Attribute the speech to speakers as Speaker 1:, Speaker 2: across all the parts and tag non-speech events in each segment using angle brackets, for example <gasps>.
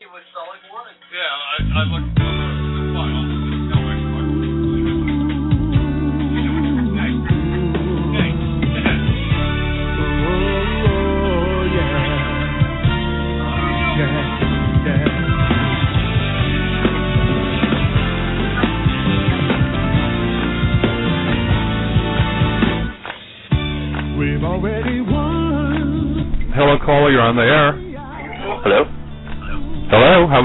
Speaker 1: was solid warning.
Speaker 2: Yeah, I, I looked on the, the file. No Xbox. You know what? Nice. Nice.
Speaker 3: We've already won.
Speaker 4: Hello, caller. You're on the air.
Speaker 5: Hello.
Speaker 4: Hello. How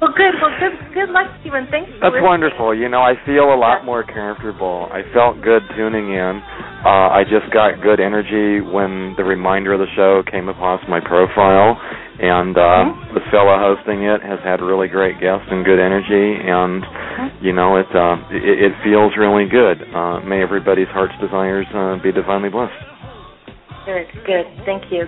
Speaker 6: Well, good. Well, good. Good luck to you, and thanks.
Speaker 7: That's
Speaker 6: for
Speaker 7: wonderful. You know, I feel a lot more comfortable. I felt good tuning in. Uh, I just got good energy when the reminder of the show came across my profile, and uh, the fella hosting it has had really great guests and good energy, and you know, it uh, it, it feels really good. Uh, may everybody's heart's desires uh, be divinely blessed.
Speaker 6: Good. Good. Thank you.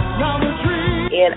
Speaker 8: and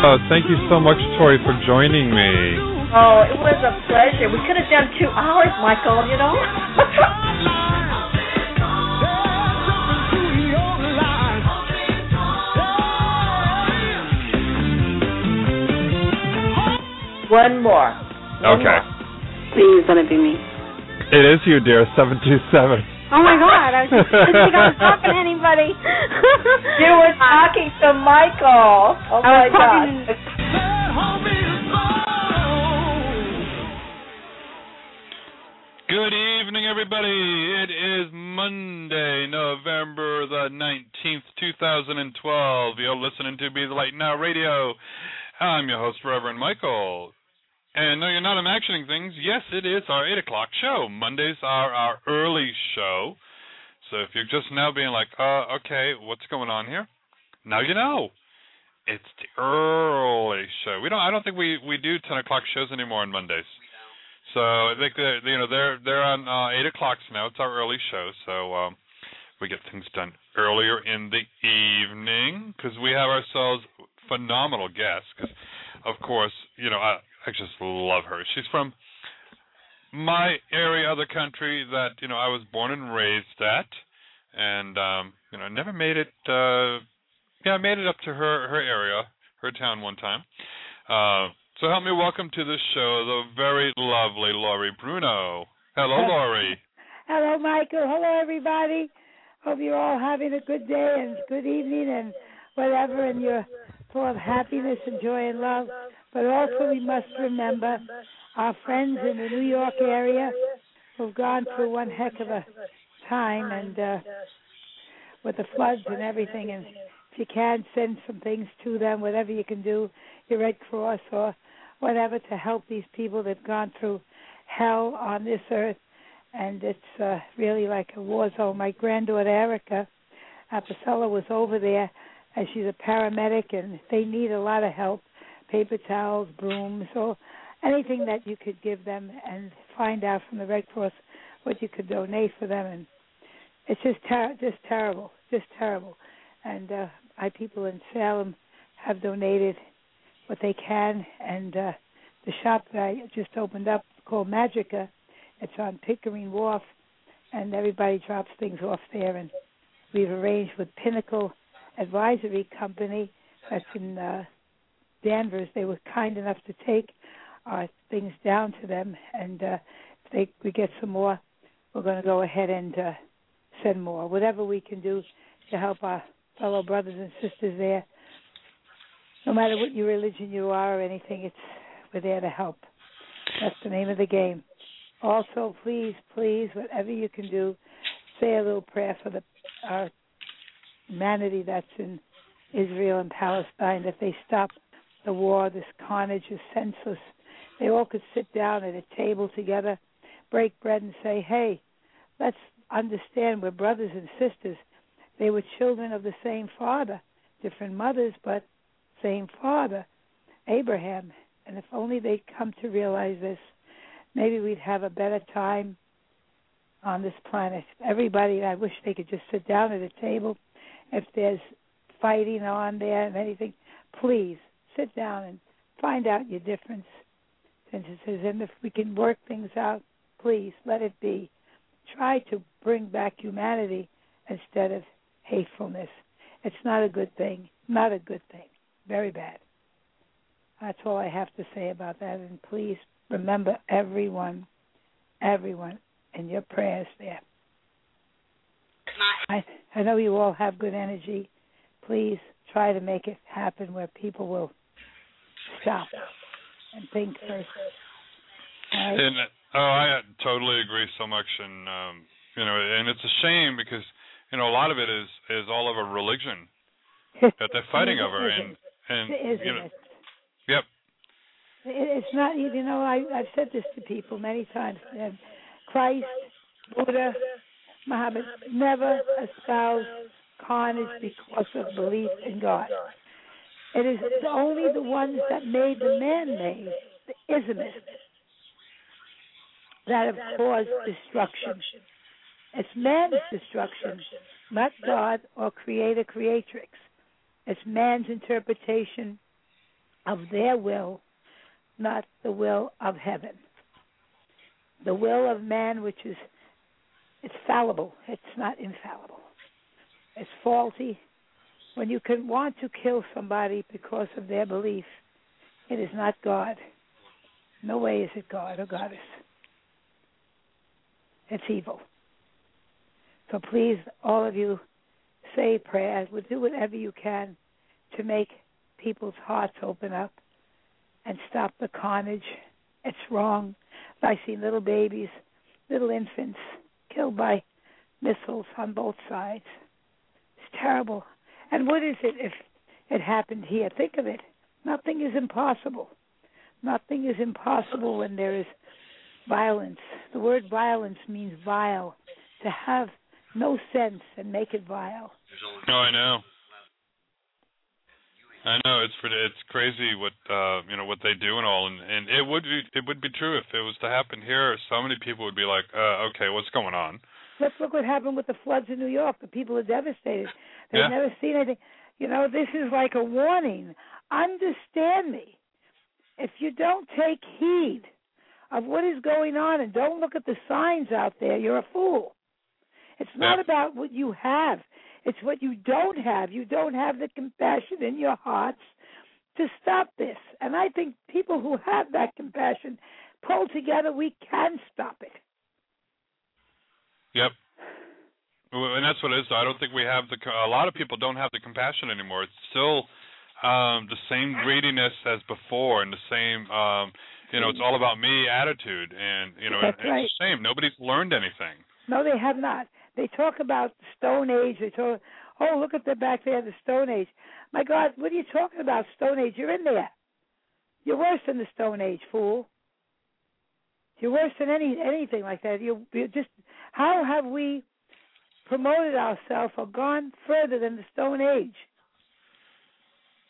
Speaker 4: Uh, thank you so much, Tori, for joining me.
Speaker 6: Oh, it was a pleasure. We could have done two hours, Michael. You know. <laughs>
Speaker 9: One more.
Speaker 4: Okay.
Speaker 10: Please let it be me.
Speaker 4: It is you, dear. Seven two seven.
Speaker 10: Oh my God! I was
Speaker 6: <laughs>
Speaker 10: just I didn't think I was talking to anybody.
Speaker 6: you were talking to Michael. Oh
Speaker 10: I
Speaker 6: my
Speaker 10: was
Speaker 6: God.
Speaker 10: talking
Speaker 2: Good evening, everybody. It is Monday, November the 19th, 2012. You're listening to Be the Light Now Radio. I'm your host, Reverend Michael. And no, you're not imagining things. Yes, it is our 8 o'clock show. Mondays are our early show. So if you're just now being like, uh, okay, what's going on here? Now you know. It's the early show. We don't. I don't think we we do 10 o'clock shows anymore on Mondays. So I think that you know they're they're on uh, eight o'clocks now. It's our early show, so um, we get things done earlier in the evening because we have ourselves phenomenal guests. 'Cause, of course, you know I I just love her. She's from my area of the country that you know I was born and raised at, and um, you know I never made it. Uh, yeah, I made it up to her her area, her town one time. Uh, so help me welcome to the show the very lovely Laurie Bruno. Hello, Laurie.
Speaker 11: Hello, Michael. Hello, everybody. Hope you're all having a good day and good evening and whatever, and you're full of happiness and joy and love. But also, we must remember our friends in the New York area who've gone through one heck of a time and uh, with the floods and everything. And if you can, send some things to them, whatever you can do, your Red Cross or whatever, to help these people that've gone through hell on this earth. And it's uh, really like a war zone. My granddaughter Erica Apicella was over there, and she's a paramedic, and they need a lot of help paper towels, brooms, or anything that you could give them and find out from the Red Cross what you could donate for them and it's just ter- just terrible, just terrible. And uh my people in Salem have donated what they can and uh the shop that I just opened up called Magica, it's on Pickering Wharf and everybody drops things off there and we've arranged with Pinnacle Advisory Company that's in uh Danvers, they were kind enough to take our things down to them, and uh, if they we get some more, we're going to go ahead and uh, send more. Whatever we can do to help our fellow brothers and sisters there, no matter what your religion you are or anything, it's we're there to help. That's the name of the game. Also, please, please, whatever you can do, say a little prayer for the our humanity that's in Israel and Palestine. That they stop the war, this carnage is senseless. They all could sit down at a table together, break bread, and say, hey, let's understand we're brothers and sisters. They were children of the same father, different mothers, but same father, Abraham. And if only they'd come to realize this, maybe we'd have a better time on this planet. Everybody, I wish they could just sit down at a table. If there's fighting on there and anything, please sit down and find out your difference. And it says, and if we can work things out, please let it be. Try to bring back humanity instead of hatefulness. It's not a good thing. Not a good thing. Very bad. That's all I have to say about that. And please remember everyone, everyone, in your prayers there. I, I know you all have good energy. Please try to make it happen where people will stop and think first. All right?
Speaker 2: And uh, oh, I totally agree so much, and um, you know, and it's a shame because you know a lot of it is is all over
Speaker 11: <laughs>
Speaker 2: religion that they're fighting
Speaker 11: It
Speaker 2: over, and
Speaker 11: isn't.
Speaker 2: and
Speaker 11: It isn't
Speaker 2: you know,
Speaker 11: it.
Speaker 2: yep,
Speaker 11: It- It's not, you know, I, I've said this to people many times. um, Christ, Buddha, Muhammad never espoused carnage because of belief in God. It is only the ones that made the man-made, the ismists, that have caused destruction. It's man's destruction, not God or creator creatrix. It's man's interpretation of their will, not the will of heaven. The will of man, which is it's fallible, it's not infallible. It's faulty. When you can want to kill somebody because of their belief, it is not God. No way is it God or goddess. It's evil. So please, all of you, say prayers. Well, do whatever you can to make people's hearts open up and stop the carnage. It's wrong. I see little babies, little infants killed by missiles on both sides. It's terrible. And what is it if it happened here? Think of it. Nothing is impossible. Nothing is impossible when there is violence. The word violence means vile, to have no sense and make it vile.
Speaker 2: no, I know. I know it's pretty, it's crazy what uh you know what they do and all and and it would be it would be true if it was to happen here so many people would be like uh okay what's going on
Speaker 11: Let's look what happened with the floods in New York. The people are devastated. They've
Speaker 2: Yeah.
Speaker 11: never seen anything. You know, this is like a warning. Understand me. If you don't take heed of what is going on and don't look at the signs out there, you're a fool. It's not
Speaker 2: Yeah.
Speaker 11: about what you have, it's what you don't have. You don't have the compassion in your hearts to stop this. And I think people who have that compassion pull together, we can stop it.
Speaker 2: Yep. Well, And that's what it is. I don't think we have the. co- A lot of people don't have the compassion anymore. It's still um, the same greediness as before, and the same um, you know, it's all about me attitude, and you know,
Speaker 11: That's
Speaker 2: it's
Speaker 11: right.
Speaker 2: the same. Nobody's learned anything.
Speaker 11: No, they have not. They talk about Stone Age. They talk, oh, look at the back there, the Stone Age. My God, what are you talking about, Stone Age? You're in there. You're worse than the Stone Age, fool. You're worse than any anything like that. You you just how have we promoted ourselves or gone further than the Stone Age?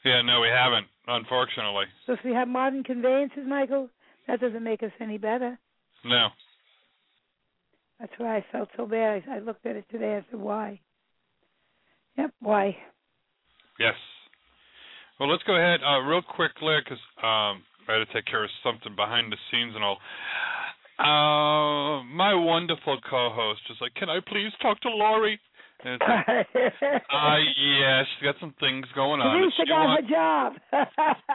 Speaker 2: Yeah, no, we haven't, unfortunately.
Speaker 11: So if we have modern conveyances, Michael, that doesn't make us any better.
Speaker 2: No.
Speaker 11: That's why I felt so bad. I, I looked at it today. I said, why? Yep, why?
Speaker 2: Yes. Well, let's go ahead uh, real quickly because um, I had to take care of something behind the scenes and all. Uh, my wonderful co-host is like, "Can I please talk to Laurie?" And it's
Speaker 11: <laughs>
Speaker 2: like, uh, yeah, she's got some things going on.
Speaker 11: Teresa
Speaker 2: She
Speaker 11: got
Speaker 2: wants-
Speaker 11: her job.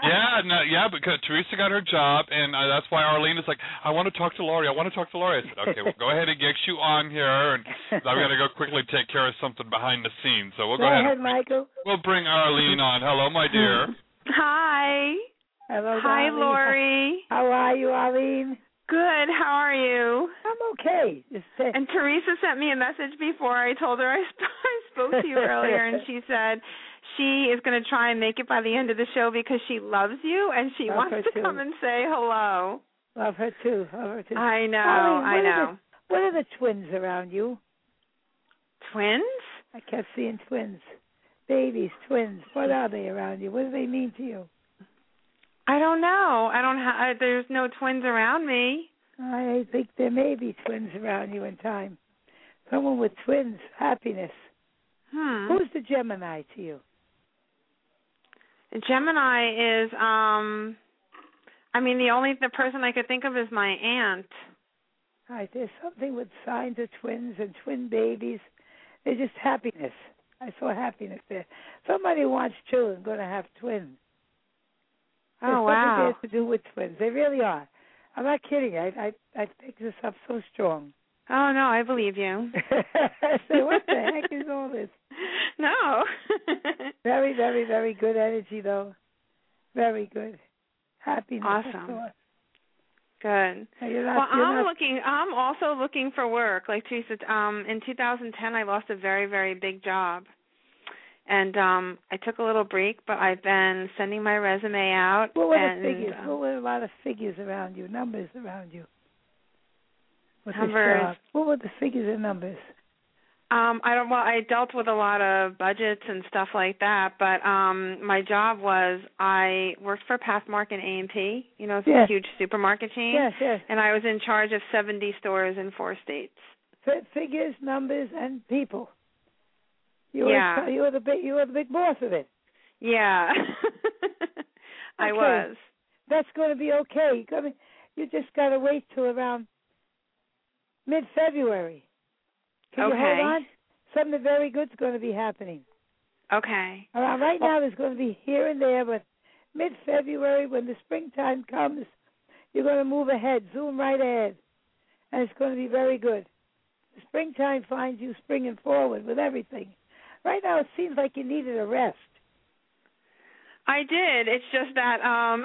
Speaker 2: yeah, no, yeah, because Teresa got her job, and uh, that's why Arlene is like, I want to talk to Laurie. I want to talk to Laurie. I
Speaker 11: <laughs>
Speaker 2: said, okay, well, go ahead and get you on here, and I'm going to go quickly take care of something behind the scenes. So we'll go,
Speaker 11: Go
Speaker 2: ahead.
Speaker 11: ahead, Michael.
Speaker 2: We'll bring Arlene on. Hello, my dear.
Speaker 1: Hi.
Speaker 11: Hello,
Speaker 1: Hi,
Speaker 11: Darlene.
Speaker 1: Lori.
Speaker 11: How are you, Arlene?
Speaker 1: Good. How are you?
Speaker 11: I'm okay.
Speaker 1: And Teresa sent me a message before I told her I, sp- <laughs> I spoke to you earlier, and
Speaker 11: <laughs>
Speaker 1: she said she is going to try and make it by the end of the show because she loves you and she
Speaker 11: Love her
Speaker 1: wants to
Speaker 11: too.
Speaker 1: come and say hello.
Speaker 11: Love her too. Love her too.
Speaker 1: I know.
Speaker 11: Arlene,
Speaker 1: I
Speaker 11: what are the-
Speaker 1: know.
Speaker 11: what are the twins around you?
Speaker 1: Twins?
Speaker 11: I kept seeing twins, babies, twins. What are they around you? What do they mean to you?
Speaker 1: I don't know. I don't ha- I, there's no twins around me.
Speaker 11: I think there may be twins around you in time. Someone with twins, happiness.
Speaker 1: Hmm.
Speaker 11: Who's the Gemini to you?
Speaker 1: Gemini is um I mean the only the person I could think of is my aunt.
Speaker 11: All right, there's something with signs of twins and twin babies. They're just happiness. I saw happiness there. Somebody wants children going to have twins.
Speaker 1: Oh,
Speaker 11: There's something
Speaker 1: wow.
Speaker 11: there to do with twins. They really are. I'm not kidding. I I I picked this up so strong.
Speaker 1: Oh no, I believe
Speaker 11: <laughs>
Speaker 1: you.
Speaker 11: <laughs> I said, what the heck is all this?
Speaker 1: <laughs> No.
Speaker 11: <laughs> Very, very, very good energy though. Very good. Happiness. I
Speaker 1: Awesome.
Speaker 11: saw.
Speaker 1: Good.
Speaker 11: Now, you're
Speaker 1: Well,
Speaker 11: not- you're
Speaker 1: I'm
Speaker 11: not-
Speaker 1: looking I'm also looking for work. Like Teresa um in 2010 I lost a very very big job. And um I took a little break, but I've been sending my resume out
Speaker 11: What were
Speaker 1: and
Speaker 11: the figures?
Speaker 1: um,
Speaker 11: What were a lot of figures around you? Numbers around you? With this
Speaker 1: Numbers.
Speaker 11: job. What were the figures and numbers?
Speaker 1: Um, I don't. Well, I dealt with a lot of budgets and stuff like that, but um, my job was I worked for Pathmark and A and P. You know, it's
Speaker 11: Yes.
Speaker 1: a huge supermarket chain,
Speaker 11: Yes, yes.
Speaker 1: and I was in charge of 70 stores in four states.
Speaker 11: F- figures, numbers, and people. You
Speaker 1: Yeah.
Speaker 11: were <laughs> you were the big you were the big boss of it.
Speaker 1: Yeah, <laughs> I
Speaker 11: Okay.
Speaker 1: was.
Speaker 11: That's going to be okay. You're gonna, you just got to wait till around mid February. Can you
Speaker 1: Okay.
Speaker 11: hold on? Something very good's going to be happening.
Speaker 1: Okay.
Speaker 11: Around right now, there's going to be here and there, but mid February, when the springtime comes, you're going to move ahead, zoom right ahead, and it's going to be very good. The springtime finds you springing forward with everything. Right now, it seems like you needed a rest.
Speaker 1: I did. It's just that um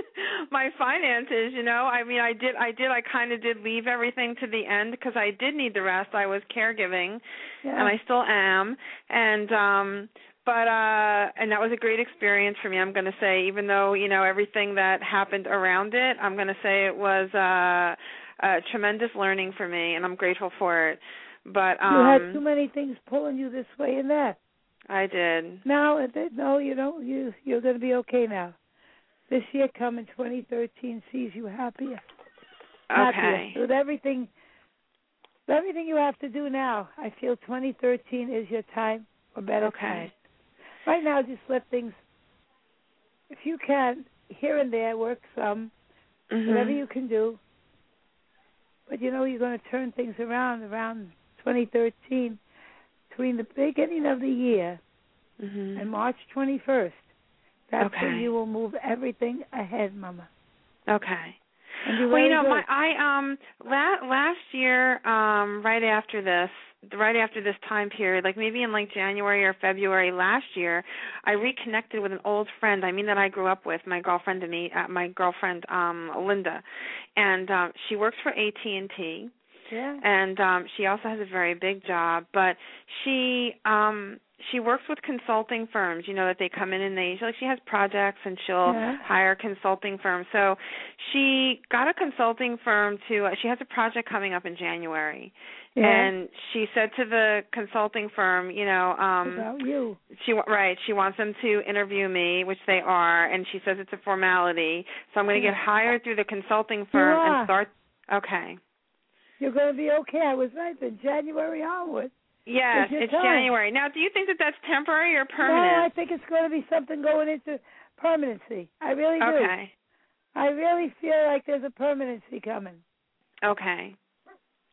Speaker 1: <laughs> my finances, you know. I mean, I did I did I kind of did leave everything to the end cuz I did need the rest. I was caregiving
Speaker 11: Yeah.
Speaker 1: and I still am and um but uh and that was a great experience for me. I'm going to say even though, you know, everything that happened around it, I'm going to say it was uh a tremendous learning for me and I'm grateful for it. But um
Speaker 11: you had too many things pulling you this way and that.
Speaker 1: I did.
Speaker 11: Now, it- it- no, you don't. You you're going to be okay now. This year coming, 2013 sees you happier. happier
Speaker 1: Okay.
Speaker 11: with everything with everything you have to do now. I feel 2013 is your time for better
Speaker 1: Okay.
Speaker 11: times. Right now, just let things, if you can, here and there, work some, whatever
Speaker 1: Mhm.
Speaker 11: you can do. But you know, you're going to turn things around around 2013, between the beginning of the year
Speaker 1: Mhm.
Speaker 11: and March 21st. That's
Speaker 1: Okay.
Speaker 11: when you will move everything ahead, Mama.
Speaker 1: Okay.
Speaker 11: And you
Speaker 1: well, you
Speaker 11: really
Speaker 1: know,
Speaker 11: do.
Speaker 1: my I um la- last year, um, right after this, right after this time period, like maybe in like January or February last year, I reconnected with an old friend. I mean that I grew up with my girlfriend and me, uh, my girlfriend um, Linda, and um, she works for AT and T
Speaker 11: Yeah.
Speaker 1: and um she also has a very big job but she um she works with consulting firms you know that they come in and they she like she has projects and she'll
Speaker 10: Yeah.
Speaker 1: hire consulting firms so she got a consulting firm to uh, she has a project coming up in January
Speaker 10: Yeah.
Speaker 1: and she said to the consulting firm you know um
Speaker 11: About you.
Speaker 1: she wa- right she wants them to interview me which they are and she says it's a formality so i'm going to
Speaker 11: Yeah.
Speaker 1: get hired through the consulting firm
Speaker 11: are.
Speaker 1: and start okay
Speaker 11: You're going to be okay. I was right from January onward.
Speaker 1: Yes,
Speaker 11: It's your
Speaker 1: it's
Speaker 11: time.
Speaker 1: January. Now, do you think that that's temporary or
Speaker 11: No, I
Speaker 1: permanent?
Speaker 11: think it's going to be something going into permanency. I really do.
Speaker 1: okay.
Speaker 11: I really feel like there's a permanency coming,
Speaker 1: Okay.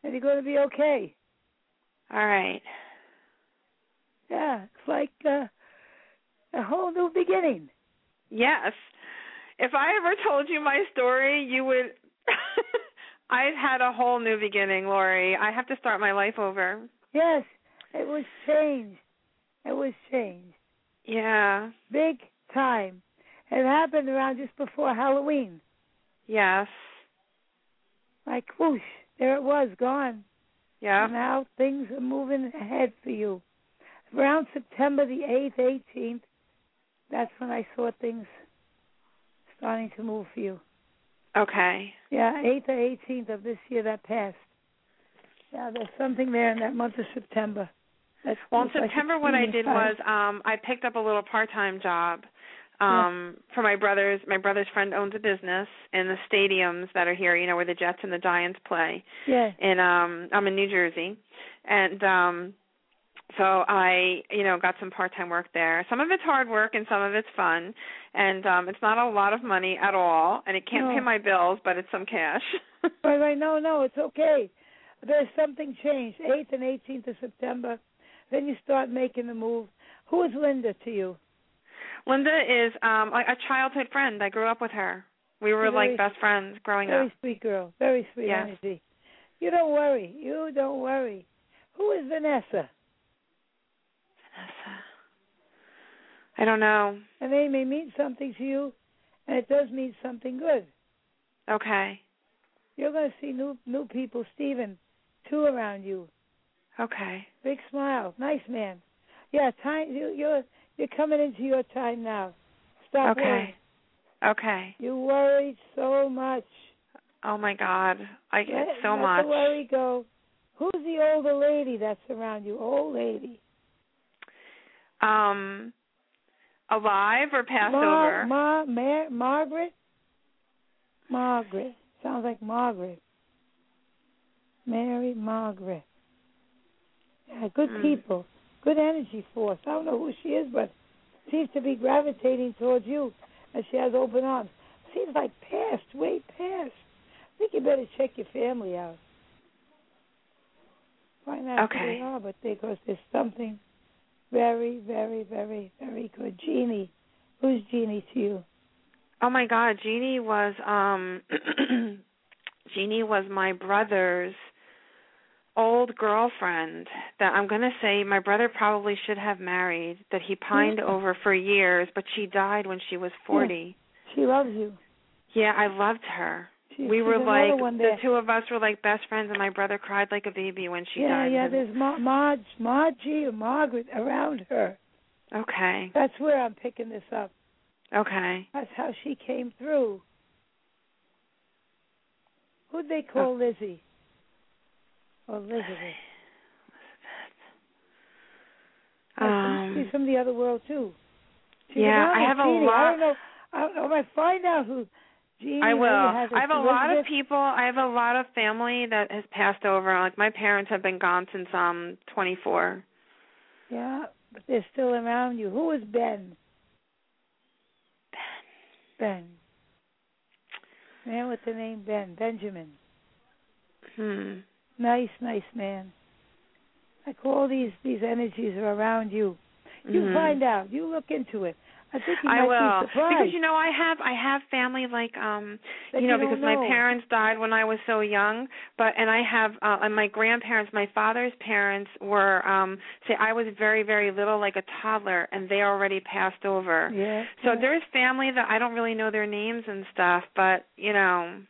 Speaker 11: and you're going to be okay.
Speaker 1: All right.
Speaker 11: Yeah, it's like uh, a whole new beginning.
Speaker 1: Yes. If I ever told you my story, you would. <laughs> I've had a whole new beginning, Lori. I have to start my life over.
Speaker 11: Yes, it was changed. It was changed
Speaker 1: Yeah.
Speaker 11: big time. It happened around just before Halloween.
Speaker 1: Yes.
Speaker 11: Like whoosh, there it was, gone.
Speaker 1: Yeah.
Speaker 11: And now things are moving ahead for you. Around September the 8th, 18th, that's when I saw things starting to move for you.
Speaker 1: Okay.
Speaker 11: Yeah, 8th or 18th of this year that passed. Yeah, there's something there in that month of September. That's
Speaker 1: Well, in
Speaker 11: looks like it's
Speaker 1: September, what I
Speaker 11: moving
Speaker 1: did was
Speaker 11: fast.
Speaker 1: um I picked up a little part-time job um for my brother's my brother's friend owns a business in the stadiums that are here, you know, where the Jets and the Giants play.
Speaker 11: Yeah.
Speaker 1: in um I'm in New Jersey and um so I, you know, got some part-time work there. Some of it's hard work and some of it's fun and um it's not a lot of money at all and it can't
Speaker 11: No.
Speaker 1: pay my bills, but it's some cash. <laughs>
Speaker 11: Right, right. No, no, it's okay. There's something changed. 8th and 18th of September. Then you start making the move. Who is Linda to you?
Speaker 1: Linda is um a, a childhood friend. I grew up with her. We were
Speaker 11: She's
Speaker 1: like
Speaker 11: very-
Speaker 1: best friends growing
Speaker 11: Very
Speaker 1: up.
Speaker 11: sweet girl. Very sweet
Speaker 1: Yes.
Speaker 11: energy. You don't worry. You don't worry. Who is Vanessa?
Speaker 1: I don't know.
Speaker 11: Her name may mean something to you, and it does mean something good.
Speaker 1: Okay.
Speaker 11: You're going to see new new people, Stephen, too, around you.
Speaker 1: Okay.
Speaker 11: Big smile, nice man. Yeah, time. You, you're you're coming into your time now. Stop
Speaker 1: okay.
Speaker 11: worrying.
Speaker 1: Okay.
Speaker 11: You worried so much.
Speaker 1: Oh my god. I get
Speaker 11: let,
Speaker 1: so
Speaker 11: let
Speaker 1: much.
Speaker 11: the worry go. Who's the older lady that's around you? Old lady.
Speaker 1: um alive or passed
Speaker 11: Ma-
Speaker 1: over
Speaker 11: Ma, Mar- Margaret. Margaret. Sounds like Margaret. Mary Margaret. Yeah, good
Speaker 1: Mm.
Speaker 11: people. Good energy force. I don't know who she is, but seems to be gravitating towards you, and she has open arms. Seems like past, way past. I think you better check your family out. Find out who
Speaker 1: Okay.
Speaker 11: they are, but because there's something very, very, very, very good. Jeannie, who's Jeannie to you?
Speaker 1: oh my god jeannie was um <clears throat> jeannie was my brother's old girlfriend that i'm going to say my brother probably should have married that he pined
Speaker 11: Yeah.
Speaker 1: over for years but she died when she was 40
Speaker 11: She loves you.
Speaker 1: yeah, i loved her
Speaker 11: She,
Speaker 1: we
Speaker 11: she's
Speaker 1: were
Speaker 11: another
Speaker 1: like
Speaker 11: one
Speaker 1: the
Speaker 11: there.
Speaker 1: two of us were like best friends and my brother cried like a baby when she
Speaker 11: yeah,
Speaker 1: died
Speaker 11: yeah.
Speaker 1: And-
Speaker 11: There's Ma- Marge, Margie, or Margaret around her.
Speaker 1: okay
Speaker 11: That's where I'm picking this up.
Speaker 1: okay
Speaker 11: That's how she came through. Who'd they
Speaker 1: Oh.
Speaker 11: call Lizzie? Or Elizabeth.
Speaker 1: um
Speaker 11: She's from the other world too. She's
Speaker 1: yeah
Speaker 11: around
Speaker 1: i
Speaker 11: with
Speaker 1: have a
Speaker 11: Jeannie. I
Speaker 1: lot
Speaker 11: don't know. I don't know. I might find out who Jeannie
Speaker 1: I
Speaker 11: really
Speaker 1: will.
Speaker 11: has
Speaker 1: I have a lot of
Speaker 11: Elizabeth.
Speaker 1: people. I have a lot of family that has passed over. Like my parents have been gone since um 24.
Speaker 11: Yeah, but they're still around you. Who is Ben? Ben. Man with the name Ben. Benjamin. <laughs>
Speaker 1: Hmm.
Speaker 11: Nice, nice man. Like all these these energies are around you. You
Speaker 1: Mhm.
Speaker 11: find out. You look into it. I think <laughs> you
Speaker 1: I
Speaker 11: might
Speaker 1: will
Speaker 11: be surprised.
Speaker 1: because you know I have I have family like um
Speaker 11: That
Speaker 1: you know
Speaker 11: you don't
Speaker 1: because
Speaker 11: know.
Speaker 1: my parents died when I was so young but and I have uh, and my grandparents my father's parents were um say I was very very little like a toddler and they already passed over.
Speaker 11: Yeah.
Speaker 1: So there is family that I don't really know their names and stuff but you know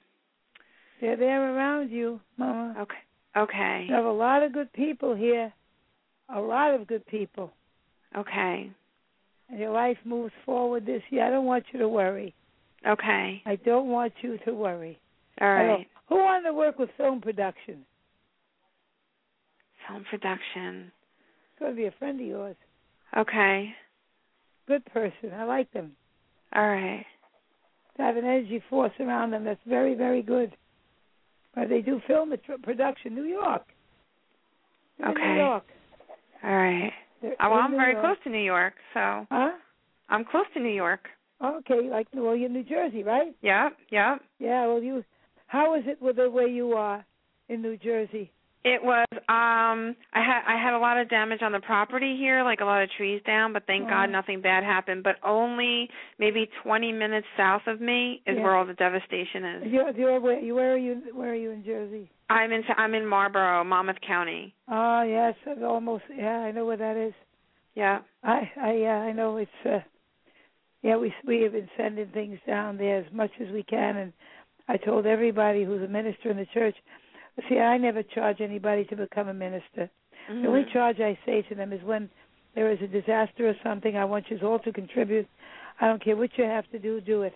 Speaker 11: They're there around you, Mama.
Speaker 1: Okay. Okay.
Speaker 11: You have a lot of good people here. A lot of good people.
Speaker 1: Okay.
Speaker 11: And your life moves forward this year. I don't want you to worry.
Speaker 1: Okay.
Speaker 11: I don't want you to worry.
Speaker 1: All
Speaker 11: I don't-
Speaker 1: right.
Speaker 11: Who wanted to work with film production?
Speaker 1: Film production.
Speaker 11: It's going to be a friend of yours.
Speaker 1: Okay.
Speaker 11: Good person. I like them.
Speaker 1: All right.
Speaker 11: They have an energy force around them that's very, very good. But they do film at tr- production, New York. They're in
Speaker 1: Okay.
Speaker 11: New York.
Speaker 1: All right.
Speaker 11: They're
Speaker 1: Oh, well,
Speaker 11: in
Speaker 1: I'm
Speaker 11: New
Speaker 1: very
Speaker 11: York.
Speaker 1: close to New York, so
Speaker 11: Huh?
Speaker 1: I'm close to New York.
Speaker 11: Okay, like well, you're New Jersey, right?
Speaker 1: Yep, yep.
Speaker 11: Yeah. Well, you. How is it with the way you are in New Jersey?
Speaker 1: It was um I had I had a lot of damage on the property here, like a lot of trees down, but thank God
Speaker 11: Oh.
Speaker 1: nothing bad happened. But only maybe 20 minutes south of me is
Speaker 11: Yeah.
Speaker 1: where all the devastation is.
Speaker 11: You're, you're where, you- where are you? Where are you in Jersey?
Speaker 1: I'm in I'm in Marlborough, Monmouth County.
Speaker 11: Oh, yes, I've almost. Yeah, I know where that is.
Speaker 1: Yeah.
Speaker 11: I, I, yeah, I know it's. Uh, yeah, we we have been sending things down there as much as we can, and I told everybody who's a minister in the church. See, I never charge anybody to become a minister.
Speaker 12: Mm-hmm.
Speaker 11: The only
Speaker 1: Mhm.
Speaker 11: charge I say to them is when there is a disaster or something, I want you all to contribute. I don't care what you have to do, do it.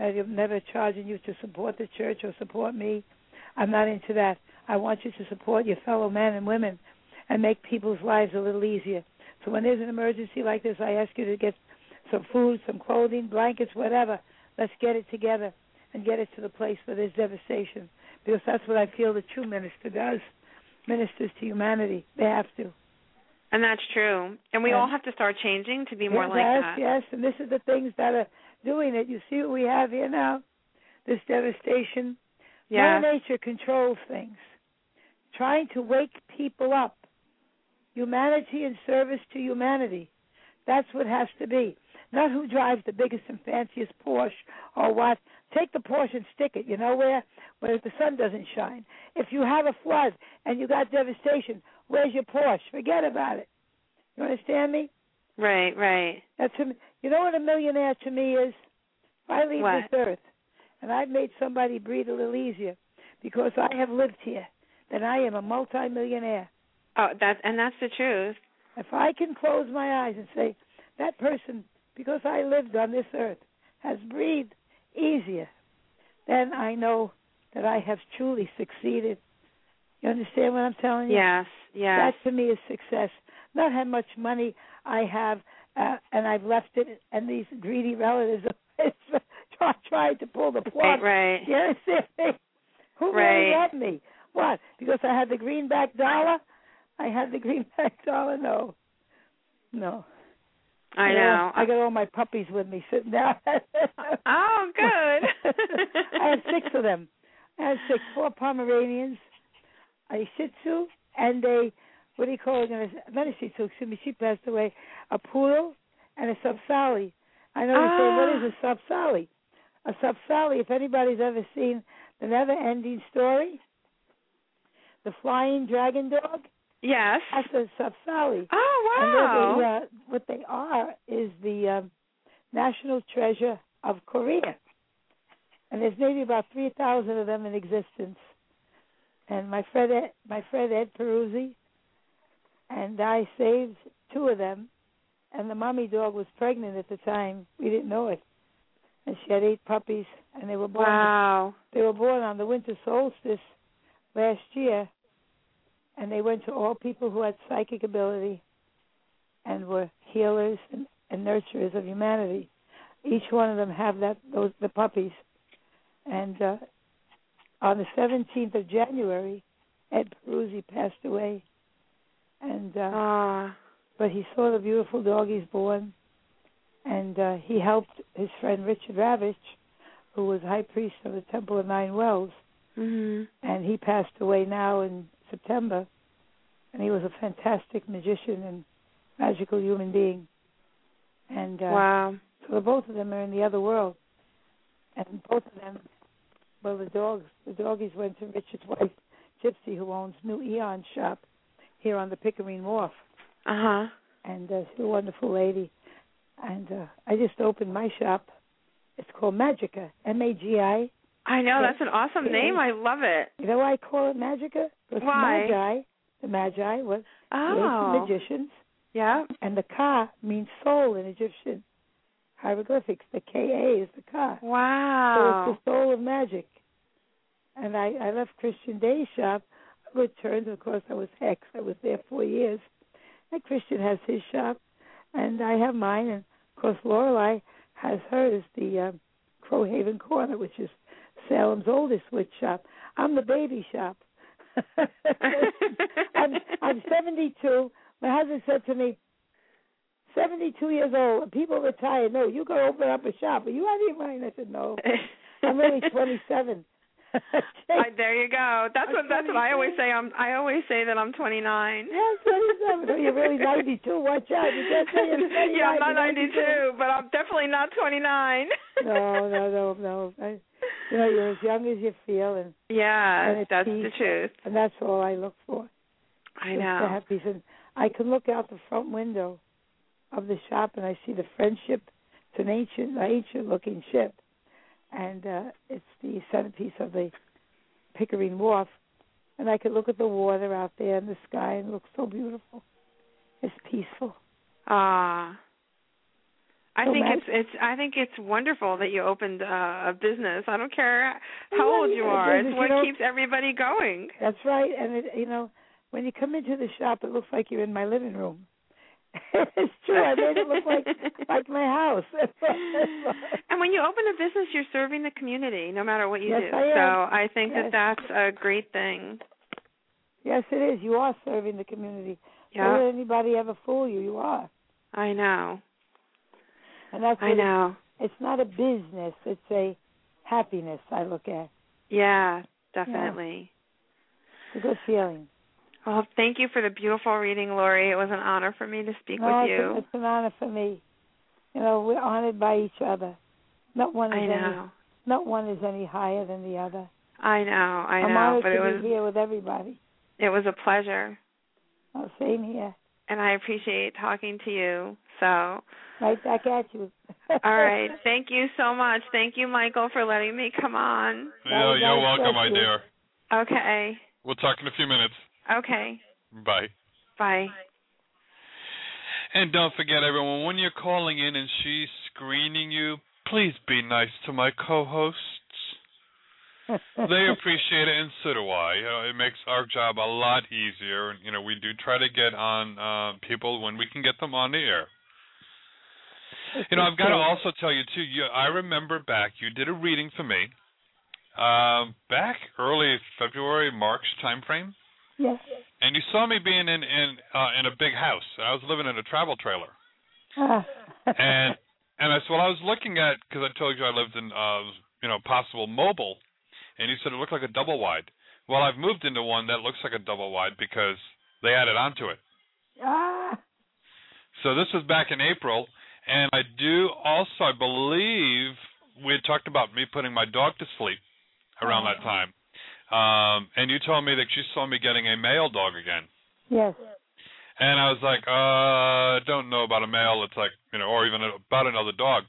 Speaker 11: I'm never charging you to support the church or support me. I'm not into that. I want you to support your fellow men and women and make people's lives a little easier. So when there's an emergency like this, I ask you to get some food, some clothing, blankets, whatever. Let's get it together and get it to the place where there's devastation. Because that's what I feel the true minister does. Ministers to humanity. They have to.
Speaker 1: And that's true. And we
Speaker 11: Yeah.
Speaker 1: all have to start changing to be more
Speaker 11: yes,
Speaker 1: like that.
Speaker 11: Yes, and this is the things that are doing it. You see what we have here now? This devastation.
Speaker 1: Yeah.
Speaker 11: Mother Nature controls things. Trying to wake people up. Humanity and service to humanity. That's what has to be. Not who drives the biggest and fanciest Porsche or what. Take the Porsche and stick it, you know where? Where the sun doesn't shine. If you have a flood and you got devastation, where's your Porsche? Forget about it. You understand me?
Speaker 1: Right, right.
Speaker 11: That's a, you know what a millionaire to me is? If I leave
Speaker 1: What?
Speaker 11: this earth and I've made somebody breathe a little easier because I have lived here, then I am a multimillionaire.
Speaker 1: Oh, that's and that's the truth.
Speaker 11: If I can close my eyes and say, that person, because I lived on this earth, has breathed easier, then I know that I have truly succeeded. You understand what I'm telling you?
Speaker 1: Yes, yes.
Speaker 11: That to me is success. Not how much money I have uh, and I've left it, and these greedy relatives <laughs> have try- tried to pull the plug.
Speaker 1: Right, right.
Speaker 11: You understand me? Who really
Speaker 1: Right.
Speaker 11: loved me? What? Because I had the greenback dollar? I had the <laughs> greenback dollar? No. No.
Speaker 1: I
Speaker 11: You
Speaker 1: know.
Speaker 11: I got all my puppies with me sitting down. <laughs>
Speaker 1: Oh, good.
Speaker 11: I have six of them. I have six, four Pomeranians, a Shih Tzu, and a what do you call it? A- Not a Shih Tzu, excuse me. She passed away. A poodle and a Sapsali. I know you say, what is a
Speaker 1: Ah.
Speaker 11: Sapsali? A Sapsali. If anybody's ever seen the never-ending story, the flying dragon dog.
Speaker 1: Yes.
Speaker 11: That's a Sapsali.
Speaker 1: Oh
Speaker 11: And
Speaker 1: wow.
Speaker 11: what they, uh, what they are is the um, national treasure of Korea. And there's maybe about 3,000 of them in existence. And my friend Ed, my friend Ed Peruzzi and I saved two of them. And the mommy dog was pregnant at the time. We didn't know it. And she had eight puppies, and they were born.
Speaker 1: Wow.
Speaker 11: They were born on the winter solstice last year, and they went to all people who had psychic ability and were healers and, and nurturers of humanity. Each one of them have that those the puppies, and uh, on the 17th of January, Ed Peruzzi passed away, and uh,
Speaker 1: Ah.
Speaker 11: but he saw the beautiful doggies born, and uh, he helped his friend Richard Ravitch, who was high priest of the Temple of Nine Wells,
Speaker 1: Mhm.
Speaker 11: and he passed away now in September. And he was a fantastic magician and magical human being. And uh,
Speaker 1: Wow.
Speaker 11: So the both of them are in the other world, and both of them, well, the dogs, the doggies went to Richard's <laughs> wife, Gypsy, who owns New Eon Shop here on the Pickering Wharf.
Speaker 1: Uh huh.
Speaker 11: And uh, she's a wonderful lady. And uh, I just opened my shop. It's called Magica, M-A-G-I.
Speaker 1: I know that's an awesome
Speaker 11: Yeah.
Speaker 1: name. I love it.
Speaker 11: <laughs> You know why I call it Magica? Because
Speaker 1: Why?
Speaker 11: Magi, the Magi was
Speaker 1: Oh.
Speaker 11: related to magicians.
Speaker 1: Yeah.
Speaker 11: And the Ka means soul in Egyptian hieroglyphics. The Ka is the Ka. So
Speaker 1: Wow.
Speaker 11: it's the soul of magic. And I, I left Christian Day's shop. I returned, of course, I was Hex. I was there four years. And Christian has his shop, and I have mine. And, of course, Lorelei has hers, the um, Crowhaven Corner, which is Salem's oldest witch shop. I'm the baby shop. <laughs> I'm, I'm 72. My husband said to me, 72 years old, people retire. No, you go open up a shop. Are you out of your mind? I said, no.
Speaker 1: <laughs>
Speaker 11: I'm only 27.
Speaker 1: I, there you go. That's what that's what I always say. I'm I always say that I'm 29.
Speaker 11: Yeah, 27. Oh, you're really 92. Watch out. You can't
Speaker 1: <laughs>
Speaker 11: say you're 29.
Speaker 1: yeah, I'm not
Speaker 11: You're
Speaker 1: 92, but I'm definitely not
Speaker 11: <laughs>
Speaker 1: 29.
Speaker 11: no, no, no, no. I, you know, you're as young as you feel, and and
Speaker 1: Yeah,
Speaker 11: it's
Speaker 1: that's
Speaker 11: peace,
Speaker 1: the truth.
Speaker 11: And that's all I look for.
Speaker 1: I
Speaker 11: just To
Speaker 1: know.
Speaker 11: have peace, and I can look out the front window of the shop, and I see the friendship. It's an ancient, ancient-looking ship, and uh it's the centerpiece of the Pickering Wharf. And I could look at the water out there and the sky, and it looks so beautiful. It's peaceful.
Speaker 1: Ah. I
Speaker 11: So
Speaker 1: think
Speaker 11: Mag-
Speaker 1: it's it's I think it's wonderful that you opened uh, a business. I don't care how
Speaker 11: Yeah,
Speaker 1: old you
Speaker 11: yeah,
Speaker 1: are.
Speaker 11: business,
Speaker 1: It's
Speaker 11: you
Speaker 1: what
Speaker 11: know-
Speaker 1: keeps everybody
Speaker 11: <laughs>
Speaker 1: going.
Speaker 11: That's right. And it, you know, when you come into the shop, it looks like you're in my living room. <laughs> it's true. I made it look
Speaker 1: <laughs>
Speaker 11: like like my house. <laughs>
Speaker 1: And when you open a business, you're serving the community, no matter what you
Speaker 11: Yes,
Speaker 1: do.
Speaker 11: I am.
Speaker 1: So I think
Speaker 11: Yes.
Speaker 1: that that's a great thing.
Speaker 11: yes, it is. You are serving the community.
Speaker 1: Yeah,
Speaker 11: Don't let anybody ever fool you. You are.
Speaker 1: I know.
Speaker 11: And that's
Speaker 1: I
Speaker 11: what it-
Speaker 1: know.
Speaker 11: it's not a business. It's a happiness. I look at
Speaker 1: Yeah, definitely.
Speaker 11: it's a good feeling.
Speaker 1: Well, thank you for the beautiful reading, Lori. It was an honor for me to speak
Speaker 11: No,
Speaker 1: with
Speaker 11: it's, a-
Speaker 1: you.
Speaker 11: it's an honor for me. You know, we're honored by each other. Not one is
Speaker 1: I
Speaker 11: any
Speaker 1: know.
Speaker 11: not one is any higher than the other.
Speaker 1: I know. I
Speaker 11: am
Speaker 1: know.
Speaker 11: honored
Speaker 1: But
Speaker 11: to
Speaker 1: it
Speaker 11: be
Speaker 1: was
Speaker 11: here with everybody.
Speaker 1: it was a pleasure,
Speaker 11: Oh, same here.
Speaker 1: and I appreciate talking to you. So.
Speaker 11: Right back at you. <laughs>
Speaker 1: All right. Thank you so much. Thank you, Michael, for letting me come on.
Speaker 2: Yeah, you're welcome, my dear.
Speaker 1: Okay.
Speaker 2: We'll talk in a few minutes.
Speaker 1: Okay.
Speaker 2: Bye.
Speaker 1: Bye.
Speaker 2: And don't forget, everyone, when you're calling in and she's screening you, please be nice to my co hosts.
Speaker 11: <laughs>
Speaker 1: <laughs>
Speaker 2: They appreciate it, and so do I. You know, it makes our job a lot easier, and you know we do try to get on uh, people when we can get them on the air. You know, I've got to also tell you too. You, I remember back. You did a reading for me, um, back early February, March timeframe
Speaker 11: Yes.
Speaker 2: and you saw me being in in uh, in a big house. I was living in a travel trailer,
Speaker 11: Ah.
Speaker 2: and and that's what I was looking at because I told you I lived in uh you know possible mobile, and you said it looked like a double wide. Well, I've moved into one that looks like a double wide because they added onto it.
Speaker 11: ah.
Speaker 2: So this was back in April, and I do also I believe we had talked about me putting my dog to sleep around that time. Um, and you told me that you saw me getting a male dog again.
Speaker 11: Yes.
Speaker 2: And I was like, uh, don't know about a male. It's like, you know, or even about another dog.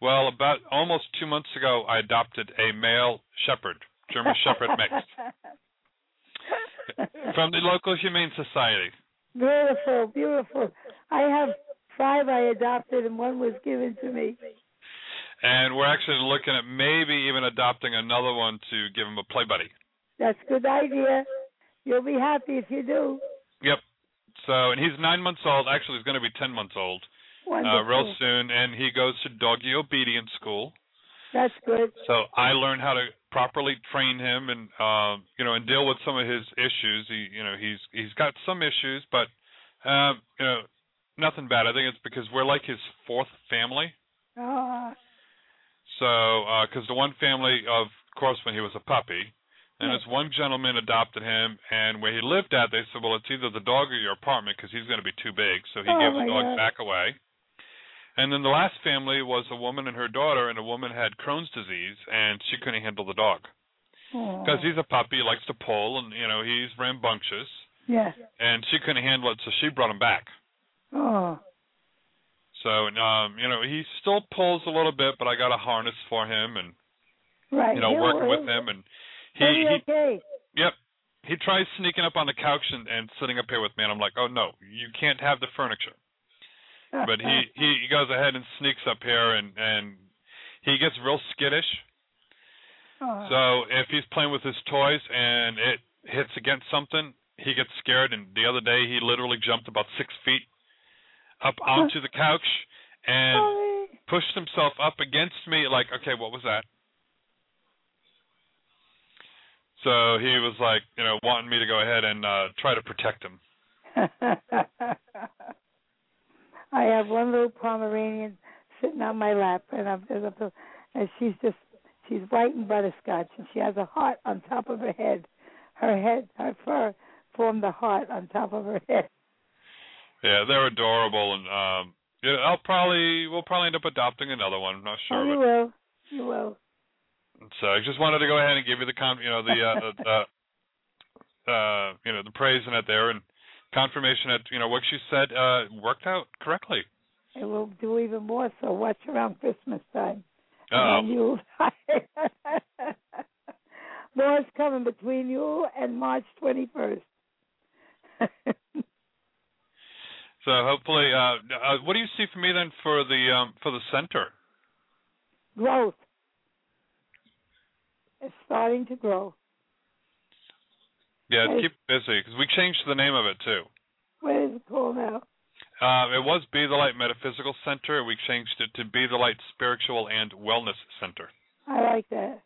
Speaker 2: Well, about almost two months ago, I adopted a male shepherd, German shepherd mix from the local humane society.
Speaker 11: Beautiful, beautiful. I have five I adopted and one was given to me.
Speaker 2: And we're actually looking at maybe even adopting another one to give him a play buddy.
Speaker 11: That's a good idea. You'll be happy if you do.
Speaker 2: Yep. So, and he's nine months old. Actually, he's going to be 10 months old uh,
Speaker 11: Wonderful.
Speaker 2: real soon. And he goes to doggy obedience school.
Speaker 11: That's good.
Speaker 2: So I learned how to properly train him and um you know and deal with some of his issues. He you know he's he's got some issues, but um you know nothing bad. I think it's because we're like his fourth family.
Speaker 11: Ah.
Speaker 2: So because the one family of course when he was a puppy, and this one gentleman adopted him, and where he lived at, they said, well, it's either the dog or your apartment because he's going to be too big. So he
Speaker 11: Oh,
Speaker 2: gave the
Speaker 11: my
Speaker 2: dog
Speaker 11: God.
Speaker 2: back away. And then the last family was a woman and her daughter, and a woman had Crohn's disease, and she couldn't handle the dog because he's a puppy, likes to pull, and you know he's rambunctious,
Speaker 11: Yeah.
Speaker 2: and she couldn't handle it, so she brought him back.
Speaker 11: Oh.
Speaker 2: So um, you know he still pulls a little bit, but I got a harness for him, and
Speaker 11: Right.
Speaker 2: you know
Speaker 11: He'll-
Speaker 2: working
Speaker 11: he'll-
Speaker 2: with him, and he,
Speaker 11: he'll be
Speaker 2: he
Speaker 11: okay. <laughs>
Speaker 2: Yep. He tries sneaking up on the couch and, and sitting up here with me, and I'm like, oh no, you can't have the furniture. But he he he goes ahead and sneaks up here, and and he gets real skittish.
Speaker 11: Oh.
Speaker 2: So if he's playing with his toys and it hits against something, he gets scared. And the other day, he literally jumped about six feet up onto the couch and pushed himself up against me. Like, okay, what was that? So he was like, you know, wanting me to go ahead and uh try to protect him.
Speaker 11: <laughs> I have one little Pomeranian sitting on my lap, and I'm and I'm- and she's just she's white and butterscotch, and she has a heart on top of her head. Her head, her fur formed a heart on top of her head.
Speaker 2: Yeah, they're adorable, and um, yeah, I'll probably we'll probably end up adopting another one. I'm not
Speaker 11: Oh, you
Speaker 2: sure,
Speaker 11: will, you will.
Speaker 2: but so I just wanted to go ahead and give you the con, you know, the uh, the, uh, uh, you know, the praise in it there and confirmation that you know what you said uh worked out correctly.
Speaker 11: It will do even more. So watch around Christmas time.
Speaker 2: Uh-oh.
Speaker 11: And Yule. <laughs> Laura's coming between Yule and March 21st.
Speaker 2: <laughs> So hopefully, uh, uh, what do you see for me then for the um for the center?
Speaker 11: <laughs> Growth. It's starting to grow.
Speaker 2: Yeah,
Speaker 11: Right.
Speaker 2: keep busy because we changed the name of it too.
Speaker 11: What is it called now?
Speaker 2: Uh, it was Be the Light Metaphysical Center. We changed it to Be the Light Spiritual and Wellness Center.
Speaker 11: I like that.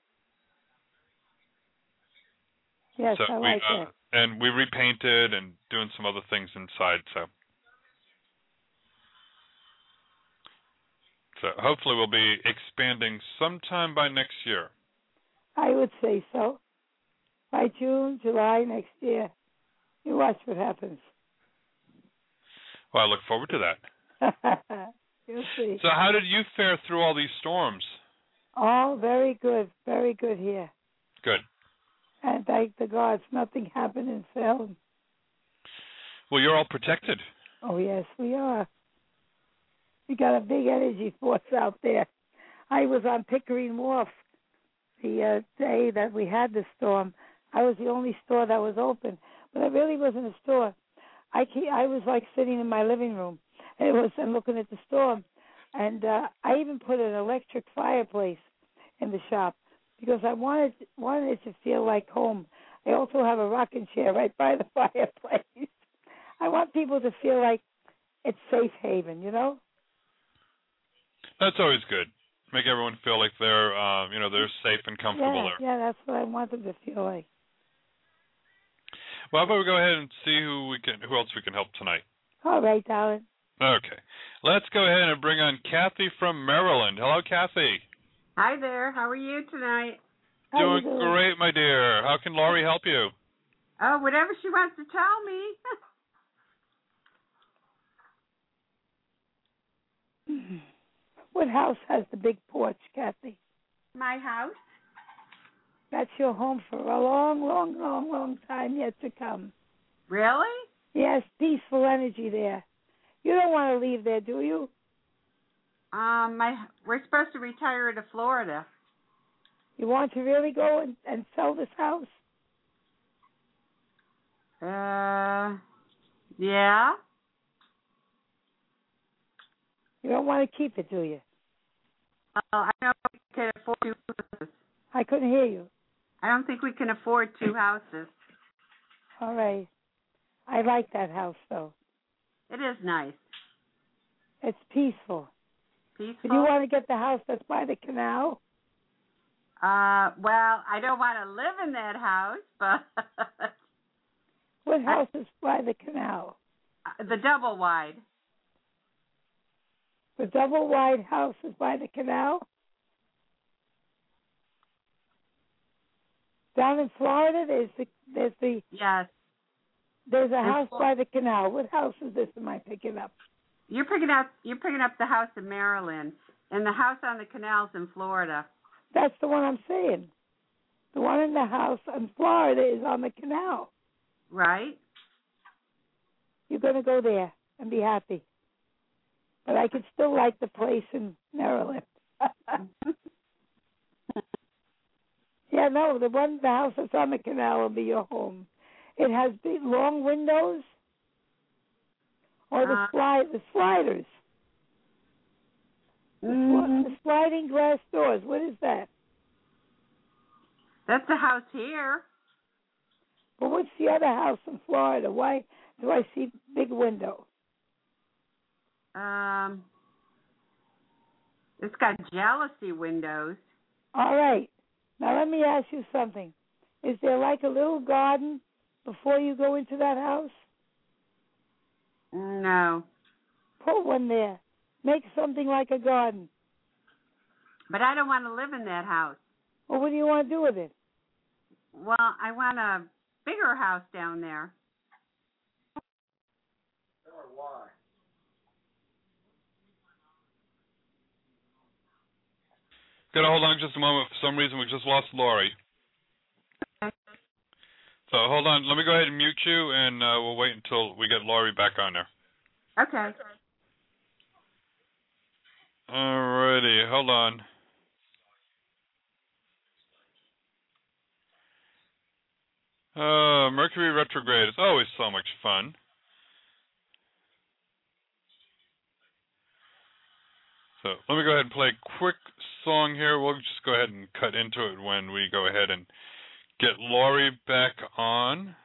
Speaker 11: Yes,
Speaker 2: so
Speaker 11: I
Speaker 2: we,
Speaker 11: like
Speaker 2: uh,
Speaker 11: that.
Speaker 2: And we repainted and doing some other things inside. So, so hopefully we'll be expanding sometime by next year.
Speaker 11: I would say so. By June, July next year, you watch what happens. <laughs>
Speaker 2: Well, I look forward to that.
Speaker 11: You'll see.
Speaker 2: So, how did you fare through all these storms?
Speaker 11: All very good, very good here.
Speaker 2: Good.
Speaker 11: And thank the gods, nothing happened in film.
Speaker 2: Well, you're all protected.
Speaker 11: Oh yes, we are. We got a big energy force out there. I was on Pickering Wharf the uh, day that we had the storm. I was the only store that was open, but it really wasn't a store. I ke- I was like sitting in my living room, and it was and looking at the storm, and uh, I even put an electric fireplace in the shop because I wanted wanted it to feel like home. I also have a rocking chair right by the <laughs> fireplace. I want people to feel like it's safe haven, you know?
Speaker 2: That's always good. Make everyone feel like they're, uh, you know, they're safe and comfortable
Speaker 11: yeah,
Speaker 2: there.
Speaker 11: yeah, that's what I want them to feel like.
Speaker 2: Well, how about we go ahead and see who we can, who else we can help tonight?
Speaker 11: All right, darling. <clears throat>
Speaker 2: Okay, let's go ahead and bring on Kathy from Maryland. Hello, Kathy.
Speaker 13: Hi there. How are you tonight?
Speaker 2: Doing great, my dear. How can Laurie help you?
Speaker 13: Oh, whatever she wants to tell me. <laughs>
Speaker 11: What house has the big porch, Kathy?
Speaker 13: My house.
Speaker 11: That's your home for a long, long, long, long time yet to come.
Speaker 13: Really?
Speaker 11: Yes, peaceful energy there. You don't want to leave there, do you?
Speaker 13: Um, my we're supposed to retire to Florida.
Speaker 11: You want to really go and, and sell this house?
Speaker 13: Uh, yeah.
Speaker 11: You don't want to keep it, do you?
Speaker 13: Uh, I know we can afford two houses.
Speaker 11: I couldn't hear you.
Speaker 13: I don't think we can afford two houses.
Speaker 11: All right. I like that house, though.
Speaker 13: It is nice,
Speaker 11: It's peaceful.
Speaker 13: peaceful.
Speaker 11: But you want to get the house that's by the canal?
Speaker 13: Uh, well, I don't want to live in that house, <laughs> but
Speaker 11: What house is by the canal?
Speaker 13: the double wide.
Speaker 11: The double wide house is by the canal? Down in Florida, there's the there's the
Speaker 13: yes.
Speaker 11: There's a
Speaker 13: In
Speaker 11: house
Speaker 13: Flor-
Speaker 11: by the canal. What house is this? Am I picking up?
Speaker 13: You're picking up you're picking up the house in Maryland and the house on the canals in Florida.
Speaker 11: That's the one I'm saying. The one in the house in Florida is on the canal.
Speaker 13: Right?
Speaker 11: You're going to go there and be happy. But I could still like the place in Maryland. yeah, no, the one the house that's on the canal will be your home. It has big long windows or the
Speaker 3: Uh.
Speaker 11: slide the sliders. The,
Speaker 13: Mm-hmm.
Speaker 11: sli- the sliding glass doors. What is that?
Speaker 13: That's the house here.
Speaker 11: But what's the other house in Florida? Why do I see big window?
Speaker 13: Um it's got jealousy windows.
Speaker 11: All right. Now let me ask you something. Is there like a little garden before you go into that house?
Speaker 13: No.
Speaker 11: Put one there. Make something like a garden.
Speaker 13: But I don't want to live in that house.
Speaker 11: Well, what do you want to do with it?
Speaker 13: Well, I want a bigger house down there.
Speaker 2: Gotta hold on just a moment. For some reason, we just lost Lori. So hold on. Let me go ahead and mute you, and uh, we'll wait until we get Lori back on there.
Speaker 13: Okay.
Speaker 2: Alrighty, hold on. Uh, Mercury retrograde is always so much fun. So let me go ahead and play a quick song here. We'll just go ahead and cut into it when we go ahead and get Laurie back on.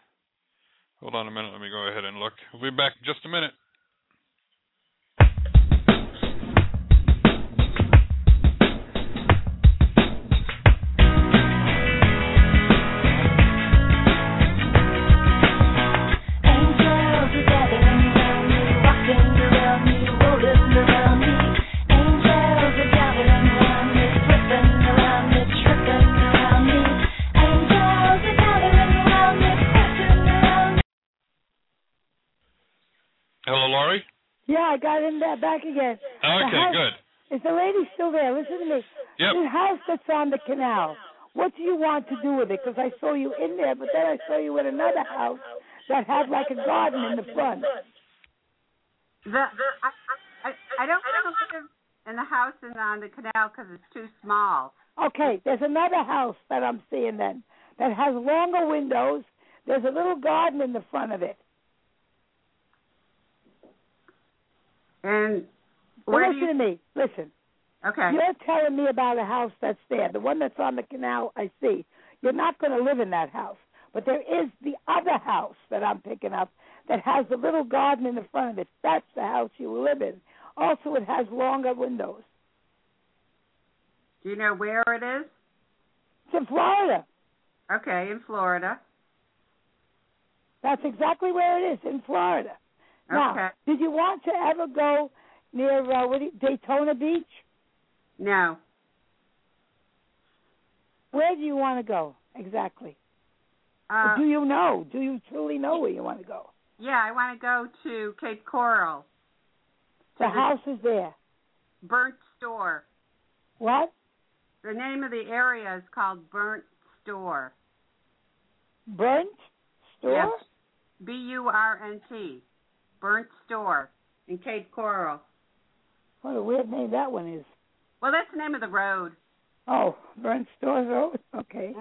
Speaker 2: Hold on a minute. Let me go ahead and look. We'll be back in just a minute. Hello, Laurie.
Speaker 11: Yeah, I got in there back again.
Speaker 2: Okay,
Speaker 11: house-
Speaker 2: good.
Speaker 11: Is the lady still there? Listen to me.
Speaker 2: Yep.
Speaker 11: The house that's on the canal. What do you want to do with it? Because I saw you in there, but then I saw you in another house that had like a garden in the front.
Speaker 13: The, I, I, I don't want to live in the house and on the canal because it's too small.
Speaker 11: Okay, there's another house that I'm seeing then that has longer windows. There's a little garden in the front of it.
Speaker 13: And
Speaker 11: Now
Speaker 13: where do
Speaker 11: listen to me. Listen.
Speaker 13: Okay.
Speaker 11: You're telling me about a house that's there, the one that's on the canal. I see. You're not going to live in that house, but there is the other house that I'm picking up that has the little garden in the front of it. That's the house you will live in. Also, it has longer windows.
Speaker 13: Do you know where it is?
Speaker 11: It's in Florida.
Speaker 13: Okay, in Florida.
Speaker 11: That's exactly where it is in Florida.
Speaker 13: Okay.
Speaker 11: Now, did you want to ever go near uh, what do you, Daytona Beach?
Speaker 13: No.
Speaker 11: Where do you want to go exactly?
Speaker 13: Uh,
Speaker 11: do you know? Do you truly know where you want to go?
Speaker 13: Yeah, I want to go to Cape Coral.
Speaker 11: The
Speaker 13: To the-
Speaker 11: house is there.
Speaker 13: Burnt Store.
Speaker 11: What?
Speaker 13: The name of the area is called Burnt Store.
Speaker 11: Burnt store?
Speaker 13: Yeah. B U R N T. Burnt Store in Cape Coral.
Speaker 11: What a weird name that one is.
Speaker 13: Well, that's the name of the road.
Speaker 11: Oh, <laughs> Burnt Store Road. Okay.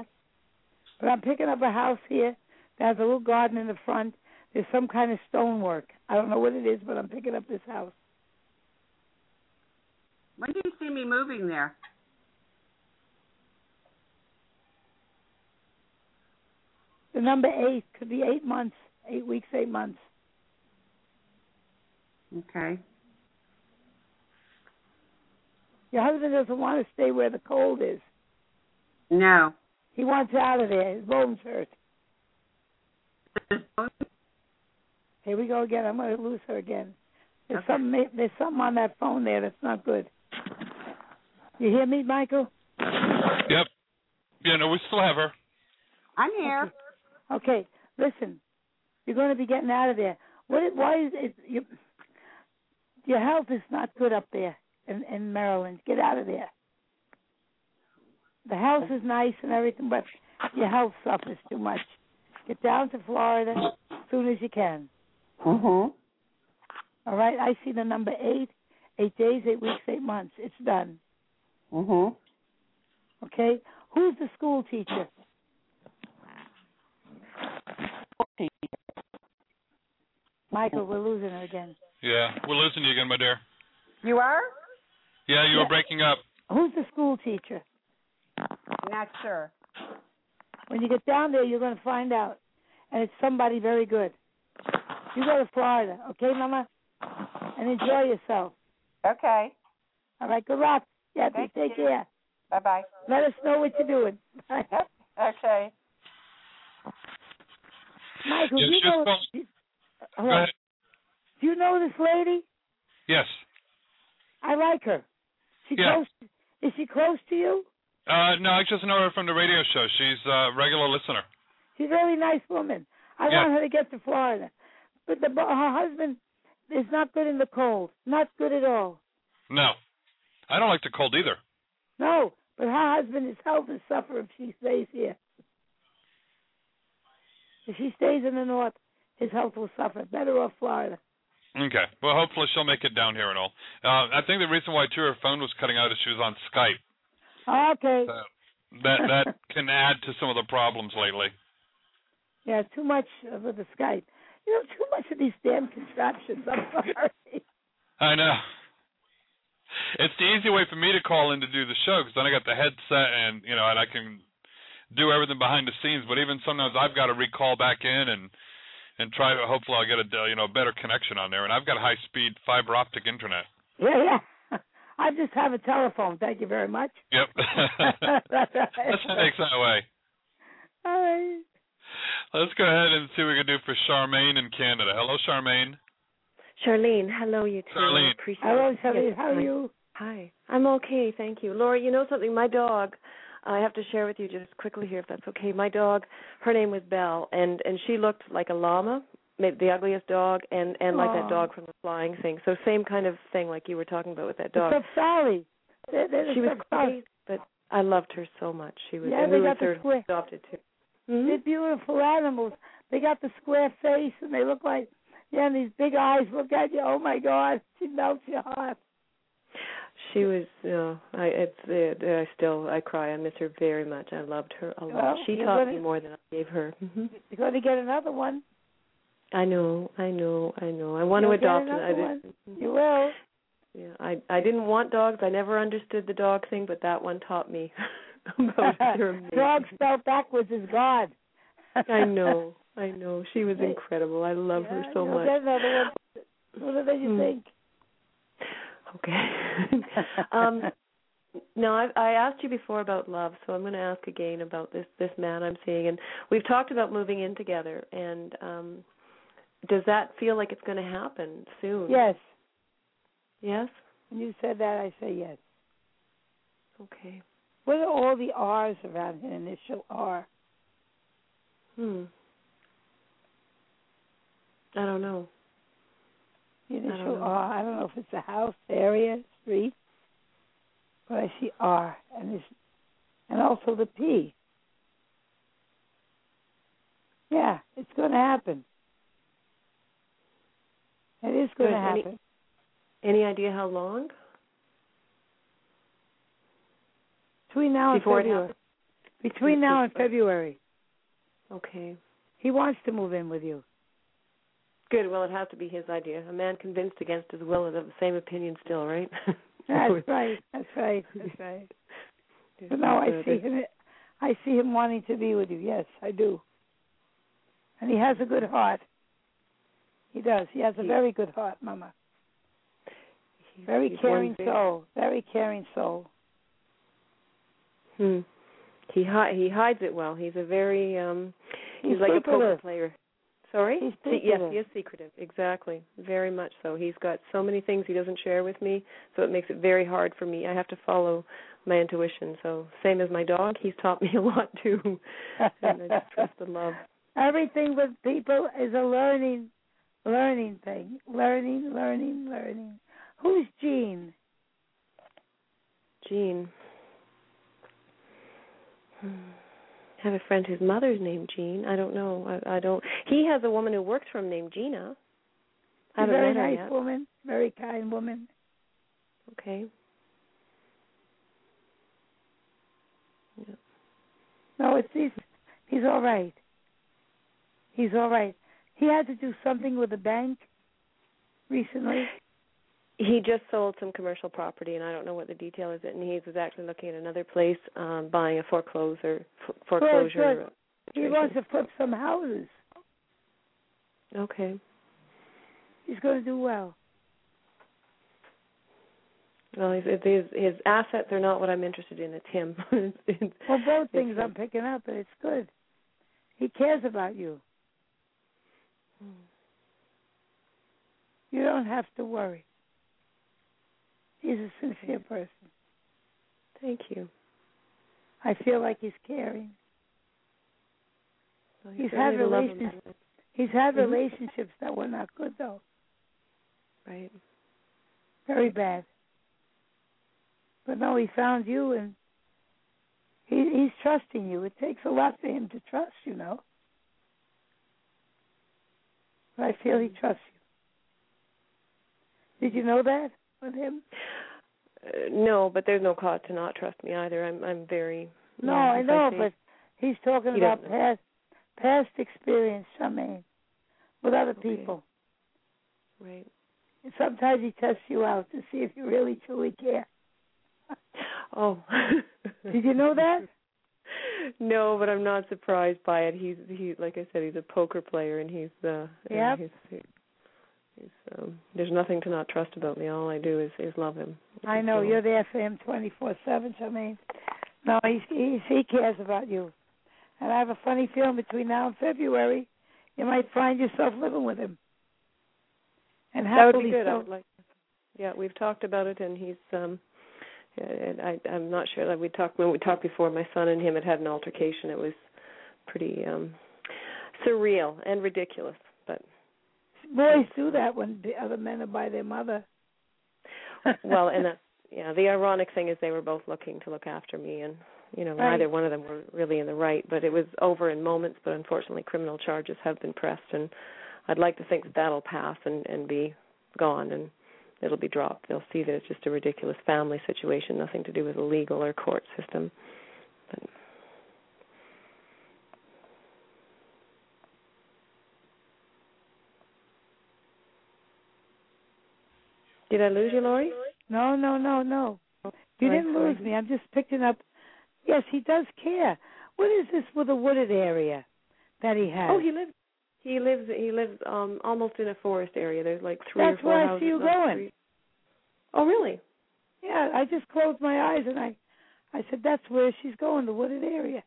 Speaker 11: But I'm picking up a house here that has a little garden in the front. There's some kind of stonework. I don't know what it is, but I'm picking up this house.
Speaker 13: When do you see me moving there?
Speaker 11: The number eight could be eight months, eight weeks, eight months.
Speaker 13: Okay.
Speaker 11: Your husband doesn't want to stay where the cold is.
Speaker 13: No.
Speaker 11: He wants out of there. His bones hurt. Here we go again. I'm going to lose her again. There's
Speaker 13: Okay.
Speaker 11: some there's something on that phone there that's not good. You hear me, Michael?
Speaker 2: Yep. Yeah, no, we still have her.
Speaker 13: I'm here.
Speaker 11: Okay, listen. You're going to be getting out of there. What? Why is it? You, Your health is not good up there in, in Maryland. Get out of there. The house is nice and everything, but <laughs> your health suffers too much. Get down to Florida as soon as you can.
Speaker 14: Mm-hmm.
Speaker 11: All right, I see the number eight, eight days, eight weeks, eight months. It's done.
Speaker 14: Mm-hmm.
Speaker 11: Okay, who's the school teacher? Michael, we're losing her again.
Speaker 2: Yeah, we're losing you again, my dear.
Speaker 11: You are?
Speaker 2: Yeah, you
Speaker 11: Yeah.
Speaker 2: were breaking up.
Speaker 11: Who's the school teacher?
Speaker 13: Not sure.
Speaker 11: When you get down there, you're going to find out, and it's somebody very good. You go to Florida, okay, Mama, and enjoy yourself.
Speaker 13: Okay.
Speaker 11: All right, good luck. Yeah,
Speaker 13: Thank
Speaker 11: take
Speaker 13: you.
Speaker 11: care.
Speaker 13: Bye bye.
Speaker 11: Let us know what you're doing. <laughs>
Speaker 13: okay.
Speaker 11: Michael,
Speaker 2: Yes,
Speaker 11: you
Speaker 2: just
Speaker 11: know,
Speaker 2: call-
Speaker 11: Hello.
Speaker 2: Go ahead.
Speaker 11: do you know this lady?
Speaker 2: Yes.
Speaker 11: I like her. She
Speaker 2: Yeah.
Speaker 11: close. Is she close to you?
Speaker 2: Uh, no, I just know her from the radio show. She's a regular listener.
Speaker 11: She's a very nice woman. I
Speaker 2: Yeah.
Speaker 11: want her to get to Florida, but the but her husband is not good in the cold. Not good at all.
Speaker 2: No, I don't like the cold either.
Speaker 11: No, but her husband, his health is suffering if she stays here. If she stays in the north, his health will suffer. Better off Florida.
Speaker 2: Okay. Well, hopefully she'll make it down here and all. Uh, I think the reason why too her phone was cutting out is she was on Skype.
Speaker 11: Okay.
Speaker 2: So that that
Speaker 11: <laughs>
Speaker 2: can add to some of the problems lately.
Speaker 11: Yeah, too much of the Skype. You know, too much of these damn contraptions. I'm sorry.
Speaker 2: I know. It's the easy way for me to call in to do the show because then I got the headset and you know and I can do everything behind the scenes. But even sometimes I've got to recall back in and and try to hopefully I'll get a uh, you know better connection on there. And I've got high speed fiber optic internet.
Speaker 11: <laughs> Yeah, yeah. I just have a telephone. Thank you very much.
Speaker 2: Yep. <laughs> Let's make that way.
Speaker 11: All right.
Speaker 2: Let's go ahead and see what we can do for Charmaine in Canada. Hello, Charmaine.
Speaker 15: Charlene, hello, you two.
Speaker 2: Charlene.
Speaker 15: I appreciate
Speaker 11: Hello,
Speaker 15: it.
Speaker 11: Charlene.
Speaker 15: Yes,
Speaker 11: How are
Speaker 15: hi.
Speaker 11: you?
Speaker 15: Hi. I'm okay, thank you. Laura, you know something? My dog, I have to share with you just quickly here, if that's okay. My dog, her name was Belle, and and she looked like a llama, maybe the ugliest dog, and and like
Speaker 11: Aw.
Speaker 15: that dog from the flying thing. So same kind of thing like you were talking about with that
Speaker 11: The
Speaker 15: dog.
Speaker 11: Sapsari. They- they're the
Speaker 15: She was
Speaker 11: Sapsari.
Speaker 15: crazy, but I loved her so much. She was,
Speaker 11: Yeah,
Speaker 15: and
Speaker 11: they
Speaker 15: we were
Speaker 11: got the
Speaker 15: third
Speaker 11: square. Mm-hmm.
Speaker 15: adopted too.
Speaker 11: They're beautiful animals. They got the square face and they look like, yeah, and these big eyes look at you. Oh my God, <laughs> she melts your heart.
Speaker 15: She was. No, I. It's. It, I still. I cry. I miss her very much. I loved her a lot.
Speaker 11: Well,
Speaker 15: she
Speaker 11: you're
Speaker 15: taught
Speaker 11: gonna-
Speaker 15: me more than I gave her. hmm
Speaker 11: You're going to get another one.
Speaker 15: I know. I know. I know. I want
Speaker 11: You'll
Speaker 15: to
Speaker 11: get
Speaker 15: adopt
Speaker 11: another
Speaker 15: I didn't-
Speaker 11: You
Speaker 15: <laughs>
Speaker 11: will.
Speaker 15: Yeah. I. I didn't want dogs. I never understood the dog thing, but that one taught me. <laughs>
Speaker 11: <laughs>
Speaker 15: About her amazing.
Speaker 11: Dog spelled backwards is God.
Speaker 15: I know. I know. She was incredible. I love her so
Speaker 11: You'll
Speaker 15: much.
Speaker 11: get another one. What do you
Speaker 15: Hmm.
Speaker 11: think?
Speaker 15: Okay.
Speaker 11: <laughs>
Speaker 15: um, no, I, I asked you before about love, so I'm going to ask again about this this man I'm seeing, and we've talked about moving in together. And um, does that feel like it's going to happen soon?
Speaker 11: Yes.
Speaker 15: Yes.
Speaker 11: When you said that, I say yes.
Speaker 15: Okay.
Speaker 11: What are all the R's around here? Initial R.
Speaker 15: Hmm. I don't know.
Speaker 11: The
Speaker 15: don't
Speaker 11: initial
Speaker 15: know.
Speaker 11: R. I don't know if it's a house, area, street, but I see R, and it's, and also the P. Yeah, it's going to happen. It is going
Speaker 15: Good.
Speaker 11: to
Speaker 15: Any-
Speaker 11: happen.
Speaker 15: Any idea how long
Speaker 11: Between now and
Speaker 15: before it
Speaker 11: February.
Speaker 15: happens?
Speaker 11: Between now and February,
Speaker 15: Okay.
Speaker 11: he wants to move in with you.
Speaker 15: Good. Well, it has to be his idea. A man convinced against his will is of the same opinion still, right?
Speaker 11: <laughs>
Speaker 15: <laughs>
Speaker 11: That's right. That's right. <laughs> That's right. But no, I
Speaker 15: Uh,
Speaker 11: see him. I see him wanting to be with you. Yes, I do. And he has a good heart. He does. He has a
Speaker 15: He-
Speaker 11: very good heart, Mama.
Speaker 15: he's-
Speaker 11: Very
Speaker 15: he's one
Speaker 11: caring
Speaker 15: big-
Speaker 11: soul. Very caring soul.
Speaker 15: Hmm. He hi- he hides it well. He's a very um he's,
Speaker 11: He's
Speaker 15: like a poker
Speaker 11: secretive.
Speaker 15: <laughs> player. Sorry?
Speaker 11: He's
Speaker 15: Se- yes,
Speaker 11: secretive.
Speaker 15: he is secretive. Exactly. Very much so. He's got so many things he doesn't share with me, so it makes it very hard for me. I have to follow my intuition. So same as my dog, he's taught me a lot too. <laughs> and I just trust the love.
Speaker 11: Everything with people is a learning, learning thing. Learning, learning, learning. Who's Jean?
Speaker 15: Jean. Hmm. I have a friend whose mother's named Jean. I don't know. I, I don't. He has a woman who works for him named Gina. I
Speaker 11: A
Speaker 15: haven't
Speaker 11: very
Speaker 15: met her
Speaker 11: nice
Speaker 15: yet.
Speaker 11: woman, very kind woman.
Speaker 15: Okay.
Speaker 11: No, it's he's he's all right. He's all right. He had to do something with the bank recently.
Speaker 15: He just sold some commercial property, and I don't know what the detail is. And he was actually looking at another place, um, buying a foreclosure f- foreclosure.
Speaker 11: Good, good. He wants to flip some houses.
Speaker 15: Okay.
Speaker 11: He's going to do well.
Speaker 15: Well, his, his his assets are not what I'm interested in. It's him. <laughs> it's, it's,
Speaker 11: Well, both things
Speaker 15: it's-
Speaker 11: I'm picking up, and it's good. He cares about you. You don't have to worry. He's a sincere person.
Speaker 15: Thank you.
Speaker 11: I feel like he's caring.
Speaker 15: Well, you
Speaker 11: He's had
Speaker 15: certainly have a love of
Speaker 11: relations.
Speaker 15: mine.
Speaker 11: He's had
Speaker 15: Mhm.
Speaker 11: relationships that were not good though.
Speaker 15: Right.
Speaker 11: Very bad. But no, he found you, and he he's trusting you. It takes a lot for him to trust, you know. But I feel
Speaker 15: Mm-hmm.
Speaker 11: he trusts you. Did you know that with him?
Speaker 15: Uh, no, but there's no cause to not trust me either. I'm I'm very.
Speaker 11: No,
Speaker 15: yeah,
Speaker 11: I
Speaker 15: as
Speaker 11: know,
Speaker 15: say-
Speaker 11: but he's talking
Speaker 15: You
Speaker 11: about
Speaker 15: don't know.
Speaker 11: past past experience, Charmaine, with other people.
Speaker 15: Right.
Speaker 11: And sometimes he tests you out to see if you really truly
Speaker 15: <laughs>
Speaker 11: care.
Speaker 15: Oh. <laughs>
Speaker 11: Did you know that?
Speaker 15: No, but I'm not surprised by it. He's he like I said, he's a poker player, and he's uh,
Speaker 11: Yep.
Speaker 15: and he's, he's um, there's nothing to not trust about me. All I do is is love him.
Speaker 11: I know
Speaker 15: So-
Speaker 11: you're there for him twenty four seven. I mean, no, he's, he's he cares about you, and I have a funny feeling between now and February, you might find yourself living with him. And
Speaker 15: that would
Speaker 11: happily
Speaker 15: be good. I
Speaker 11: so.
Speaker 15: would like. Yeah, we've talked about it, and he's um, and I I'm not sure that we talked when we talked before. My son and him had had an altercation. It was pretty um surreal and ridiculous, but
Speaker 11: Boys do that when the other men are by their mother. <laughs>
Speaker 15: well, and uh, that's yeah. The ironic thing is they were both looking to look after me, and you know
Speaker 11: Right.
Speaker 15: neither one of them were really in the right. But it was over in moments. But unfortunately, criminal charges have been pressed, and I'd like to think that that'll pass and and be gone, and it'll be dropped. They'll see that it's just a ridiculous family situation, nothing to do with the legal or court system. But Did I lose you, Lori?
Speaker 11: No, no, no, no. You
Speaker 15: right,
Speaker 11: didn't
Speaker 15: sorry.
Speaker 11: lose me. I'm just picking up. Yes, he does care. What is this with a wooded area that he has?
Speaker 15: Oh, he lives. He lives. He lives um almost in a forest area. There's like three
Speaker 11: That's
Speaker 15: or four
Speaker 11: where I
Speaker 15: houses.
Speaker 11: see you
Speaker 15: on the
Speaker 11: going.
Speaker 15: street. Oh, really?
Speaker 11: Yeah, I just closed my eyes and I, I said that's where she's going, the wooded area.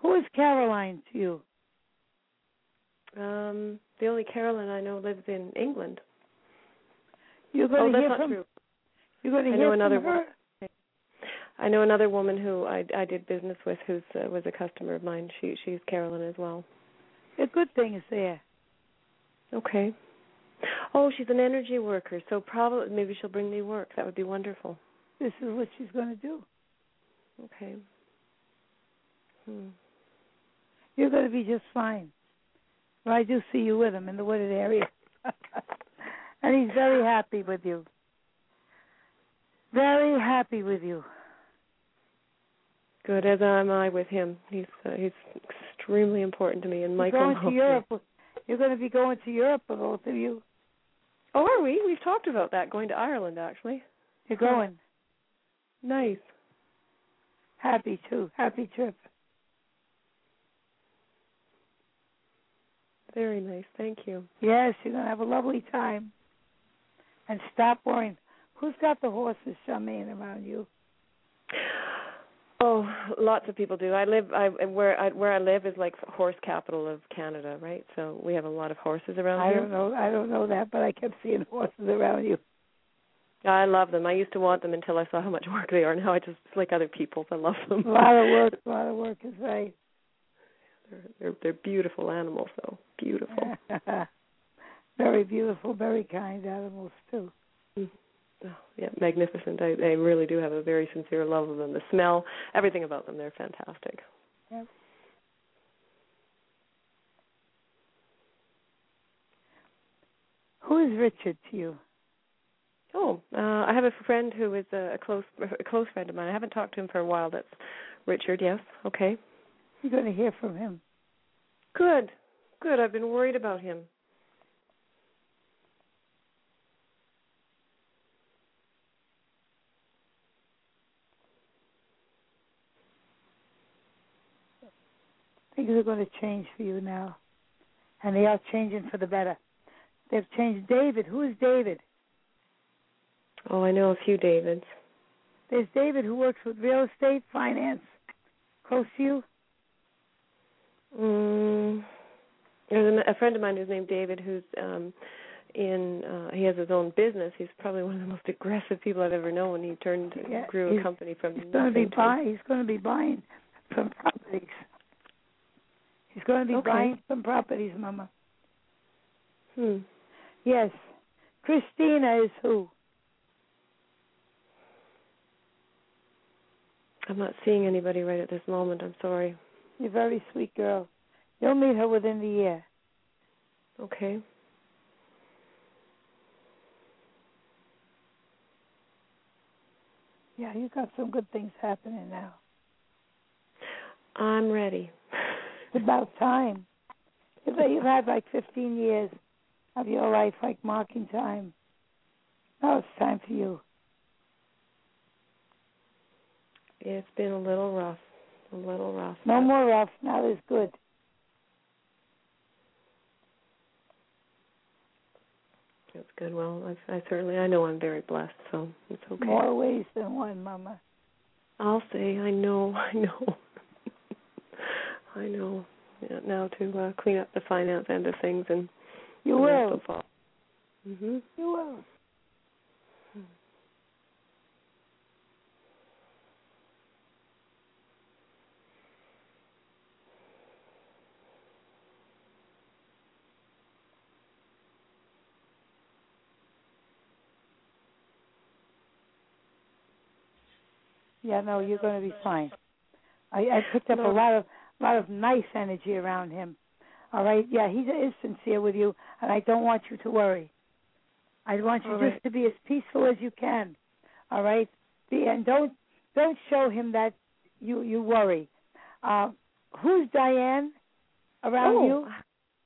Speaker 11: Who is Caroline to you?
Speaker 15: Um, the only Carolyn I know lives in England.
Speaker 11: You're going
Speaker 15: oh,
Speaker 11: to
Speaker 15: that's
Speaker 11: hear
Speaker 15: not
Speaker 11: from
Speaker 15: true.
Speaker 11: you're going to
Speaker 15: I
Speaker 11: hear
Speaker 15: know another
Speaker 11: from her.
Speaker 15: one. I know another woman who I I did business with, who's uh, was a customer of mine. She she's Carolyn as well.
Speaker 11: The good thing is there.
Speaker 15: Okay. Oh, she's an energy worker, so probably maybe she'll bring me work. That would be wonderful.
Speaker 11: This is what she's going to do.
Speaker 15: Okay. Hmm.
Speaker 11: You're going to be just fine. But I do see you with him in the wooded area, <laughs> and he's very happy with you. Very happy with you.
Speaker 15: Good as am I with him. He's uh, he's extremely important to me. And
Speaker 11: You're
Speaker 15: Michael.
Speaker 11: going to
Speaker 15: Hoffman.
Speaker 11: Europe. with- You're going to be going to Europe, with both of you.
Speaker 15: Oh, are we? We've talked about that going to Ireland actually.
Speaker 11: You're going.
Speaker 15: Nice.
Speaker 11: Happy too. Happy trip.
Speaker 15: Very nice. Thank you.
Speaker 11: Yes, you're gonna have a lovely time. And stop worrying. Who's got the horses, Charmaine, around you?
Speaker 15: Oh, lots of people do. I live I where I where I live is like horse capital of Canada, right? So we have a lot of horses around
Speaker 11: I
Speaker 15: here.
Speaker 11: don't know. I don't know that, but I kept seeing horses around you.
Speaker 15: I love them. I used to want them until I saw how much work they are. Now I just like other people. I love them.
Speaker 11: A lot of work. A
Speaker 15: <laughs>
Speaker 11: lot of work is right. <laughs>
Speaker 15: They're they're beautiful animals though. Beautiful.
Speaker 11: yeah, Very beautiful, very kind animals too.
Speaker 15: Oh, yeah, magnificent. I, I really do have a very sincere love of them. The smell, everything about them, they're fantastic.
Speaker 11: Who is Richard to you?
Speaker 15: Oh, uh, I have a friend who is a, a close a close friend of mine. I haven't talked to him for a while. That's Richard. Yes. Okay.
Speaker 11: You're going to hear from him.
Speaker 15: Good. Good. I've been worried about him.
Speaker 11: Things are going to change for you now, and they are changing for the better. They've changed. David, who is David?
Speaker 15: Oh, I know a few Davids.
Speaker 11: There's David who works with real estate finance. Close to you?
Speaker 15: Mm, there's an, a friend of mine who's named David who's um in uh he has his own business. He's probably one of the most <laughs> aggressive people I've ever known. He turned
Speaker 11: Yeah,
Speaker 15: grew
Speaker 11: he's-
Speaker 15: a company from
Speaker 11: He's going to be
Speaker 15: nothing
Speaker 11: buying. He's going to be buying some properties. He's going to be
Speaker 15: Okay.
Speaker 11: buying some properties, Mama.
Speaker 15: Hmm.
Speaker 11: Yes. Christina is who?
Speaker 15: I'm not seeing anybody right at this moment. I'm sorry.
Speaker 11: You're a very sweet girl. You'll meet her within the year.
Speaker 15: Okay.
Speaker 11: Yeah, you got some good things happening now.
Speaker 15: I'm ready. <laughs>
Speaker 11: It's about time. You've, you've had like 15 years of your life like marking time. Now it's time for you.
Speaker 15: It's been a little rough. A little rough.
Speaker 11: No more rough. Now there's good.
Speaker 15: That's good. Well, I, I certainly I know I'm very blessed, so it's okay.
Speaker 11: More ways than one, Mama.
Speaker 15: I'll say I know, <laughs> I know, I know. Yeah, now to uh, clean up the finance end of things and
Speaker 11: You
Speaker 15: the rest
Speaker 11: will.
Speaker 15: will fall. Mhm.
Speaker 11: You will. Yeah, no, you're going to be fine. I, I picked up a
Speaker 15: No.
Speaker 11: lot of lot of nice energy around him. All right, yeah, he is sincere with you, and I don't want you to worry. I want you
Speaker 15: All
Speaker 11: just
Speaker 15: right.
Speaker 11: to be as peaceful as you can. All right, be, and don't don't show him that you you worry. Uh, who's Diane around
Speaker 15: Oh,
Speaker 11: you?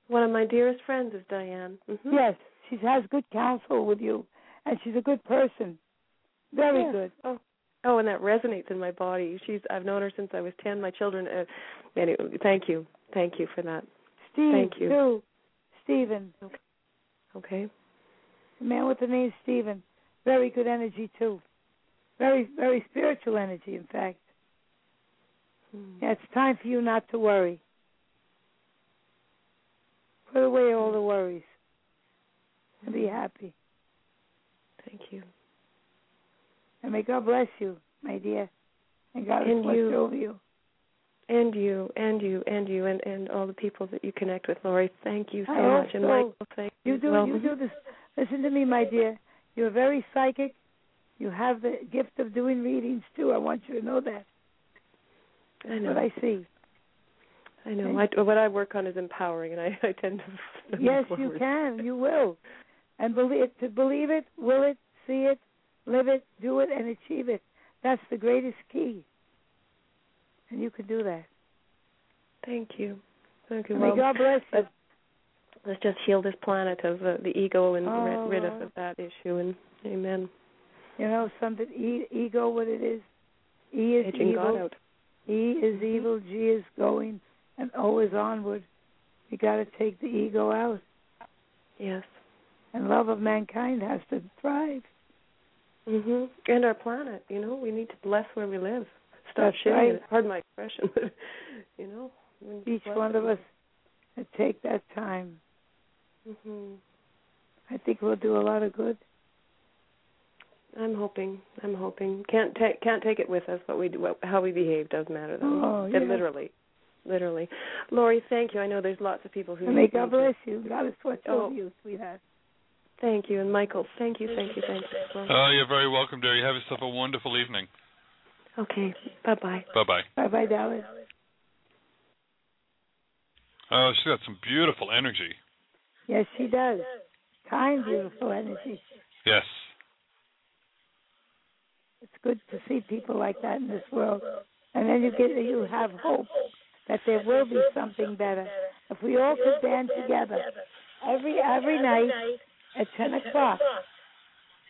Speaker 15: One of my dearest friends is Diane. Mhm.
Speaker 11: Yes, she has good counsel with you, and she's a good person. Very
Speaker 15: Yes.
Speaker 11: good.
Speaker 15: Oh. Oh, and that resonates in my body. She's I've known her since I was 10. My children uh, anyway, thank you. Thank you for that.
Speaker 11: Steve,
Speaker 15: Thank you.
Speaker 11: too. Stephen,
Speaker 15: Okay.
Speaker 11: the man with the name Stephen, very good energy too. Very very spiritual energy, in fact.
Speaker 15: Hmm.
Speaker 11: Yeah, it's time for you not to worry. Put away all the worries and be happy.
Speaker 15: Hmm. Thank you.
Speaker 11: And may God bless you, my dear. And God
Speaker 15: And
Speaker 11: bless
Speaker 15: you.
Speaker 11: over you.
Speaker 15: And you, and you, and you, and and all the people that you connect with, Lori. Thank you so
Speaker 11: I hope
Speaker 15: much, and
Speaker 11: so.
Speaker 15: Michael. Thank you.
Speaker 11: You
Speaker 15: as
Speaker 11: do
Speaker 15: well.
Speaker 11: you do this. Listen to me, my dear. You're very psychic. You have the gift of doing readings too. I want you to know that.
Speaker 15: I know.
Speaker 11: What I see.
Speaker 15: I know.
Speaker 11: Okay.
Speaker 15: I, what I work on is empowering, and I, <laughs> I tend to. <laughs>
Speaker 11: Yes, you can. You will. And believe to believe it, will it, see it, live it, do it, and achieve it. That's the greatest key. And you can do that.
Speaker 15: Thank you. Thank you.
Speaker 11: May
Speaker 15: Well,
Speaker 11: God bless you.
Speaker 15: let's, let's just heal this planet of the, the ego and
Speaker 11: Oh,
Speaker 15: rid, rid
Speaker 11: Lord.
Speaker 15: us of that issue. And amen.
Speaker 11: You know something? E, ego, what it is? E is
Speaker 15: Aging God Mm-hmm.
Speaker 11: evil.
Speaker 15: out.
Speaker 11: E is evil. G is going, and O is onward. You got to take the ego out,
Speaker 15: Yes.
Speaker 11: and love of mankind has to thrive.
Speaker 15: Mhm. And our planet. You know, we need to bless where we live. Stop
Speaker 11: That's
Speaker 15: shitting.
Speaker 11: right.
Speaker 15: in it. Pardon my expression, but <laughs> you know, we need to
Speaker 11: Each
Speaker 15: bless
Speaker 11: one of
Speaker 15: it.
Speaker 11: us, to take that time.
Speaker 15: Mhm.
Speaker 11: I think we'll do a lot of good.
Speaker 15: I'm hoping. I'm hoping. Can't take can't take it with us. What we do, what, how we behave does matter though.
Speaker 11: Oh,
Speaker 15: it
Speaker 11: yeah.
Speaker 15: literally, literally. Lori, thank you. I know there's lots of people who.
Speaker 11: And may
Speaker 15: need
Speaker 11: God
Speaker 15: to-
Speaker 11: bless you. God is what's
Speaker 15: Oh.
Speaker 11: over you, sweetheart.
Speaker 15: Thank you, and Michael, thank you, thank you, thank you.
Speaker 2: Oh, you're very welcome, dear. You have yourself a wonderful evening.
Speaker 15: Okay, bye bye.
Speaker 2: Bye bye.
Speaker 11: Bye bye, Dallas.
Speaker 2: Oh, she's got some beautiful energy.
Speaker 11: Yes, she does. Kind, beautiful energy.
Speaker 2: Yes.
Speaker 11: It's good to see people like that in this world. And then you get you have hope that there will be something better. If we all could dance together every every night at ten o'clock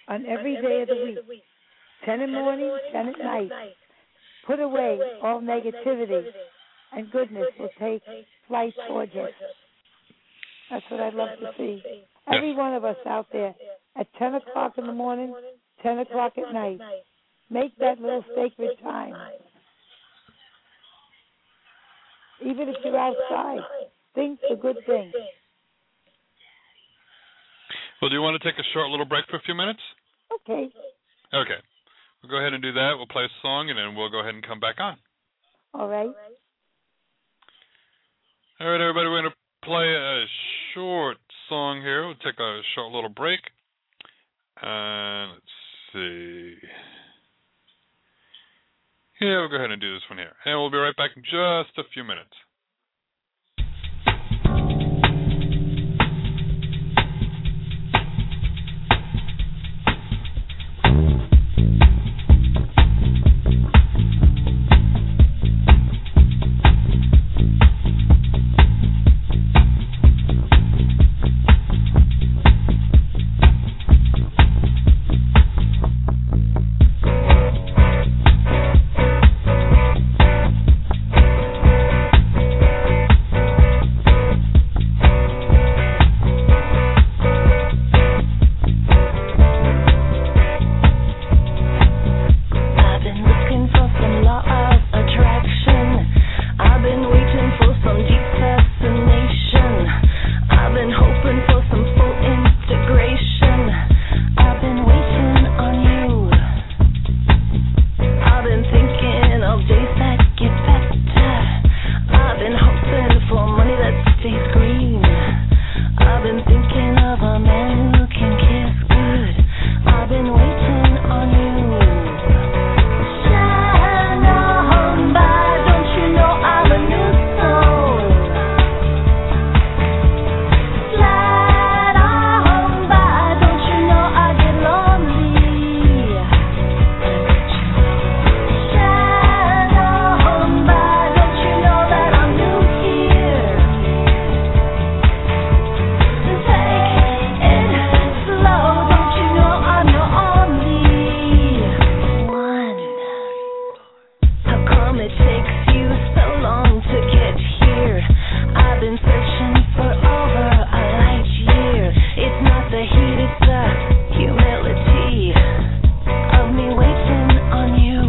Speaker 11: on every day of the week. Ten in the morning, ten at night. Put away all negativity and goodness will take flight towards us. That's what I'd love to see. Every one of us out there at ten o'clock in the morning, ten o'clock at night. Make that little sacred time. Even if you're outside, think the good thing.
Speaker 2: Well, do you want to take a short little break for a few minutes?
Speaker 11: Okay.
Speaker 2: Okay. We'll go ahead and do that. We'll play a song, and then we'll go ahead and come back on.
Speaker 11: All right.
Speaker 2: All right, everybody, we're going to play a short song here. We'll take a short little break. And let's see. Yeah, we'll go ahead and do this one here. And we'll be right back in just a few minutes.
Speaker 16: I've been looking for some law of attraction. I've been waiting for some deep fascination. I've been hoping for some full integration. I've been waiting on you. I've been thinking of days that get better. I've been hoping for money that stays green. I've been thinking of a man who can kiss good. I've been waiting on you. Shine on by, don't you know I'm a new soul? Slide on by, don't you know I get lonely? Shine on by, don't you know that I'm new here? Take it slow, don't you know I'm your only one? How come it takes you so long to get here? I've been searching for over a light year. It's not the heat, it's the humility of me waiting on you.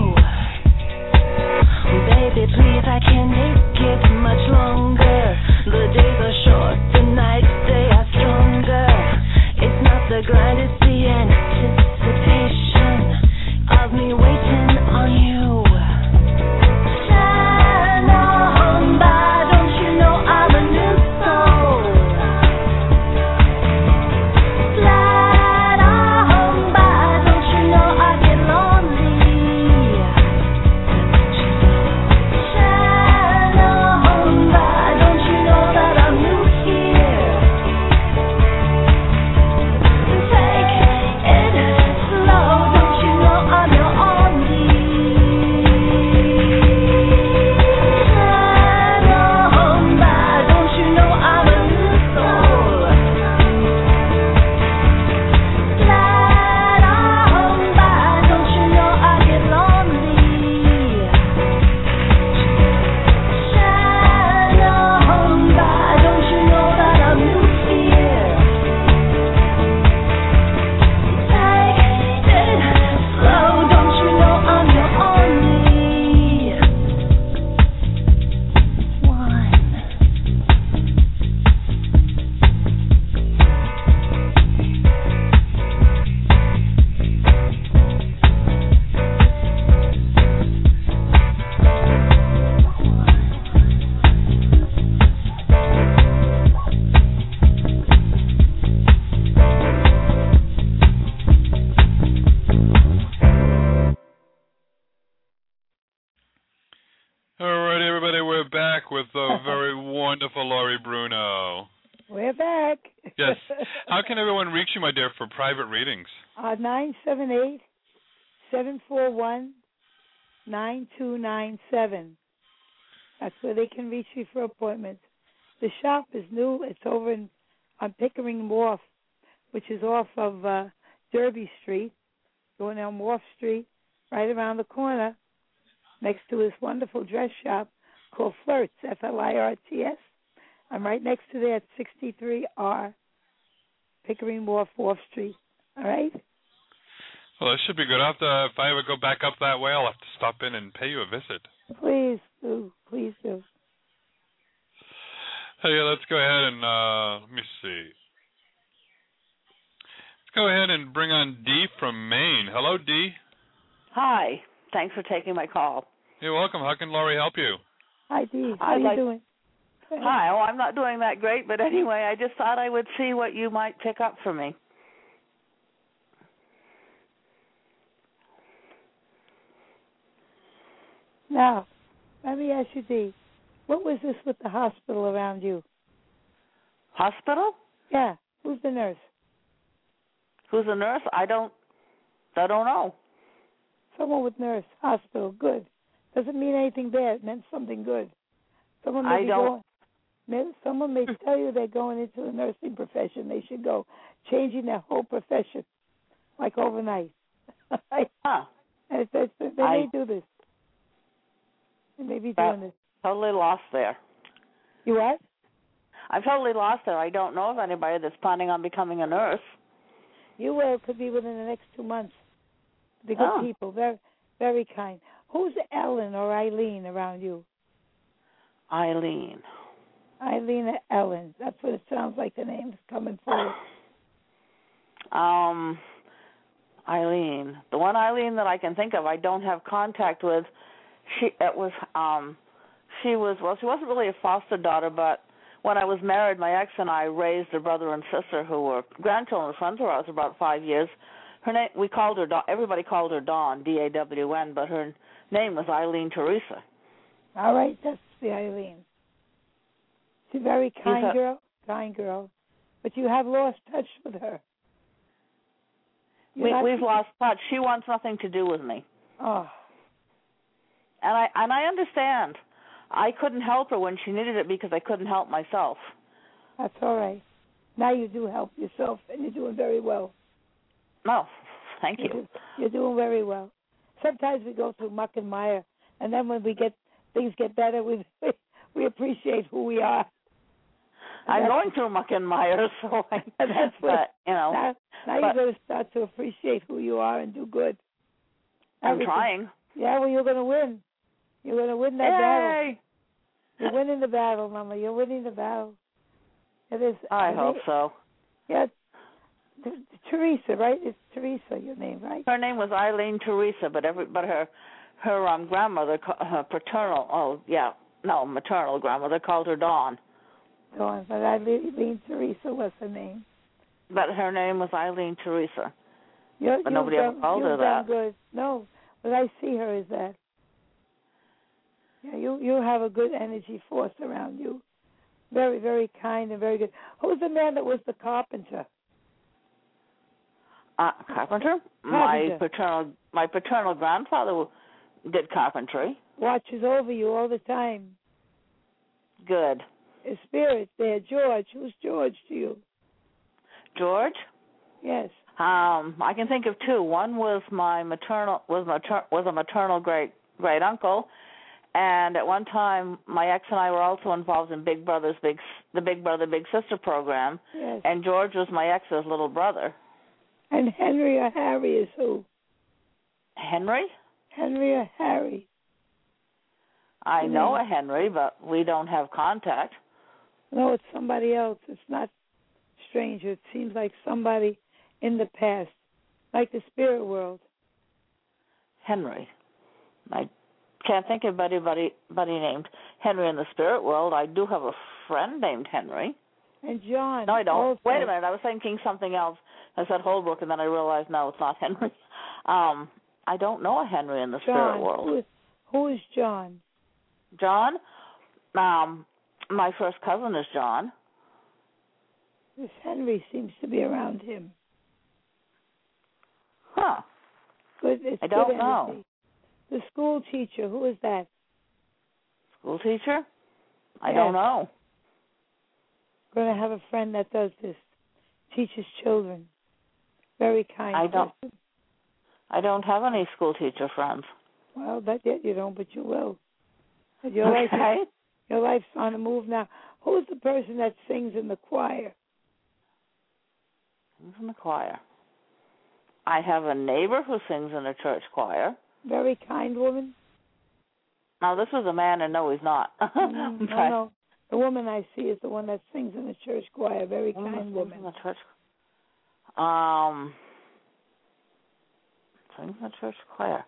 Speaker 16: Baby, please, I can't make it much longer. The days are short, the nights they are stronger. It's not the grind, it's the anticipation of me waiting on you. Shine on by, don't you know I'm a new
Speaker 2: wonderful Laurie Bruno.
Speaker 11: We're back.
Speaker 2: Yes. How can everyone reach you, my dear, for private readings?
Speaker 11: Uh, 978 741 9297. That's where they can reach you for appointments. The shop is new. It's over in, on Pickering Wharf, which is off of uh, Derby Street, going down Wharf Street, right around the corner, next to this wonderful dress shop called Flirts, F L I R T S. I'm right next to there at 63R Pickering Wharf, Wharf Street. All right?
Speaker 2: Well, that should be good. I have to, uh, if I ever go back up that way, I'll have to stop in and pay you a visit.
Speaker 11: Please do. Please do.
Speaker 2: Hey, let's go ahead and uh, let me see. Let's go ahead and bring on Dee from Maine. Hello, Dee.
Speaker 12: Hi. Thanks for taking my call.
Speaker 2: You're welcome. How can Laurie help you?
Speaker 11: Hi, Dee. How
Speaker 12: I'd
Speaker 11: are you
Speaker 12: like-
Speaker 11: doing?
Speaker 12: Hi. Well, I'm not doing that great, but anyway, I just thought I would see what you might pick up for me.
Speaker 11: Now, let me ask you, Dee, what was this with the hospital around you?
Speaker 12: Hospital?
Speaker 11: Yeah. Who's the nurse?
Speaker 12: Who's a nurse? I don't. I don't know.
Speaker 11: Someone with nurse. Hospital. Good. Doesn't mean anything bad. It meant something good. Someone may
Speaker 12: I
Speaker 11: be
Speaker 12: don't- Hmm.
Speaker 11: Going, may, someone may tell you they're going into the nursing profession. They should go changing their whole profession, like overnight.
Speaker 12: huh.
Speaker 11: And it's, it's, they
Speaker 12: I-
Speaker 11: may do this. They may be
Speaker 12: That-
Speaker 11: doing this.
Speaker 12: Totally lost there.
Speaker 11: You what?
Speaker 12: I'm totally lost there. I don't know of anybody that's planning on becoming a nurse.
Speaker 11: You will could be within the next two months. The good
Speaker 12: Oh.
Speaker 11: people, very, very kind. Who's Ellen or Eileen around you?
Speaker 12: Eileen.
Speaker 11: Eileen or Ellen. That's what it sounds like. The name's coming forward.
Speaker 12: Um, Eileen. The one Eileen that I can think of, I don't have contact with. She it was um, she was well, she wasn't really a foster daughter, but when I was married, my ex and I raised a brother and sister who were grandchildren and sons of ours about five years. Her name we called her Dawn. Everybody called her Dawn, D A W N, but her name was Eileen Teresa.
Speaker 11: All right, that's the Eileen. She's a very
Speaker 12: She's
Speaker 11: kind
Speaker 12: a-
Speaker 11: girl, kind girl. But you have lost touch with her. You're
Speaker 12: We,
Speaker 11: not-
Speaker 12: we've lost touch. She wants nothing to do with me.
Speaker 11: Oh,
Speaker 12: and I and I understand. I couldn't help her when she needed it because I couldn't help myself.
Speaker 11: that's all right. Now you do help yourself, and you're doing very well.
Speaker 12: No, thank you.
Speaker 11: You're doing very well. Sometimes we go through muck and mire, and then when we get things get better, we <laughs> we appreciate who we are.
Speaker 12: I'm going through muck and mire, <laughs> so I,
Speaker 11: <laughs> That's what-
Speaker 12: but you know,
Speaker 11: Now,
Speaker 12: but-
Speaker 11: now you're going to start to appreciate who you are and do good.
Speaker 12: I'm
Speaker 11: Everything-
Speaker 12: trying.
Speaker 11: Yeah, well, you're going to win. You're going to win that battle.
Speaker 12: Yay!
Speaker 11: You're winning the battle, Mama. You're winning the battle. It is.
Speaker 12: I
Speaker 11: think-
Speaker 12: hope so.
Speaker 11: Yeah. Th- Teresa, right? It's Teresa, your name, right?
Speaker 12: Her name was Eileen Teresa, but every but her her um grandmother, ca- her paternal, oh yeah, no maternal grandmother called her Dawn,
Speaker 11: Dawn, but Eileen Teresa was her name.
Speaker 12: but her name was Eileen Teresa.
Speaker 11: You're,
Speaker 12: But
Speaker 11: you've
Speaker 12: nobody ever
Speaker 11: done,
Speaker 12: called
Speaker 11: you've
Speaker 12: her that.
Speaker 11: done good. No, what I see her is that. Yeah, you you have a good energy force around you. Very very kind and very good. Who's the man that was the carpenter?
Speaker 12: Uh, carpenter. My
Speaker 11: Carpenter.
Speaker 12: paternal my paternal grandfather w- did carpentry.
Speaker 11: Watches over you all the time.
Speaker 12: Good.
Speaker 11: His spirit there, George. Who's George to you?
Speaker 12: George?
Speaker 11: Yes.
Speaker 12: Um, I can think of two. One was my maternal was mater, was a maternal great great uncle, and at one time my ex and I were also involved in Big Brother's Big S- the Big Brother Big Sister program,
Speaker 11: Yes.
Speaker 12: and George was my ex's little brother.
Speaker 11: And Henry or Harry is who?
Speaker 12: Henry?
Speaker 11: Henry or Harry?
Speaker 12: I know a
Speaker 11: Mhm.
Speaker 12: Henry, but we don't have contact.
Speaker 11: No, it's somebody else. It's not stranger. It seems like somebody in the past, like the spirit world.
Speaker 12: Henry. I can't think of anybody, anybody named Henry in the spirit world. I do have a friend named Henry.
Speaker 11: And John.
Speaker 12: No, I don't.
Speaker 11: also-
Speaker 12: Wait a minute. I was thinking something else. I said Holbrook, and then I realized no, it's not Henry. <laughs> Um, I don't know a Henry in the
Speaker 11: John.
Speaker 12: spirit world.
Speaker 11: Who is, who is John?
Speaker 12: John. Um, my first cousin is John.
Speaker 11: This Henry seems to be around him.
Speaker 12: Huh.
Speaker 11: Good, it's
Speaker 12: I
Speaker 11: good
Speaker 12: don't know.
Speaker 11: energy. The school teacher, who is that?
Speaker 12: School teacher? I
Speaker 11: Yes.
Speaker 12: don't know.
Speaker 11: Going to have a friend that does this, teaches children. Very kind.
Speaker 12: I don't-
Speaker 11: person.
Speaker 12: I don't have any school teacher friends.
Speaker 11: Well, that yet you don't, but you will. But your
Speaker 12: Okay.
Speaker 11: life, your life's on the move now. Who's the person that sings in the choir?
Speaker 12: Sings in the choir. I have a neighbor who sings in a church choir.
Speaker 11: Very
Speaker 12: <laughs>
Speaker 11: kind woman.
Speaker 12: Now this is a man, and no, he's not. <laughs>
Speaker 11: Mm,
Speaker 12: But-
Speaker 11: No, no. The woman I see is the one that sings in the church choir. Very
Speaker 12: Woman
Speaker 11: kind
Speaker 12: sings
Speaker 11: woman.
Speaker 12: in the church. Um, sings in the church choir.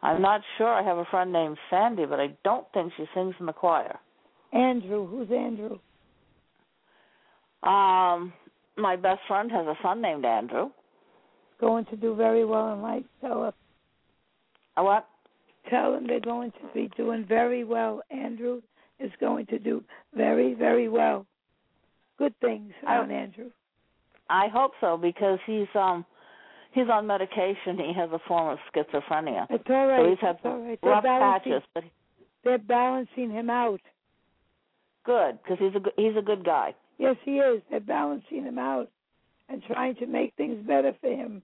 Speaker 12: I'm not sure. I have a friend named Sandy, but I don't think she sings in the choir.
Speaker 11: Andrew, who's Andrew?
Speaker 12: Um, my best friend has a son named Andrew.
Speaker 11: Going to do very well in life. Tell her.
Speaker 12: A Uh, what?
Speaker 11: Tell them they're going to be doing very well. Andrew is going to do very, very well. Good things
Speaker 12: I-
Speaker 11: on Andrew.
Speaker 12: I hope so because he's um he's on medication. He has a form of schizophrenia.
Speaker 11: It's all
Speaker 12: So
Speaker 11: right.
Speaker 12: he's had
Speaker 11: It's all right. They're
Speaker 12: rough
Speaker 11: balancing,
Speaker 12: patches, but
Speaker 11: they're balancing him out.
Speaker 12: good because he's a good, he's a good guy.
Speaker 11: Yes, he is. They're balancing him out and trying to make things better for him.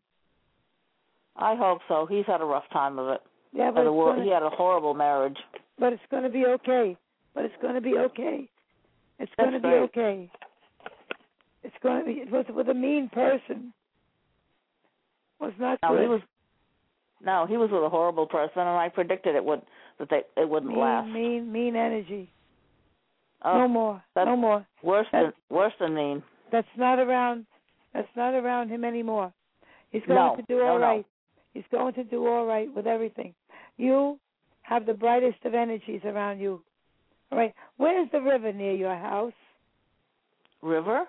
Speaker 12: I hope so. He's had a rough time of it.
Speaker 11: Yeah, but
Speaker 12: Had a
Speaker 11: it's
Speaker 12: wor-
Speaker 11: gonna-
Speaker 12: he had a horrible marriage.
Speaker 11: But it's going to be okay. But it's going to be okay. It's
Speaker 12: That's
Speaker 11: going to be
Speaker 12: right.
Speaker 11: okay. It's going to be it was with a mean person. Was not
Speaker 12: No,
Speaker 11: good.
Speaker 12: he was no, he was with a horrible person, and I predicted it would that they it wouldn't
Speaker 11: mean,
Speaker 12: last.
Speaker 11: mean, mean energy.
Speaker 12: Oh,
Speaker 11: no more.
Speaker 12: that's
Speaker 11: No more.
Speaker 12: Worse than
Speaker 11: That's-
Speaker 12: worse than mean.
Speaker 11: That's not around. That's not around him anymore. He's going
Speaker 12: No,
Speaker 11: to do
Speaker 12: no,
Speaker 11: all
Speaker 12: no.
Speaker 11: right. He's going to do all right with everything. You have the brightest of energies around you. All right. Where's the river near your house?
Speaker 12: River.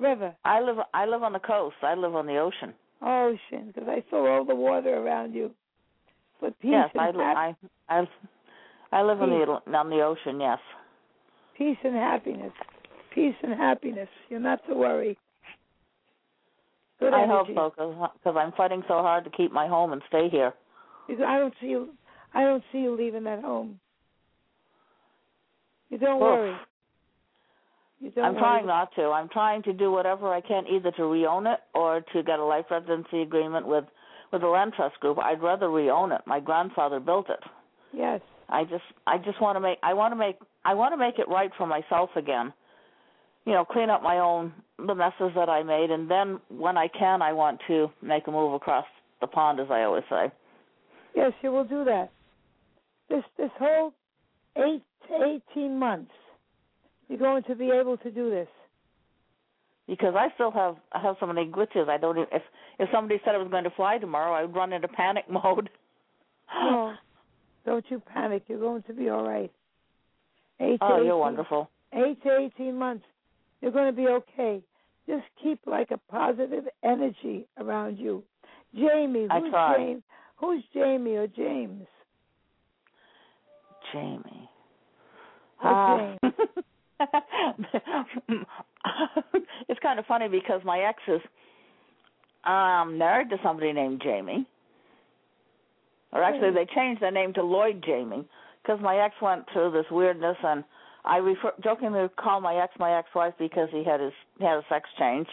Speaker 11: River,
Speaker 12: I live I live on the coast. I live on the ocean.
Speaker 11: ocean, because Oh, I saw all the water around you. For peace
Speaker 12: yes,
Speaker 11: and
Speaker 12: I li-
Speaker 11: hap-
Speaker 12: I I I live on the
Speaker 11: Peace.
Speaker 12: Atl- on the ocean. Yes.
Speaker 11: peace and happiness. Peace and happiness. You're not to worry. Good
Speaker 12: I
Speaker 11: energy.
Speaker 12: hope so, because I'm fighting so hard to keep my home and stay here.
Speaker 11: Because I don't see you. I don't see you leaving that home. You don't
Speaker 12: Oof.
Speaker 11: worry. You don't
Speaker 12: I'm
Speaker 11: worry.
Speaker 12: trying not to. I'm trying to do whatever I can, either to re-own it or to get a life residency agreement with with the land trust group. I'd rather re-own it. My grandfather built it.
Speaker 11: Yes.
Speaker 12: I just I just want to make I want to make I want to make it right for myself again. You know, clean up my own the messes that I made, and then when I can, I want to make a move across the pond, as I always say.
Speaker 11: Yes, you will do that. This this whole eight to eighteen
Speaker 12: <gasps>
Speaker 11: months, you're going to be able to do this.
Speaker 12: Because I still have I have so many glitches. I don't even if if somebody said I was going to fly tomorrow, I would run into panic <laughs> mode.
Speaker 11: No, don't you panic. You're going to be all right. Eight to
Speaker 12: oh,
Speaker 11: 18
Speaker 12: you're wonderful.
Speaker 11: Eight to eighteen months, you're going to be okay. Just keep like a positive energy around you. Jamie,
Speaker 12: I
Speaker 11: who's
Speaker 12: try.
Speaker 11: Jamie? Who's Jamie or James?
Speaker 12: Jamie.
Speaker 11: Or James?
Speaker 12: <laughs> it's kind of funny because my ex is um married to somebody named Jamie. Or actually, they changed their name to Lloyd Jamie because my ex went through this weirdness, and I refer, jokingly call my ex my ex-wife because he had his he had a sex change,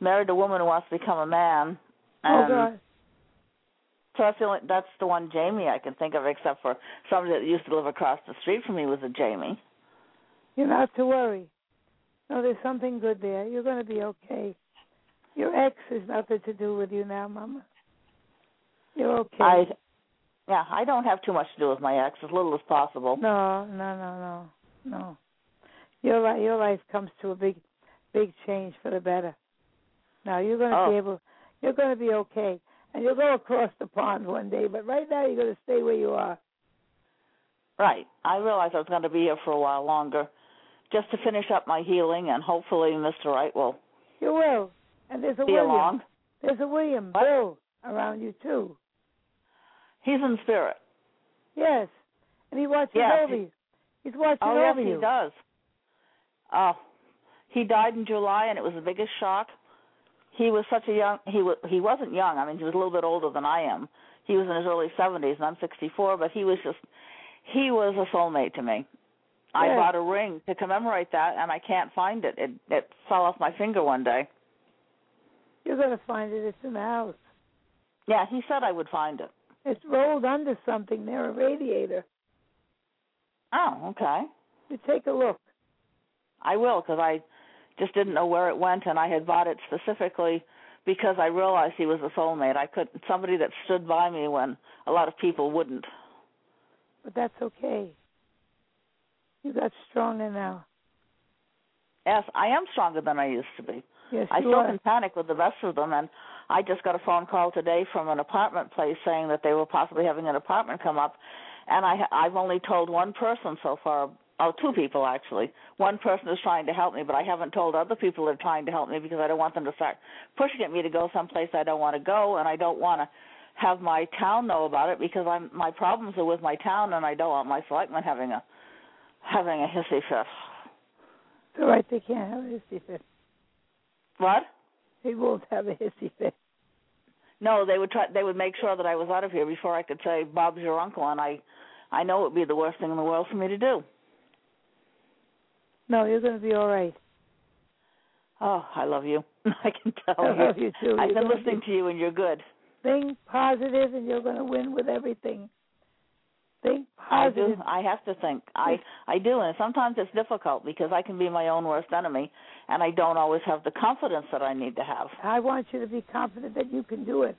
Speaker 12: married a woman who wants to become a man,
Speaker 11: Oh
Speaker 12: and
Speaker 11: God.
Speaker 12: so that's the only, that's the one Jamie I can think of, except for somebody that used to live across the street from me was a Jamie.
Speaker 11: You're not to worry. No, there's something good there. You're going to be okay. Your ex has nothing to do with you now, Mama. You're okay.
Speaker 12: I yeah, I don't have too much to do with my ex, as little as possible.
Speaker 11: No, no, no, no, no. Your life, your life comes to a big, big change for the better. Now you're going to
Speaker 12: Oh.
Speaker 11: be able. You're going to be okay, and you'll go across the pond one day. But right now, you're going to stay where you are.
Speaker 12: Right. I realized I was going to be here for a while longer, just to finish up my healing, and hopefully Mr. Wright will
Speaker 11: You will. And there's a
Speaker 12: be
Speaker 11: William.
Speaker 12: along.
Speaker 11: There's a William Bill around you too.
Speaker 12: He's in spirit.
Speaker 11: Yes, and he watches
Speaker 12: Yes,
Speaker 11: over
Speaker 12: he-
Speaker 11: you. He's watching
Speaker 12: Oh
Speaker 11: over
Speaker 12: yes,
Speaker 11: you.
Speaker 12: he does. Oh, he died in July, and it was the biggest shock. He was such a young he was he wasn't young. I mean, he was a little bit older than I am. He was in his early 70s, and I'm 64. But he was just he was a soulmate to me. I
Speaker 17: Yeah.
Speaker 12: bought a ring to commemorate that, and I can't find it. It it fell off my finger one day.
Speaker 11: You're gonna find it. It's in the house.
Speaker 12: Yeah, he said I would find it.
Speaker 11: It's rolled under something near a radiator.
Speaker 12: Oh, okay.
Speaker 11: You take a look.
Speaker 12: I will because I just didn't know where it went, and I had bought it specifically because I realized he was a soulmate. I could not somebody that stood by me when a lot of people wouldn't.
Speaker 11: But that's okay. You got stronger now.
Speaker 12: Yes, I am stronger than I used to be.
Speaker 11: Yes,
Speaker 12: I
Speaker 11: you
Speaker 12: still
Speaker 11: are.
Speaker 12: can panic with the best of them, and I just got a phone call today from an apartment place saying that they were possibly having an apartment come up, and I I've only told one person so far. Oh, two people actually. One person is trying to help me, but I haven't told other people that are trying to help me because I don't want them to start pushing at me to go someplace I don't want to go, and I don't want to have my town know about it because I'm my problems are with my town, and I don't want my selectmen having a having a hissy fit.
Speaker 11: It's all right. They can't have a hissy fit.
Speaker 12: What?
Speaker 11: They won't have a hissy fit.
Speaker 12: No, they would try. They would make sure that I was out of here before I could say Bob's your uncle, and I, I know it would be the worst thing in the world for me to do.
Speaker 11: No, you're gonna be all right.
Speaker 12: Oh, I love you. <laughs> I can tell
Speaker 11: I
Speaker 12: you.
Speaker 11: love you too.
Speaker 12: I've
Speaker 11: You're
Speaker 12: been
Speaker 11: gonna
Speaker 12: listening
Speaker 11: be-
Speaker 12: to you, and you're good.
Speaker 11: Think positive, and you're gonna win with everything. Think
Speaker 12: I do.
Speaker 11: positive.
Speaker 12: I have to think. I I do, and sometimes it's difficult because I can be my own worst enemy, and I don't always have the confidence that I need to have.
Speaker 11: I want you to be confident that you can do it.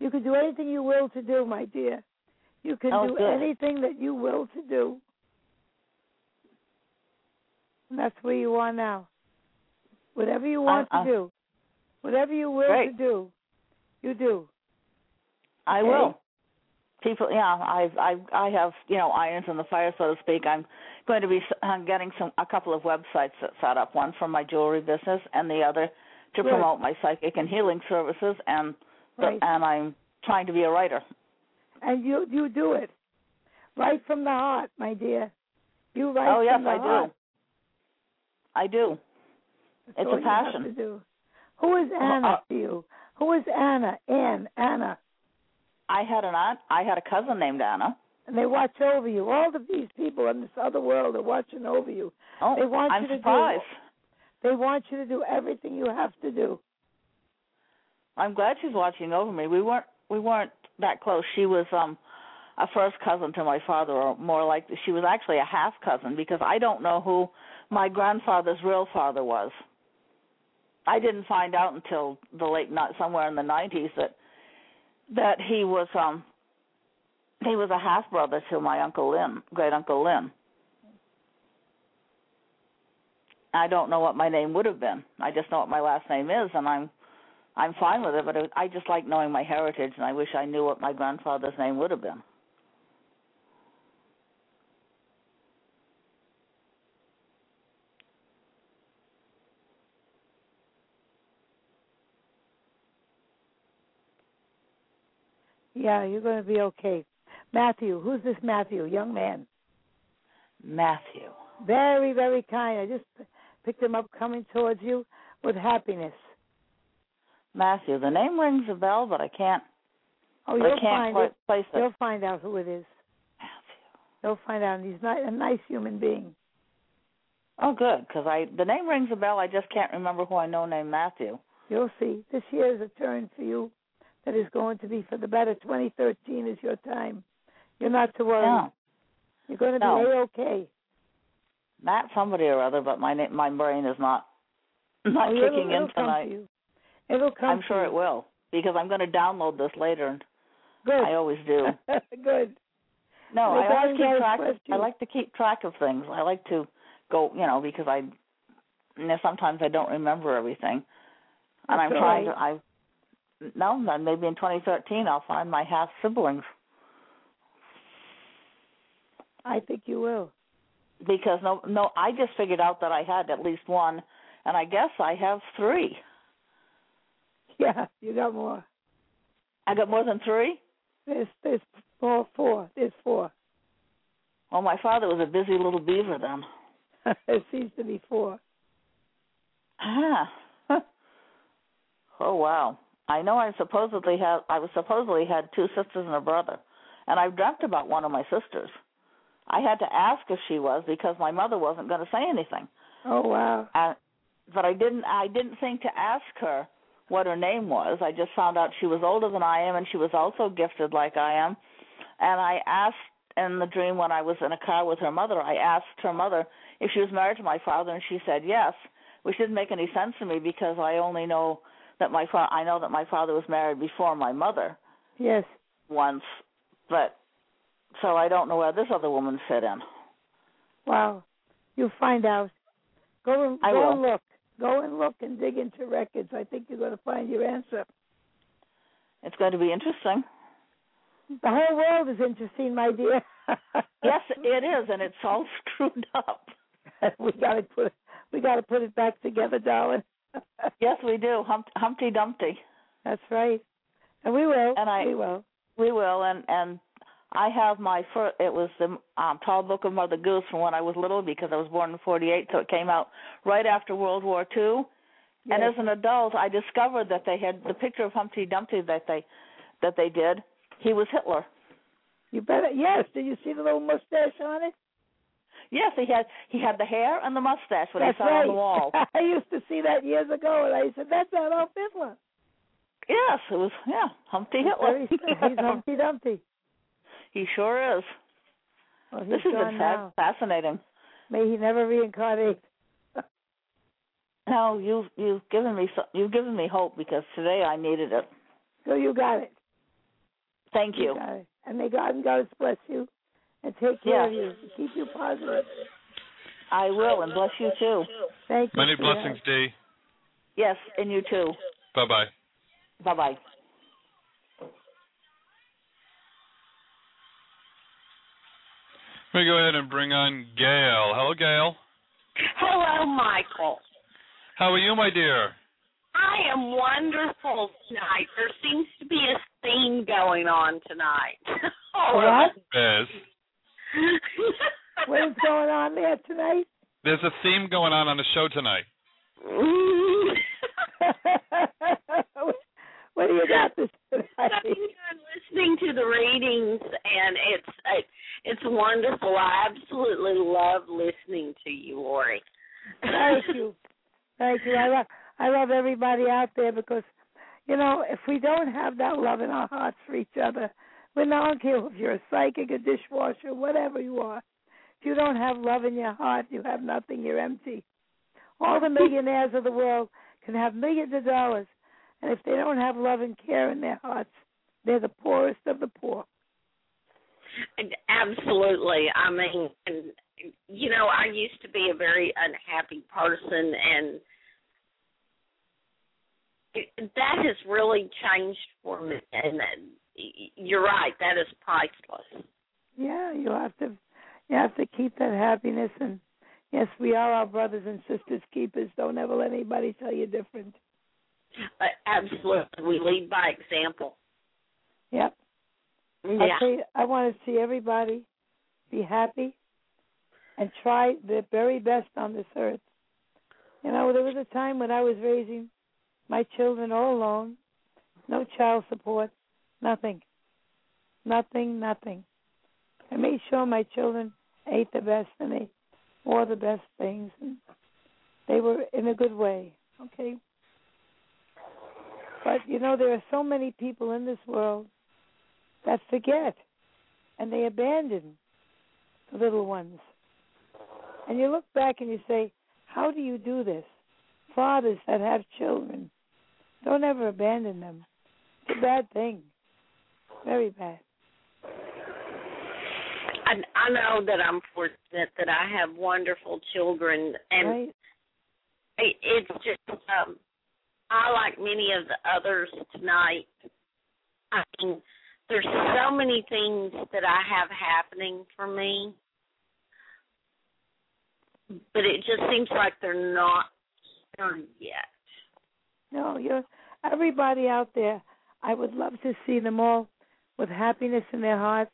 Speaker 11: You can do anything you will to do, my dear. You can
Speaker 12: Oh,
Speaker 11: do
Speaker 12: good.
Speaker 11: anything that you will to do. And that's where you are now. Whatever you want
Speaker 12: I- I-
Speaker 11: to do, whatever you will
Speaker 12: Uh, Great.
Speaker 11: to do, you do.
Speaker 12: I
Speaker 11: Okay.
Speaker 12: will. People, yeah, I've, I've, I have, you know, irons in the fire, so to speak. I'm going to be s- I'm getting some a couple of websites set- set up. One for my jewelry business, and the other to
Speaker 11: Good.
Speaker 12: promote my psychic and healing services. And the-
Speaker 11: Right.
Speaker 12: and I'm trying to be a writer.
Speaker 11: And you you do it right from the heart, my dear. You write
Speaker 12: oh yes,
Speaker 11: from the
Speaker 12: I
Speaker 11: heart.
Speaker 12: do. I do. Uh,
Speaker 11: That's
Speaker 12: It's
Speaker 11: all
Speaker 12: a
Speaker 11: you have
Speaker 12: passion.
Speaker 11: to do. Who is Anna to you? Who is Anna? Ann, Anna.
Speaker 12: I had an aunt. I had a cousin named Anna.
Speaker 11: and they watch over you. All of these people in this other world are watching over you.
Speaker 12: Oh,
Speaker 11: they want
Speaker 12: I'm
Speaker 11: you to
Speaker 12: surprised.
Speaker 11: do. They want you to do everything you have to do.
Speaker 12: I'm glad she's watching over me. We weren't we weren't that close. She was um a first cousin to my father, or more like she was actually a half cousin because I don't know who my grandfather's real father was. I didn't find out until the late night, somewhere in the 90s, that that he was um he was a half brother to my uncle Lynn, great uncle Lynn. I don't know what my name would have been. I just know what my last name is, and I'm I'm fine with it, but it, I just like knowing my heritage, and I wish I knew what my grandfather's name would have been.
Speaker 11: Yeah, you're going to be okay. Matthew, who's this Matthew? Young man.
Speaker 12: Matthew.
Speaker 11: Very, very kind. I just p- picked him up coming towards you with happiness.
Speaker 12: Matthew. The name rings a bell, but I can't.
Speaker 11: Oh,
Speaker 12: but I
Speaker 11: you'll
Speaker 12: can't
Speaker 11: find
Speaker 12: quite
Speaker 11: it.
Speaker 12: place it.
Speaker 11: You'll find out who it is. You'll find out. And he's not a nice human being.
Speaker 12: Oh, good, because I the name rings a bell. I just can't remember who I know named Matthew.
Speaker 11: You'll see. This year is a turn for you that is going to be for the better. 2013 is your time. You're not to worry.
Speaker 12: Yeah.
Speaker 11: You're going to be
Speaker 12: No.
Speaker 11: okay.
Speaker 12: Matt somebody or other, but my na- my brain is not not
Speaker 11: Oh, it'll-
Speaker 12: kicking
Speaker 11: it'll
Speaker 12: in
Speaker 11: come to
Speaker 12: tonight.
Speaker 11: you. It'll come.
Speaker 12: I'm
Speaker 11: to
Speaker 12: sure
Speaker 11: you.
Speaker 12: it will because I'm going to download this later, and
Speaker 11: Good.
Speaker 12: I always do.
Speaker 11: <laughs> Good.
Speaker 12: No,
Speaker 11: Well,
Speaker 12: I always
Speaker 11: darling,
Speaker 12: keep
Speaker 11: I
Speaker 12: track. Of,
Speaker 11: bless you.
Speaker 12: I like to keep track of things. I like to go, you know, because I, you know, sometimes I don't remember everything, and I'm
Speaker 11: That's all
Speaker 12: trying
Speaker 11: right.
Speaker 12: to. I no, then maybe in 2013 I'll find my half siblings
Speaker 11: I think you will.
Speaker 12: because no, no, I just figured out that I had at least one, and I guess I have three.
Speaker 11: Yeah, you got more.
Speaker 12: I got more than three.
Speaker 11: There's there's four <laughs> four. There's four.
Speaker 12: Well, my father was a busy little beaver then.
Speaker 11: it seems to be four.
Speaker 12: Ah. <laughs> oh wow. I know I supposedly had I was supposedly had two sisters and a brother. And I've dreamt about one of my sisters. I had to ask if she was because my mother wasn't going to say anything.
Speaker 11: Oh wow.
Speaker 12: And, Uh, but I didn't I didn't think to ask her what her name was. I just found out she was older than I am and she was also gifted like I am. And I asked in the dream when I was in a car with her mother, I asked her mother if she was married to my father and she said yes, which didn't make any sense to me because I only know that my fa- I know that my father was married before my mother
Speaker 11: Yes.
Speaker 12: once, but so I don't know where this other woman fit in.
Speaker 11: Wow. You'll find out. Go and
Speaker 12: I
Speaker 11: go
Speaker 12: will.
Speaker 11: and look. Go and look and dig into records. I think you're going to find your answer.
Speaker 12: It's going to be interesting.
Speaker 11: The whole world is interesting, my dear. <laughs>
Speaker 12: Yes, it is, and it's all <laughs> screwed up.
Speaker 11: we got to put we got to put it back together, darling. <laughs>
Speaker 12: yes, we do. Hump, Humpty Dumpty.
Speaker 11: That's right. And we will.
Speaker 12: And I
Speaker 11: we will.
Speaker 12: We will, and and I have my first. It was the um, Tall Book of Mother Goose from when I was little because I was born in '48, so it came out right after World War II. And
Speaker 11: Yes.
Speaker 12: as an adult, I discovered that they had the picture of Humpty Dumpty that they that they did. He was Hitler.
Speaker 11: You better. Yes. Did you see the little mustache on it?
Speaker 12: Yes, he had he had the hair and the mustache when
Speaker 11: That's
Speaker 12: I saw
Speaker 11: <laughs> right.
Speaker 12: on the wall.
Speaker 11: I used to see that years ago, and I said, "That's not Adolf Hitler."
Speaker 12: yes, it was yeah, Humpty
Speaker 11: He's
Speaker 12: Hitler.
Speaker 11: very- He's Humpty Dumpty.
Speaker 12: <laughs> he sure is.
Speaker 11: Well, he's
Speaker 12: this has
Speaker 11: gone
Speaker 12: been fa-
Speaker 11: now.
Speaker 12: fascinating.
Speaker 11: May he never reincarnate.
Speaker 12: <laughs> No, you've you've given me so, you've given me hope because today I needed it.
Speaker 11: So you got it.
Speaker 12: Thank you.
Speaker 11: got it. And may God and Goddess bless you, and take
Speaker 12: Yes.
Speaker 11: care of you, keep you positive.
Speaker 12: I will, and bless you too.
Speaker 11: Thank you.
Speaker 2: Many
Speaker 11: sweetheart.
Speaker 2: blessings, Dee.
Speaker 12: Yes, and you too.
Speaker 2: Bye bye.
Speaker 12: Bye bye.
Speaker 2: Let me go ahead and bring on Gail. Hello, Gail.
Speaker 17: Hello, Michael.
Speaker 2: How are you, my dear?
Speaker 17: I am wonderful tonight. There seems to be a theme going on tonight. <laughs>
Speaker 11: What?
Speaker 2: Yes.
Speaker 17: <laughs>
Speaker 11: What is going on there
Speaker 12: <laughs>
Speaker 11: tonight?
Speaker 2: There's a theme going on on the show tonight.
Speaker 11: <laughs> what do you got this
Speaker 17: I've been listening to the readings, and it's it, it's wonderful. I absolutely love listening to you, Lori.
Speaker 11: Thank you. Thank you. I love I love everybody out there because you know, if we don't have that love in our hearts for each other, we're not I don't care if you're a psychic, a dishwasher, whatever you are. If you don't have love in your heart, you have nothing, you're empty. All <laughs> the millionaires of the world can have millions of dollars and if they don't have love and care in their hearts, they're the poorest of the poor.
Speaker 17: And Absolutely. I mean, and, you know, I used to be a very unhappy person, and it- that has really changed for me. And that- you're right; that is priceless.
Speaker 11: Yeah, you have to you have to keep that happiness and yes, we are our brothers and sisters keepers. Don't ever let anybody tell you different.
Speaker 17: Uh, absolutely, we lead by example.
Speaker 11: Yep.
Speaker 17: Yeah.
Speaker 11: I, tell you, I want to see everybody be happy and try their very best on this earth. You know, there was a time when I was raising my children all alone, no child support, nothing, nothing, nothing. I made sure my children ate the best and they wore the best things, and they were in a good way. Okay. But you know, there are so many people in this world that forget and they abandon the little ones. And you look back and you say, How do you do this? Fathers that have children, don't ever abandon them. It's a bad thing. Very bad.
Speaker 17: I, I know that I'm fortunate that I have wonderful children, and
Speaker 11: Right?
Speaker 17: it, it's just um, I like many of the others tonight. I mean, there's so many things that I have happening for me, but it just seems like they're not here yet.
Speaker 11: No, you're everybody out there. I would love to see them all with happiness in their hearts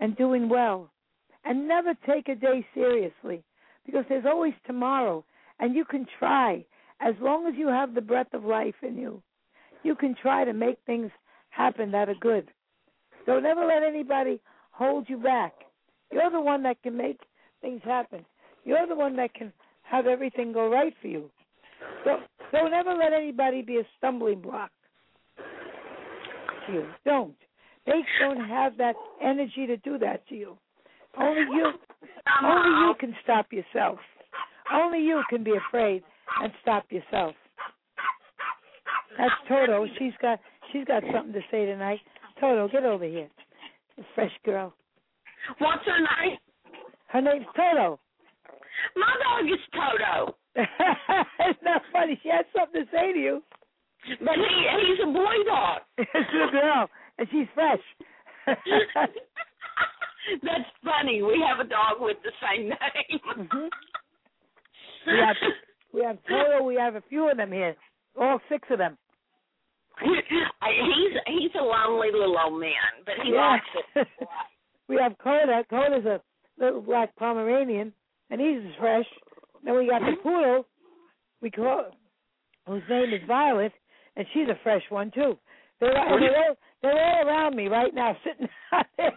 Speaker 11: and doing well, and never take a day seriously. because there's always tomorrow, and you can try as long as you have the breath of life in you. You can try to make things happen that are good. Don't ever let anybody hold you back. You're the one that can make things happen. You're the one that can have everything go right for you. Don't, don't ever let anybody be a stumbling block to you. Don't. They don't have that energy to do that to you. Only you, only you can stop yourself. Only you can be afraid and stop yourself. That's Toto. She's got she's got something to say tonight. Toto, get over here, you fresh girl.
Speaker 17: What's her name?
Speaker 11: Her name's Toto. <laughs>
Speaker 17: My dog is Toto.
Speaker 11: it's not funny. She had something to say to you.
Speaker 17: But he he's a boy dog.
Speaker 11: it's a girl, and she's
Speaker 17: <laughs>
Speaker 11: fresh.
Speaker 17: That's funny. We have a dog with the same name.
Speaker 11: Mm-hmm. we
Speaker 17: <laughs>
Speaker 11: have we have Toto. We have a few of them here. All six of them.
Speaker 17: he's he's a lonely little old man, but he
Speaker 11: Yeah.
Speaker 17: likes it.
Speaker 11: we have Coda. Coda's a little black Pomeranian, and he's fresh. Then we got
Speaker 17: Mm-hmm.
Speaker 11: the poodle. We call whose name is Violet, and she's a fresh one too. <laughs>
Speaker 17: <laughs>
Speaker 11: They're all, they're all, they're all around me right now, sitting <laughs> out there.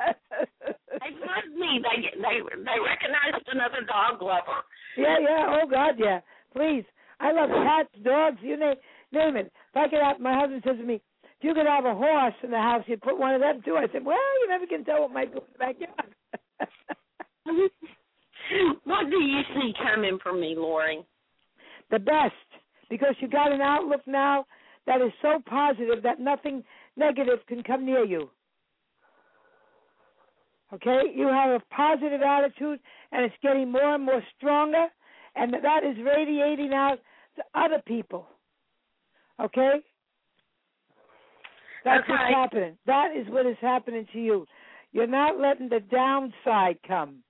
Speaker 17: They love me. They they they recognized another dog lover.
Speaker 11: Yeah, yeah. Oh God, yeah. Please, I love cats, dogs. You name name it. If I could have, my husband says to me, "If you could have a horse in the house, you'd put one of them too." I said, "Well, you never can tell what might go in the backyard." <laughs>
Speaker 17: What do you see coming for me, Lori?
Speaker 11: the best because you got an outlook now that is so positive that nothing negative can come near you. Okay? You have a positive attitude and it's getting more and more stronger and that is radiating out to other people. Okay? That's what's
Speaker 17: Okay.
Speaker 11: happening. That is what is happening to you. You're not letting the downside come.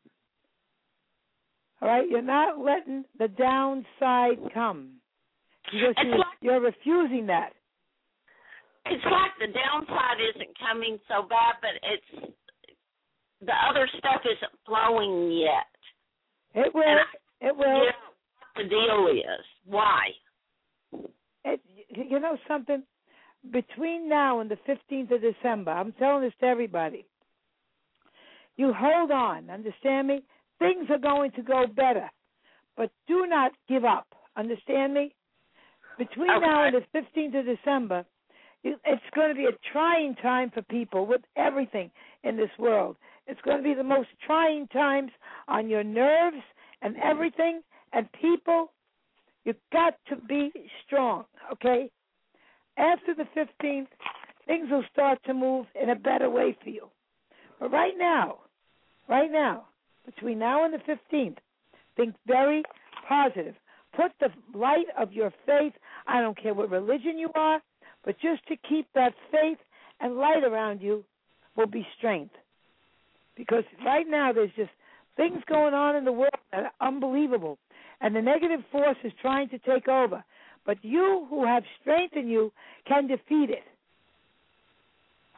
Speaker 11: All right, you're not letting the downside come because
Speaker 17: It's
Speaker 11: you,
Speaker 17: like-
Speaker 11: you're refusing that.
Speaker 17: It's like the downside isn't coming so bad, but it's the other stuff isn't flowing yet.
Speaker 11: It will. It will.
Speaker 17: You know what the deal is? Why?
Speaker 11: It, you know something? Between now and the 15th of December, I'm telling this to everybody. You hold on, understand me? Things are going to go better, but do not give up, understand me? Between now and the 15th of December, you- it's going to be a trying time for people with everything in this world. It's going to be the most trying times on your nerves and everything and people. You've got to be strong, okay? After the 15th, things will start to move in a better way for you. But right now, right now, between now and the 15th, think very positive. Put the light of your faith, I don't care what religion you are, but just to keep that faith and light around you will be strength. Because right now there's just things going on in the world that are unbelievable, and the negative force is trying to take over. But you who have strength in you can defeat it.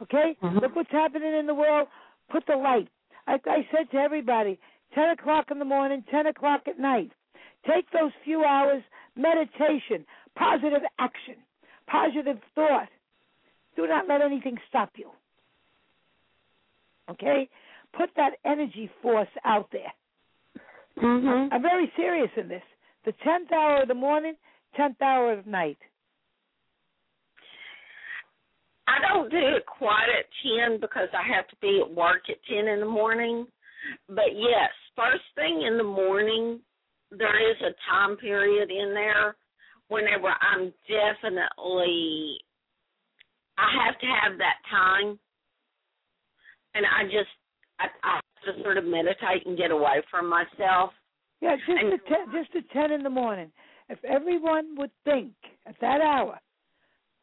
Speaker 11: Okay? Look what's happening in the world. Put the light. I, I said to everybody, 10 o'clock in the morning, 10 o'clock at night. Take those few hours, meditation, positive action, positive thought. Do not let anything stop you. Okay? Put that energy force out there.
Speaker 17: Mhm.
Speaker 11: I'm very serious in this. The 10th hour of the morning, 10th hour of night.
Speaker 17: I don't do it quite at ten because I have to be at work at ten in the morning. But yes, first thing in the morning, there is a time period in there whenever I'm definitely I have to have that time, and I just I, I have to sort of meditate and get away from myself.
Speaker 11: Yeah, just to ten, just to ten in the morning. If everyone would think at that hour,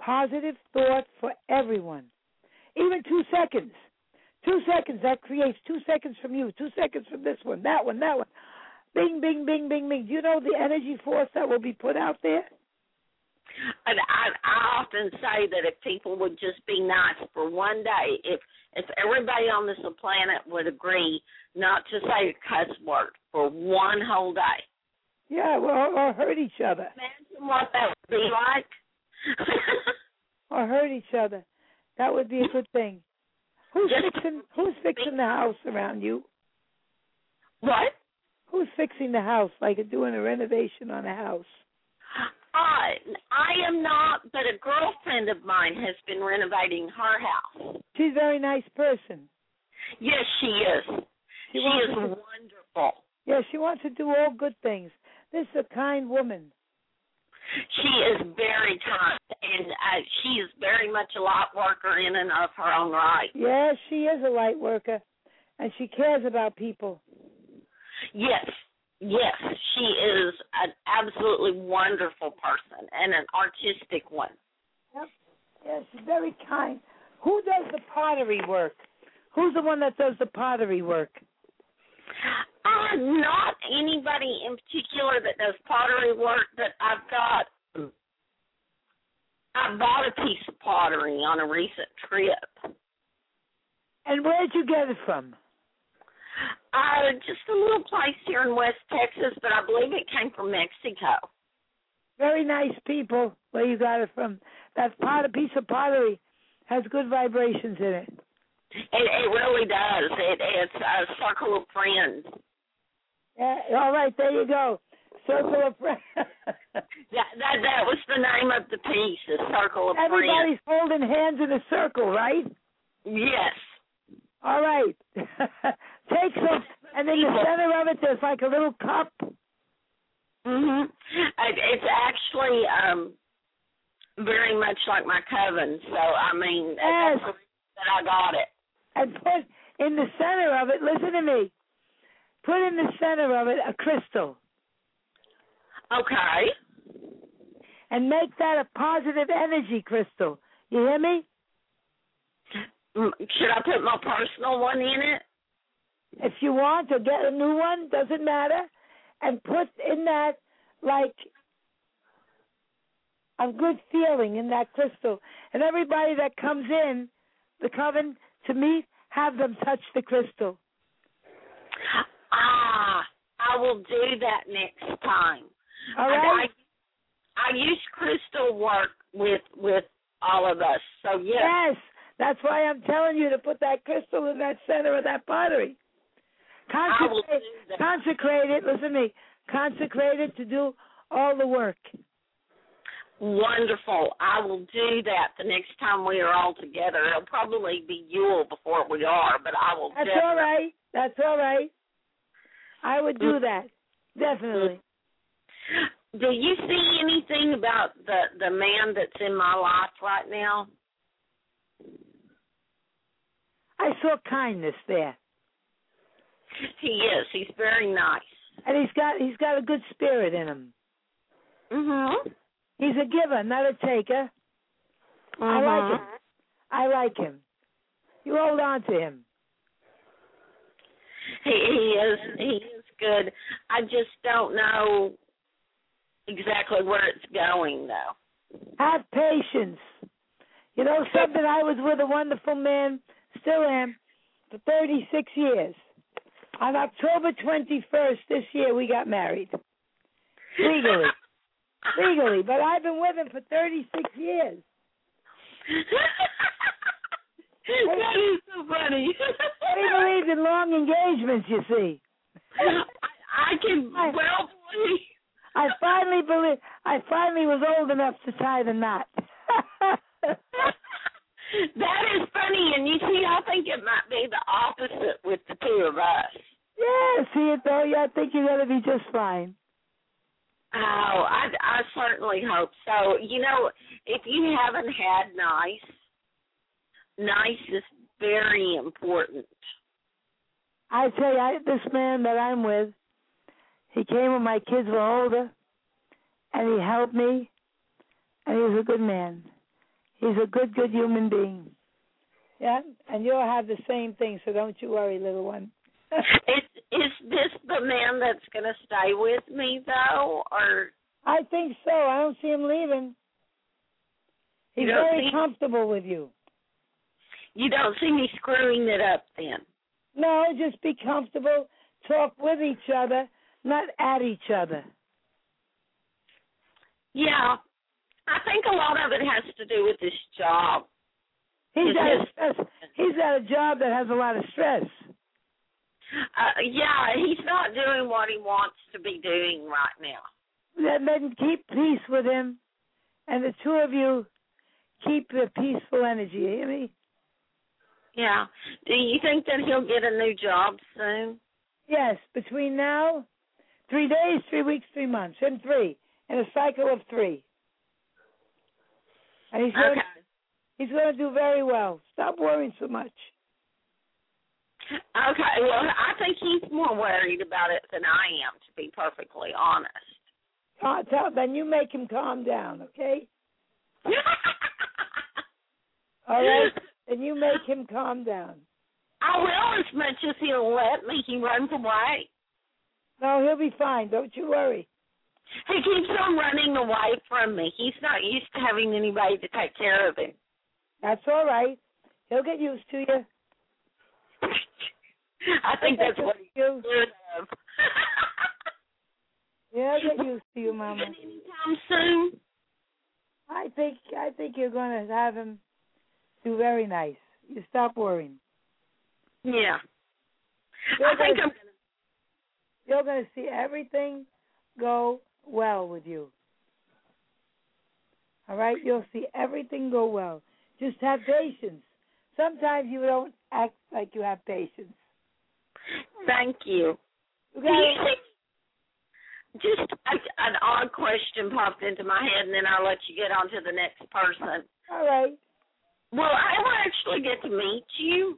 Speaker 11: positive thought for everyone, even two seconds, two seconds that creates two seconds from you, two seconds from this one, that one, that one. Bing, bing, bing, bing, bing. Do you know the energy force that will be put out there?
Speaker 17: And I, I often say that if people would just be nice for one day, if if everybody on this planet would agree not to say a cuss word for one whole day,
Speaker 11: Yeah, well, or, or hurt each other.
Speaker 17: imagine what that would be like. <laughs>
Speaker 11: or hurt each other. That would be a good thing. Who's fixing Who's fixing the house around you?
Speaker 17: What?
Speaker 11: Who's fixing the house? Like doing a renovation on a house.
Speaker 17: I I am not, but a girlfriend of mine has been renovating her house.
Speaker 11: She's a very nice person.
Speaker 17: Yes, she is. She,
Speaker 11: wants
Speaker 17: is
Speaker 11: to-
Speaker 17: wonderful.
Speaker 11: Yeah, she wants to do all good things. This is a kind woman.
Speaker 17: She is very kind, and uh, she is very much a light worker in and of her own right.
Speaker 11: Yeah, she is a light worker, and she cares about people.
Speaker 17: Yes, yes, she is an absolutely wonderful person and an artistic one.
Speaker 11: Yeah, she's very kind. Who does the pottery work? Who's the one that does the pottery work?
Speaker 17: Uh, not anybody in particular that does pottery work, but I've got. I bought a piece of pottery on a recent trip.
Speaker 11: And where'd you get it from?
Speaker 17: Uh, just a little place here in West Texas, but I believe it came from Mexico.
Speaker 11: Very nice people where you got it from. That pot, piece of pottery has good vibrations in it.
Speaker 17: It, it really does. It, it's a circle of friends.
Speaker 11: Yeah, all right, there you go. Circle of friends.
Speaker 17: That that, that was the name of the piece, a circle of
Speaker 11: Everybody's
Speaker 17: friends.
Speaker 11: <laughs> holding hands in a circle, right?
Speaker 17: Yes.
Speaker 11: All right. <laughs> Take some, and in the center of it, there's like a little cup.
Speaker 17: Mhm. It, it's actually um very much like my coven. So I mean, that's the reason that I got it.
Speaker 11: and put in the center of it, listen to me, put in the center of it a crystal
Speaker 17: Okay.
Speaker 11: and make that a positive energy crystal. You hear me?
Speaker 17: Mm, Should I put my personal one in it?
Speaker 11: If you want to get a new one, doesn't matter. And put in that, like, a good feeling in that crystal. And everybody that comes in the coven to meet, have them touch the crystal.
Speaker 17: Ah, I will do that next time.
Speaker 11: All
Speaker 17: And
Speaker 11: right.
Speaker 17: I, I use crystal work with with all of us. So yeah.
Speaker 11: Yes, that's why I'm telling you to put that crystal in that center of that pottery.
Speaker 17: I will do
Speaker 11: Consecrate,
Speaker 17: that.
Speaker 11: consecrate it. Listen to me. Consecrate it to do all the work.
Speaker 17: Wonderful. I will do that the next time we are all together. It'll probably be Yule before we are, but I will
Speaker 11: That's
Speaker 17: definitely.
Speaker 11: all right. That's all right. I would do that definitely.
Speaker 17: Do you see anything about the the man that's in my life right now?
Speaker 11: I saw kindness there,
Speaker 17: He is. He's very nice.
Speaker 11: and he's got he's got a good spirit in him.
Speaker 17: Mhm.
Speaker 11: He's a giver, not a taker. I like him. I like him. You hold on to him.
Speaker 17: He, he is. He is good. I just don't know exactly where it's going though.
Speaker 11: Have patience. You know something? I was with a wonderful man, still am, for 36 years. On October 21st this year, we got married. Legally. Legally. But I've been with him for 36 years.
Speaker 17: <laughs> that is so funny.
Speaker 11: He believes in long engagements, you see.
Speaker 17: I, I can well believe.
Speaker 11: I finally believe I finally was old enough to tie the knot.
Speaker 17: That is funny, and you see, I think it might be the opposite with the two of us.
Speaker 11: yeah, see it though. Yeah, I think you're gonna be just fine.
Speaker 17: Oh, I, I certainly hope so. You know, if you haven't had nice, nice is very important.
Speaker 11: I tell you, I, this man that I'm with, he came when my kids were older, and he helped me, and he's a good man. He's a good, good human being. Yeah, and you'll have the same thing, so don't you worry, little one.
Speaker 17: is is this the man that's going to stay with me though, or
Speaker 11: I think so. I don't see him leaving. He's
Speaker 17: You don't
Speaker 11: very
Speaker 17: think-
Speaker 11: comfortable with you.
Speaker 17: You don't see me screwing it up then.
Speaker 11: No, just be comfortable. Talk with each other, not at each other.
Speaker 17: Yeah. I think a lot of it has to do with this job.
Speaker 11: He's
Speaker 17: It's
Speaker 11: at a
Speaker 17: just-
Speaker 11: stress. He's at a job that has a lot of stress.
Speaker 17: Uh, yeah, he's not doing what he wants to be doing right now.
Speaker 11: Then, then keep peace with him, and the two of you keep the peaceful energy. You hear me?
Speaker 17: Yeah. Do you think that he'll get a new job soon?
Speaker 11: Yes. Between now, three days, three weeks, three months, and three in a cycle of three. And he's going.
Speaker 17: Okay.
Speaker 11: He's going to do very well. Stop worrying so much.
Speaker 17: Okay. Well, I think he's more worried about it than I am, to be perfectly honest.
Speaker 11: Uh, tell, then you make him calm
Speaker 17: <laughs>
Speaker 11: down, okay? All right. And you make him calm down.
Speaker 17: I will as much as he'll let me. He runs away.
Speaker 11: No, he'll be fine. Don't you worry.
Speaker 17: He keeps on running away from me. He's not used to having anybody to take care of him.
Speaker 11: That's all right. He'll get used to you.
Speaker 17: <laughs> I think that's what he's
Speaker 11: scared
Speaker 17: of.
Speaker 11: Yeah, he'll get used to you, Mama.
Speaker 17: Anytime soon.
Speaker 11: I think I think you're going to have him do very nice. You stop worrying.
Speaker 17: Yeah.
Speaker 11: You're
Speaker 17: I think
Speaker 11: gonna,
Speaker 17: I'm
Speaker 11: you're going to see everything go well with you. All right, you'll see everything go well. Just have patience. Sometimes you don't act like you have patience.
Speaker 17: Thank you. Do
Speaker 11: You
Speaker 17: you
Speaker 11: gotta-
Speaker 17: think, just a, an odd question popped into my head, and then I'll let you get on to the next person.
Speaker 11: All right.
Speaker 17: Will I ever actually get to meet you?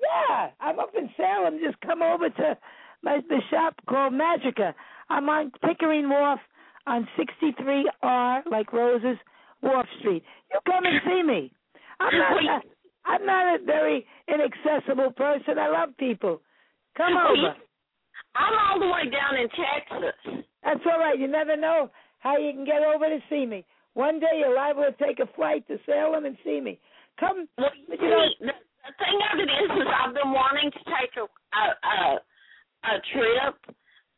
Speaker 11: Yeah, I'm up in Salem. Just come over to my the shop called Magica. I'm on Pickering Wharf on 63R, like Roses Wharf Street. You come and see me. I'm not a, I'm not a very inaccessible person. I love people. Come
Speaker 17: Well, you-
Speaker 11: over.
Speaker 17: I'm all the way down in Texas.
Speaker 11: That's all right. You never know how you can get over to see me. One day you're liable to take a flight to Salem and see me. Come,
Speaker 17: Well,
Speaker 11: but you know,
Speaker 17: see, the, the thing of it is, is I've been wanting to take a a a, a trip.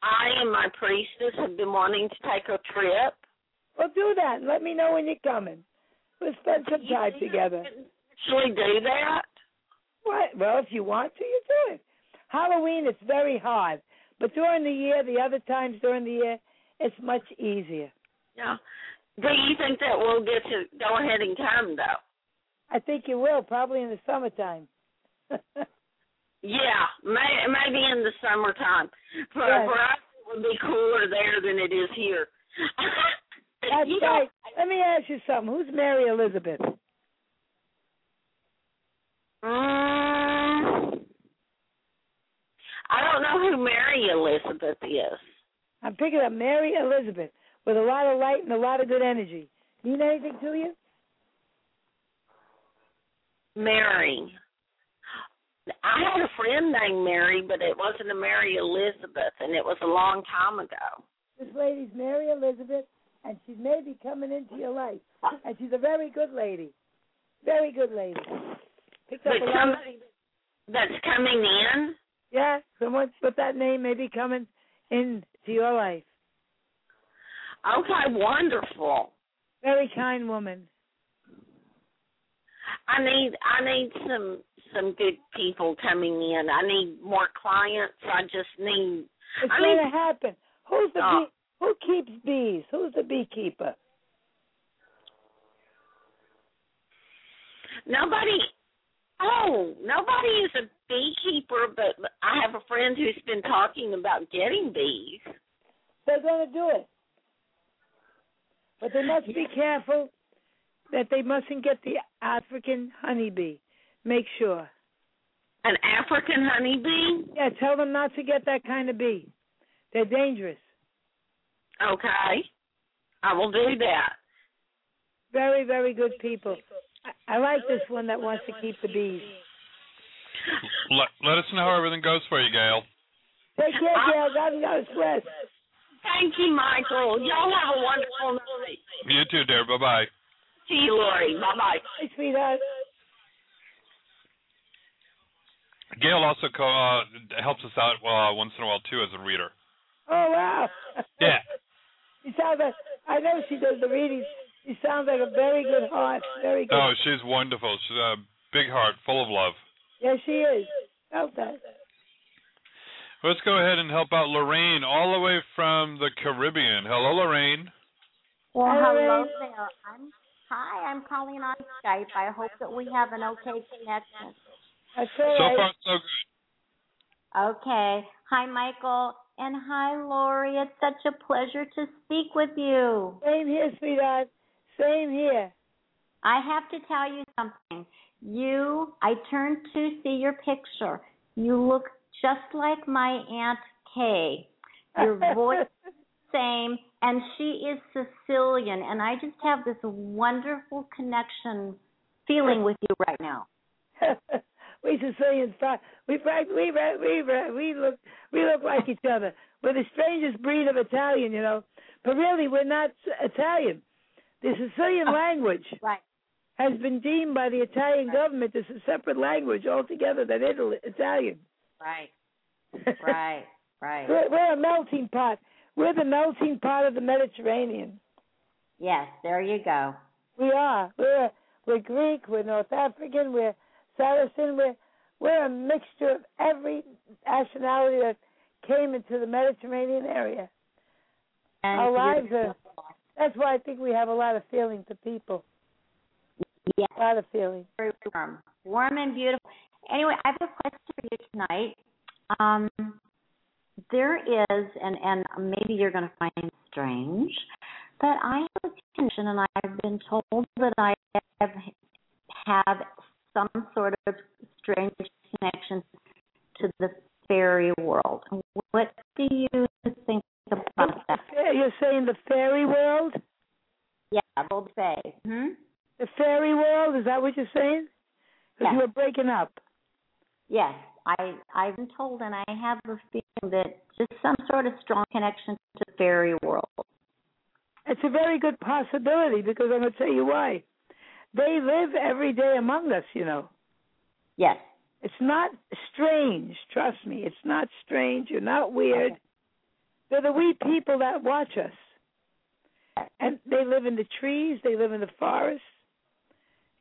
Speaker 17: I and my priestess have been wanting to take a trip.
Speaker 11: well, do that. and Let me know when you're coming. We'll spend some time together.
Speaker 17: Actually, do that.
Speaker 11: What? Well, if you want to, you do it. Halloween, it's very hard, but during the year, the other times during the year, it's much easier.
Speaker 17: Yeah. Do you think that we'll get to go ahead and come though?
Speaker 11: I think you will probably in the summertime.
Speaker 17: Yeah, may, maybe in the summertime. For
Speaker 11: Yes.
Speaker 17: for us, it would be cooler there than it is here. <laughs>
Speaker 11: That's
Speaker 17: You know-
Speaker 11: right. Let me ask you something. Who's Mary Elizabeth?
Speaker 17: Mm, I don't know who Mary Elizabeth is.
Speaker 11: I'm picking up Mary Elizabeth with a lot of light and a lot of good energy. Mean anything to you?
Speaker 17: Mary. I had a friend named Mary, but it wasn't a Mary Elizabeth, and it was a long time ago.
Speaker 11: This lady's Mary Elizabeth, and she may be coming into your life. And she's a very good lady. Very good lady. Picked up
Speaker 17: But
Speaker 11: a lot of-
Speaker 17: somebody that's coming in.
Speaker 11: Yeah, someone with that name may be coming into your life.
Speaker 17: Okay, wonderful.
Speaker 11: Very kind woman.
Speaker 17: I need I need some some good people coming in. I need more clients. I just need
Speaker 11: It's
Speaker 17: I
Speaker 11: going
Speaker 17: mean-
Speaker 11: to happen. Who's the
Speaker 17: Oh.
Speaker 11: bee? Who keeps bees? Who's the beekeeper?
Speaker 17: nobody. Oh, nobody is a beekeeper, but I have a friend who's been talking about getting bees.
Speaker 11: They're going to do it. But they must be careful that they mustn't get the African honeybee. Make sure.
Speaker 17: An African honeybee?
Speaker 11: Yeah, tell them not to get that kind of bee. They're dangerous.
Speaker 17: Okay, I will do that.
Speaker 11: Very, very good people. I, I like this one that wants to keep the bees.
Speaker 2: Let, let us know how everything goes for you, Gail.
Speaker 11: Take care, Gail. God God bless.
Speaker 17: Thank you, Michael. Y'all have a wonderful night.
Speaker 2: You too, dear. Bye bye.
Speaker 17: to you, Lori. Bye bye.
Speaker 11: Bye, sweetheart.
Speaker 2: Gail also co- uh, helps us out uh, once in a while too as a reader.
Speaker 11: Oh wow.
Speaker 2: Yeah.
Speaker 11: She sounds like I know she does the readings. She sounds like a very good heart. Very good.
Speaker 2: No, Oh, she's wonderful. She's a big heart, full of love.
Speaker 11: Yes, she is. Felt that.
Speaker 2: Let's go ahead and help out Lorraine, all the way from the Caribbean. Hello, Lorraine.
Speaker 18: Well, hello
Speaker 2: Lorraine.
Speaker 18: there. I'm, hi, I'm calling on Skype. I hope that we have an okay connection.
Speaker 11: That's
Speaker 2: So far, so good.
Speaker 18: Okay. Hi, Michael. And hi, Lori. It's such a pleasure to speak with you.
Speaker 11: Same here, sweetheart. Same here.
Speaker 18: I have to tell you something. You, I turned to see your picture. You look just like my Aunt Kay.
Speaker 11: <laughs>
Speaker 18: Your voice is the same, and she is Sicilian, and I just have this wonderful connection feeling with you right
Speaker 11: <laughs>
Speaker 18: now.
Speaker 11: we Sicilians, fi- we fi- we ra- we ra- we look we look like each other. We're the strangest breed of Italian, you know. But really, we're not Italian. The Sicilian language has been deemed by the Italian government as a separate language altogether than Italy, Italian. <laughs>
Speaker 18: Right. Right. Right.
Speaker 11: We're, we're a melting pot. We're the melting pot of the Mediterranean.
Speaker 18: Yes, there you go.
Speaker 11: We are. We're we're Greek. We're North African. We're Saracen. We're we're a mixture of every nationality that came into the Mediterranean area.
Speaker 18: And
Speaker 11: Our lives
Speaker 18: beautiful.
Speaker 11: are. That's why I think we have a lot of feeling for people.
Speaker 18: Yes.
Speaker 11: A lot of feeling.
Speaker 18: Very warm. Warm and beautiful. Anyway, I have a question for you tonight. Um, there is, and, and maybe you're going to find it strange, but I have a condition and I've been told that I have, have some sort of strange connection to the fairy world. What do you think about that?
Speaker 11: Yeah, You're saying the fairy world?
Speaker 18: Yeah, bold fae. Hmm?
Speaker 11: The fairy world? Is that what you're saying? 'Cause
Speaker 18: Yes.
Speaker 11: you were breaking up.
Speaker 18: Yes, I I've been told, and I have a feeling that just some sort of strong connection to the fairy world.
Speaker 11: It's a very good possibility because I'm going to tell you why. They live every day among us, you know.
Speaker 18: Yes.
Speaker 11: It's not strange, trust me. It's not strange. You're not weird. They're the wee people that watch us. And they live in the trees, they live in the forest.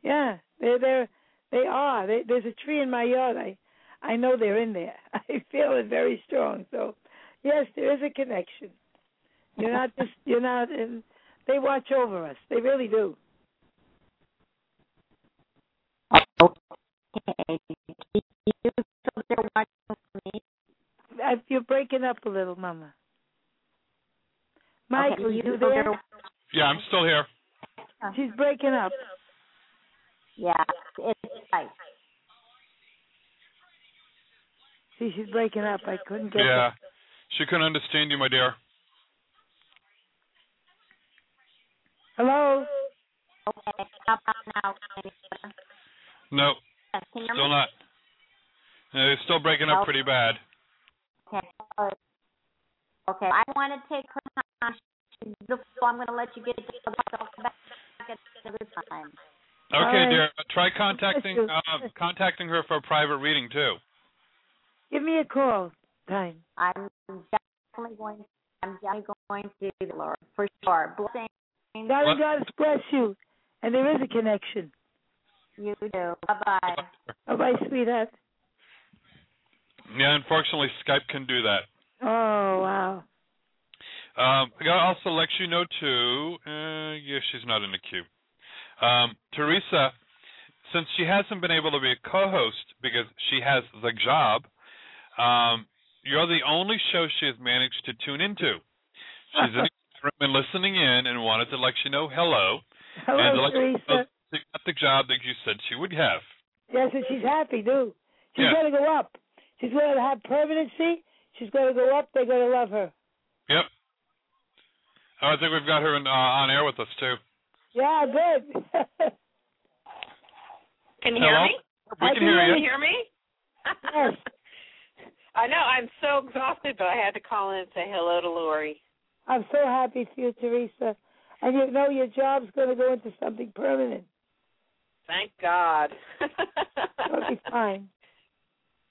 Speaker 11: Yeah, they're there. They are. They, there's a tree in my yard. I, I know they're in there. <laughs> I feel it very strong. So, yes, there is a connection. You're not just. You're not. And they watch over us. They really do.
Speaker 18: Okay. Do you feel they're watching me?
Speaker 11: I, you're breaking up a little, Mama. Michael,
Speaker 18: Okay,
Speaker 11: you,
Speaker 18: you
Speaker 11: there?
Speaker 18: there?
Speaker 2: Yeah, I'm still here.
Speaker 11: She's breaking up.
Speaker 18: Yeah, it's right.
Speaker 11: See, she's breaking up. I couldn't get.
Speaker 2: Yeah. She couldn't understand you, my dear.
Speaker 11: Hello.
Speaker 18: Okay. How about now? Can you-
Speaker 2: No,
Speaker 18: Can you hear
Speaker 2: still
Speaker 18: me?
Speaker 2: not. No, You're still breaking up pretty bad.
Speaker 18: Okay. Okay. I want to take her time. She's beautiful. I'm going to let you get it together. I'll come back at another time.
Speaker 2: Okay,
Speaker 11: right.
Speaker 2: dear. Try contacting uh, contacting her for a private reading too.
Speaker 11: Give me a call. Time.
Speaker 18: I'm definitely going. I'm definitely going to do the Lord for sure. Blessing
Speaker 11: God
Speaker 2: What?
Speaker 11: and God bless you. And there is a connection.
Speaker 18: you do. Bye bye.
Speaker 11: Bye bye, sweetheart.
Speaker 2: Yeah, unfortunately, Skype can do that.
Speaker 11: Oh wow.
Speaker 2: Um, I gotta also let you know too. Uh, yeah, she's not in the queue. Um, Teresa, since she hasn't been able to be a co-host because she has the job, um, you're the only show she has managed to tune into. She's in the room and listening in, and wanted to let you know hello. and to
Speaker 11: Hello,
Speaker 2: let you know
Speaker 11: Teresa.
Speaker 2: she got the job that you said she would have.
Speaker 11: Yes, and she's happy too. She's
Speaker 2: Yeah.
Speaker 11: going to go up. She's going to have permanency. She's going to go up. They're going to love her.
Speaker 2: Yep. Oh, I think we've got her in, uh, on air with us too.
Speaker 11: Yeah, good. <laughs>
Speaker 19: Can you
Speaker 2: Hello?
Speaker 19: hear me?
Speaker 2: We can hear you.
Speaker 19: Can you hear me? <laughs> I know. I'm so exhausted, but I had to call in and say hello to Lori.
Speaker 11: I'm so happy for you, Teresa. and you know your job's going to go into something permanent.
Speaker 19: Thank God. <laughs>
Speaker 11: It'll be fine.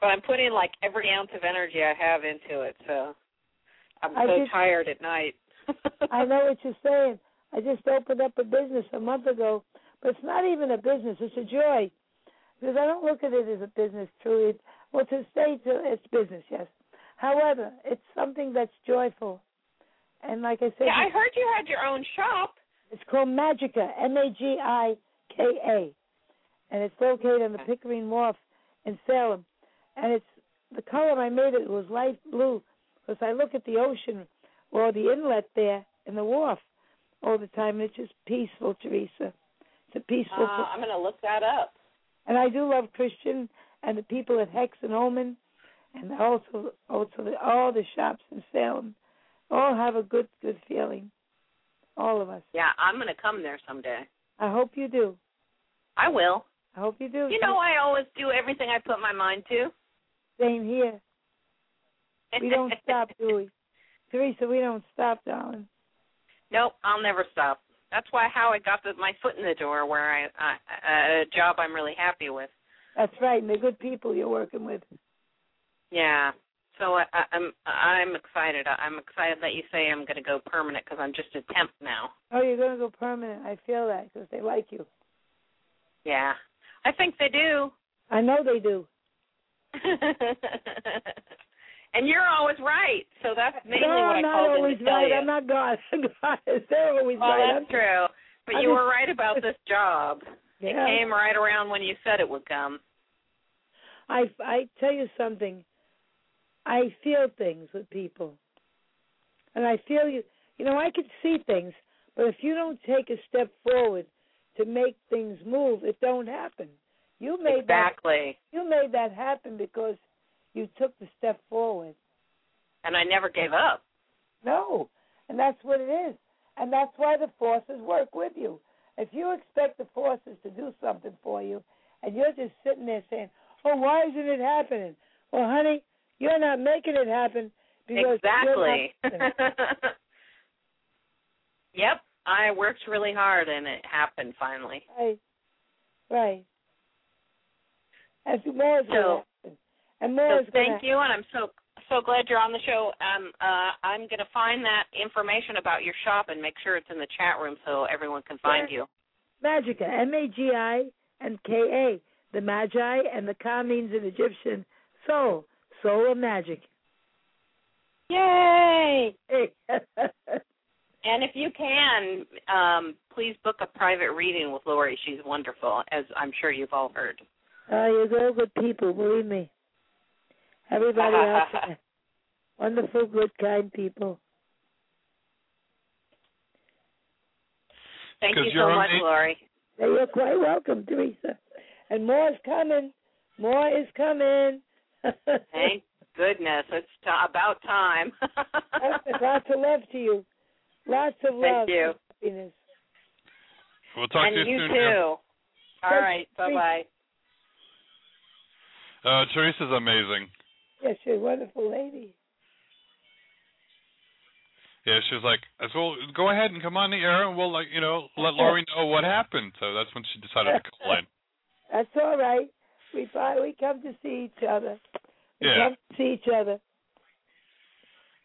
Speaker 19: but I'm putting like every ounce of energy I have into it, so I'm
Speaker 11: I
Speaker 19: so
Speaker 11: did-
Speaker 19: tired at night.
Speaker 11: I know what you're saying. I just opened up a business a month ago, but it's not even a business. It's a joy because I don't look at it as a business. Truly, It's- well, to say to it's business, yes. However, it's something that's joyful, and like I said,
Speaker 19: Yeah, I heard you had your own shop.
Speaker 11: It's called Magica, M-A-G-I-K-A, and it's located on the Pickering Wharf in Salem. And it's the color I made it was light blue because I look at the ocean or the inlet there in the wharf all the time, and it's just peaceful, Teresa. It's a peaceful.
Speaker 19: Uh, I'm gonna look that up.
Speaker 11: And I do love Christian and the people at Hex and Omen, and also also the, all the shops in Salem, all have a good good feeling, all of us.
Speaker 19: Yeah, I'm gonna come there someday.
Speaker 11: I hope you do.
Speaker 19: I will.
Speaker 11: I hope you do.
Speaker 19: You know, I always do everything I put my mind to.
Speaker 11: Same
Speaker 19: <laughs>
Speaker 11: here. We don't stop, do we? Teresa, we don't stop, darling.
Speaker 19: Nope, I'll never stop. That's why how I got the, my foot in the door, where I, I a job I'm really happy with.
Speaker 11: That's right, and they're good people you're working with.
Speaker 19: Yeah. So I, I, I'm I'm excited. I, I'm excited that you say I'm gonna go permanent because I'm just a temp now.
Speaker 11: Oh, you're going to go permanent. I feel that because they like you.
Speaker 19: Yeah. I think they do. <laughs>
Speaker 11: I know they do.
Speaker 19: and you're always right. So that's mainly
Speaker 11: no,
Speaker 19: what I
Speaker 11: I'm not
Speaker 19: called
Speaker 11: always
Speaker 19: in to tell
Speaker 11: right.
Speaker 19: you.
Speaker 11: I'm not God. <laughs> God is they're always
Speaker 19: well,
Speaker 11: right.
Speaker 19: that's true. But
Speaker 11: I
Speaker 19: you
Speaker 11: just-
Speaker 19: were right about this job. It
Speaker 11: Yeah.
Speaker 19: came right around when you said it would come.
Speaker 11: I I tell you something. I feel things with people, and I feel you. You know, I can see things, but if you don't take a step forward to make things move, it don't happen. You made
Speaker 19: Exactly.
Speaker 11: that you made that happen because you took the step forward.
Speaker 19: And I never gave up.
Speaker 11: No, and that's what it is, and that's why the forces work with you. If you expect the forces to do something for you, and you're just sitting there saying, "Oh, why isn't it happening?" Well, honey, you're not making it happen because
Speaker 19: exactly.
Speaker 11: You're not,
Speaker 19: <laughs> yep. I worked really hard and it happened finally.
Speaker 11: right, right. As more is
Speaker 19: So-
Speaker 11: gonna happen, and more
Speaker 19: So
Speaker 11: is gonna
Speaker 19: thank you, and I'm so so glad you're on the show. Um, uh, I'm going to find that information about your shop and make sure it's in the chat room so everyone can find you.
Speaker 11: Magica, M A G I and K A. The Magi and the Ka means in Egyptian soul, soul of magic.
Speaker 19: Yay!
Speaker 11: and
Speaker 19: <laughs> if you can, um, please book a private reading with Lori. She's wonderful, as I'm sure you've all heard.
Speaker 11: Oh, you're very good people, believe me.
Speaker 19: <laughs>
Speaker 11: Everybody out there. Wonderful, good, kind people.
Speaker 19: Thank
Speaker 11: 'Cause
Speaker 19: you
Speaker 11: you're
Speaker 19: so
Speaker 11: on
Speaker 19: much,
Speaker 11: eight-
Speaker 19: Lori.
Speaker 11: Now, you're quite welcome, Teresa. And more is coming. More is coming. <laughs>
Speaker 19: Thank goodness, it's t- about time. <laughs>
Speaker 11: Lots of love to you. Lots of
Speaker 19: Thank
Speaker 11: love.
Speaker 19: you.
Speaker 11: and Happiness.
Speaker 2: We'll talk
Speaker 19: and
Speaker 2: to you, soon. Jim.
Speaker 19: too. All right, bye bye.
Speaker 2: Uh, Teresa's amazing.
Speaker 11: Yes, you're a wonderful lady.
Speaker 2: Yeah, she's like, well, go ahead and come on the air, and we'll like, you know, let Lori know what happened. So that's when she decided to call in.
Speaker 11: That's all right. We buy, we come to see each other. We
Speaker 2: Yeah.
Speaker 11: come to see each other.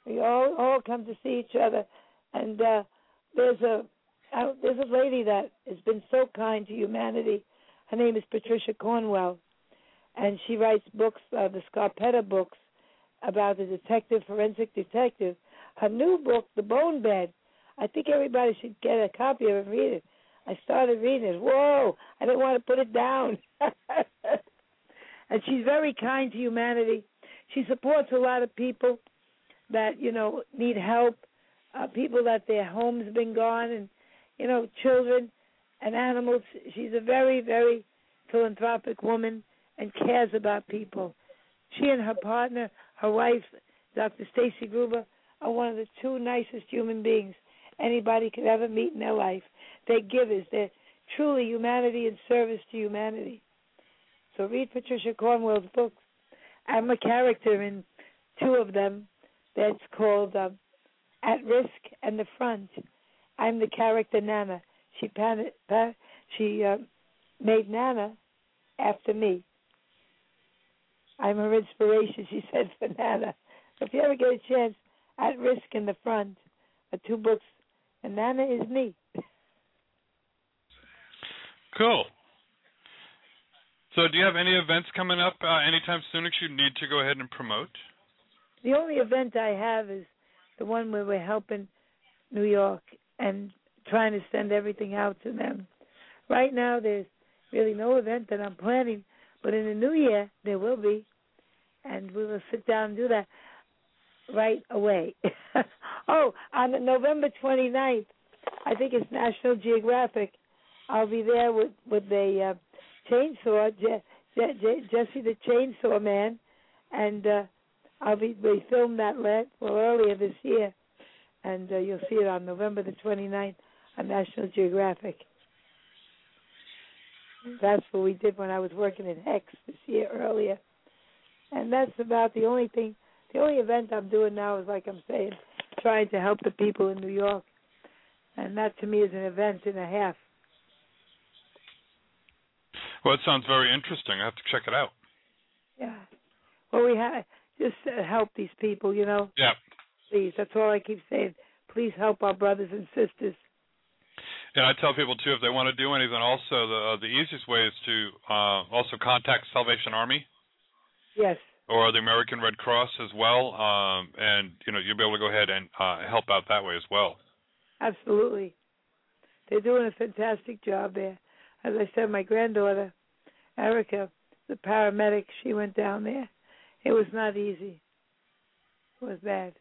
Speaker 11: We all all come to see each other, and uh, there's a I, don't- there's a lady that has been so kind to humanity. Her name is Patricia Cornwell, and she writes books, uh, the Scarpetta books, about the detective, forensic detective. Her new book, The Bone Bed, I think everybody should get a copy of it and read it. I started reading it. Whoa! I didn't want to put it down. <laughs> and she's very kind to humanity. She supports a lot of people that you know need help, uh, people that their homes have been gone, and you know children and animals. She's a very very philanthropic woman and cares about people. She and her partner, her wife, Dr. Stacy Gruber, are one of the two nicest human beings anybody could ever meet in their life. They're givers. They're truly humanity and service to humanity. So read Patricia Cornwell's books. I'm a character in uh, two of them. That's called um, At Risk and The Front. I'm the character Nana. She pan- pa- she uh, made Nana after me. I'm her inspiration, she <laughs> said for Nana. So if you ever get a chance, At Risk in the Front are two books, and Nana is me.
Speaker 2: Cool. So, do you have any events coming up uh, anytime soon that you need to go ahead and promote?
Speaker 11: The only event I have is the one where we're helping New York and trying to send everything out to them. Right now, there's really no event that I'm planning, but in the new year, there will be, and we will sit down and do that right away. <laughs> oh, on November 29th, I think it's National Geographic. I'll be there with with the uh, chainsaw Je- Je- Je- Jesse the Chainsaw Man, and uh, I'll be we filmed that last well earlier this year, and uh, you'll see it on November the 29th on National Geographic. That's what we did when I was working at Hex this year earlier, and that's about the only thing. The only event I'm doing now is like I'm saying, trying to help the people in New York, and that to me is an event and a half.
Speaker 2: Well, it sounds very interesting. I have to check it out.
Speaker 11: Yeah. Well, we have just uh, help these people, you know.
Speaker 2: Yeah.
Speaker 11: Please, that's all I keep saying. Please help our brothers and sisters.
Speaker 2: And I tell people too, if they want to do anything, also the uh, the easiest way is to uh, also contact Salvation Army
Speaker 11: Yes.
Speaker 2: or the American Red Cross as well, um, and you know you'll be able to go ahead and uh, help out that way as well.
Speaker 11: Absolutely. They're doing a fantastic job there. As I said, my granddaughter, Erica, the paramedic, she went down there. It was not easy. It was bad.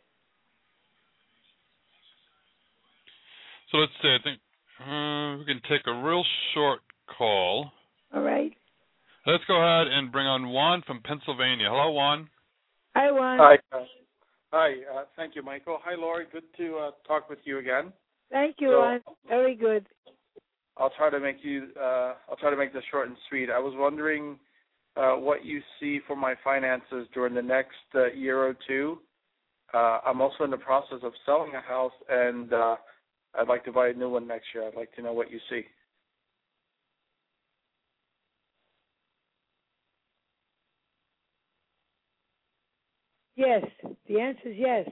Speaker 2: So let's see. I think uh, we can take a real short call.
Speaker 11: All right.
Speaker 2: Let's go ahead and bring on Juan from Pennsylvania. Hello, Juan.
Speaker 11: Hi, Juan.
Speaker 20: Hi. uh, Hi. Uh, thank you, Michael. Hi, Lori. Good to uh, talk with you again.
Speaker 11: Thank you,
Speaker 20: So-
Speaker 11: Juan. Very good.
Speaker 20: I'll try to make you. Uh, I'll try to make this short and sweet. I was wondering uh, what you see for my finances during the next uh, year or two. Uh, I'm also in the process of selling a house, and uh, I'd like to buy a new one next year. I'd like to know what you see.
Speaker 11: Yes. The answer is yes.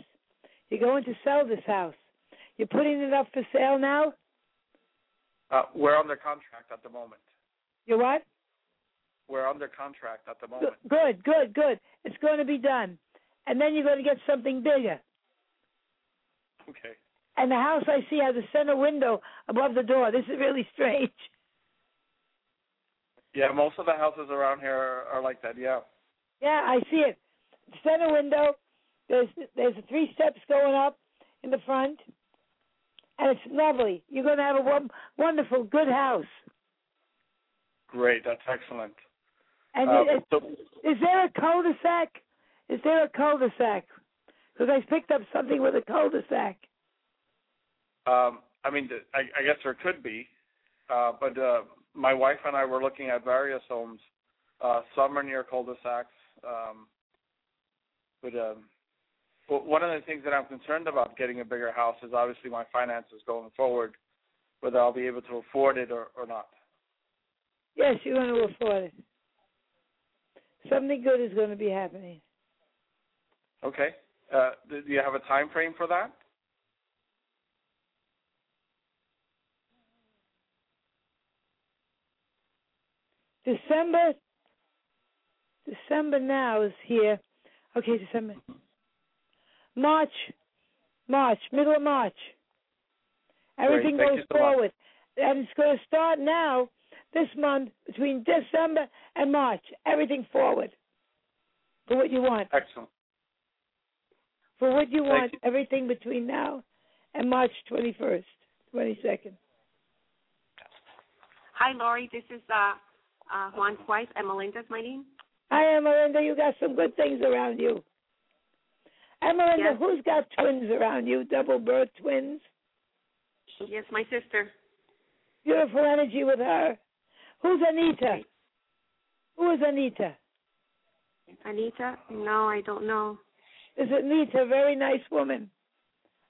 Speaker 11: You're going to sell this house. You're putting it up for sale now?
Speaker 20: Uh, we're under contract at the moment.
Speaker 11: You what?
Speaker 20: We're under contract at the moment.
Speaker 11: Good, good, good. It's going to be done. And then you're going to get something bigger.
Speaker 20: Okay.
Speaker 11: And the house I see has a center window above the door. This is really strange.
Speaker 20: Yeah, most of the houses around here are, are like that. Yeah.
Speaker 11: Yeah, I see it. Center window. There's there's three steps going up in the front, and it's lovely. You're going to have a won- wonderful, good house.
Speaker 20: Great. That's excellent.
Speaker 11: And
Speaker 20: Uh,
Speaker 11: it-
Speaker 20: so-
Speaker 11: is there a cul-de-sac? Is there a cul-de-sac? Because I picked up something with a cul-de-sac.
Speaker 20: Um, I mean, th- I, I guess there could be, uh, but uh, my wife and I were looking at various homes. Uh, some are near cul-de-sacs, um, but um, but one of the things that I'm concerned about getting a bigger house is obviously my finances going forward, whether I'll be able to afford it or, or not.
Speaker 11: Yes, you're going to afford it. Something good is going to be happening.
Speaker 20: Okay. Uh, do do you have a time frame for that?
Speaker 11: December. December now is here. Okay, December. March. March. Middle of March. Everything
Speaker 20: Great, thank
Speaker 11: goes
Speaker 20: you so much.
Speaker 11: forward. And it's going to start now, this month, between December and March. Everything forward for what you want.
Speaker 20: Excellent.
Speaker 11: For what you
Speaker 20: Thank
Speaker 11: want,
Speaker 20: you.
Speaker 11: everything between now and March 21st, 22nd.
Speaker 21: Hi, Lori. This is uh, uh, Juan's wife, and Melinda's my name.
Speaker 11: Hi, Amarinda. You got some good things around you. Amarinda,
Speaker 21: Yes.
Speaker 11: who's got twins around you? Double birth twins.
Speaker 21: Yes, my sister.
Speaker 11: Beautiful energy with her. Who's Anita? Who is Anita?
Speaker 21: Anita? No, I don't know.
Speaker 11: Is Anita a very nice woman?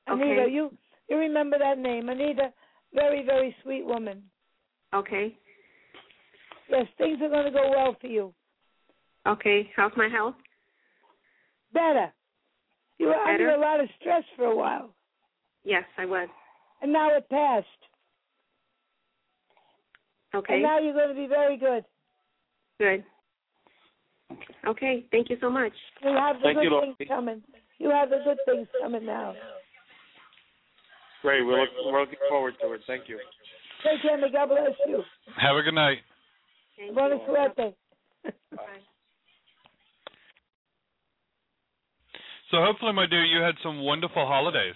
Speaker 11: Anita,
Speaker 21: Okay.
Speaker 11: you You remember that name, Anita? Very, very sweet woman.
Speaker 21: Okay.
Speaker 11: Yes, things are going to go well for you.
Speaker 21: Okay. How's my health?
Speaker 11: Better. You were
Speaker 21: Better?
Speaker 11: under a lot of stress for a while,
Speaker 21: Yes, I was.
Speaker 11: and now it passed.
Speaker 21: Okay.
Speaker 11: And now you're going to be very good.
Speaker 21: Good. Okay. Thank you so much.
Speaker 11: You have the
Speaker 21: Thank
Speaker 11: good
Speaker 21: you, Lori.
Speaker 11: things coming. You have the good things coming now.
Speaker 20: Great. We're, look, we're looking forward to it. Thank you.
Speaker 11: Take care, and God bless you.
Speaker 2: Have a good night.
Speaker 11: Buena suerte.
Speaker 2: So hopefully, my dear, you had some wonderful holidays.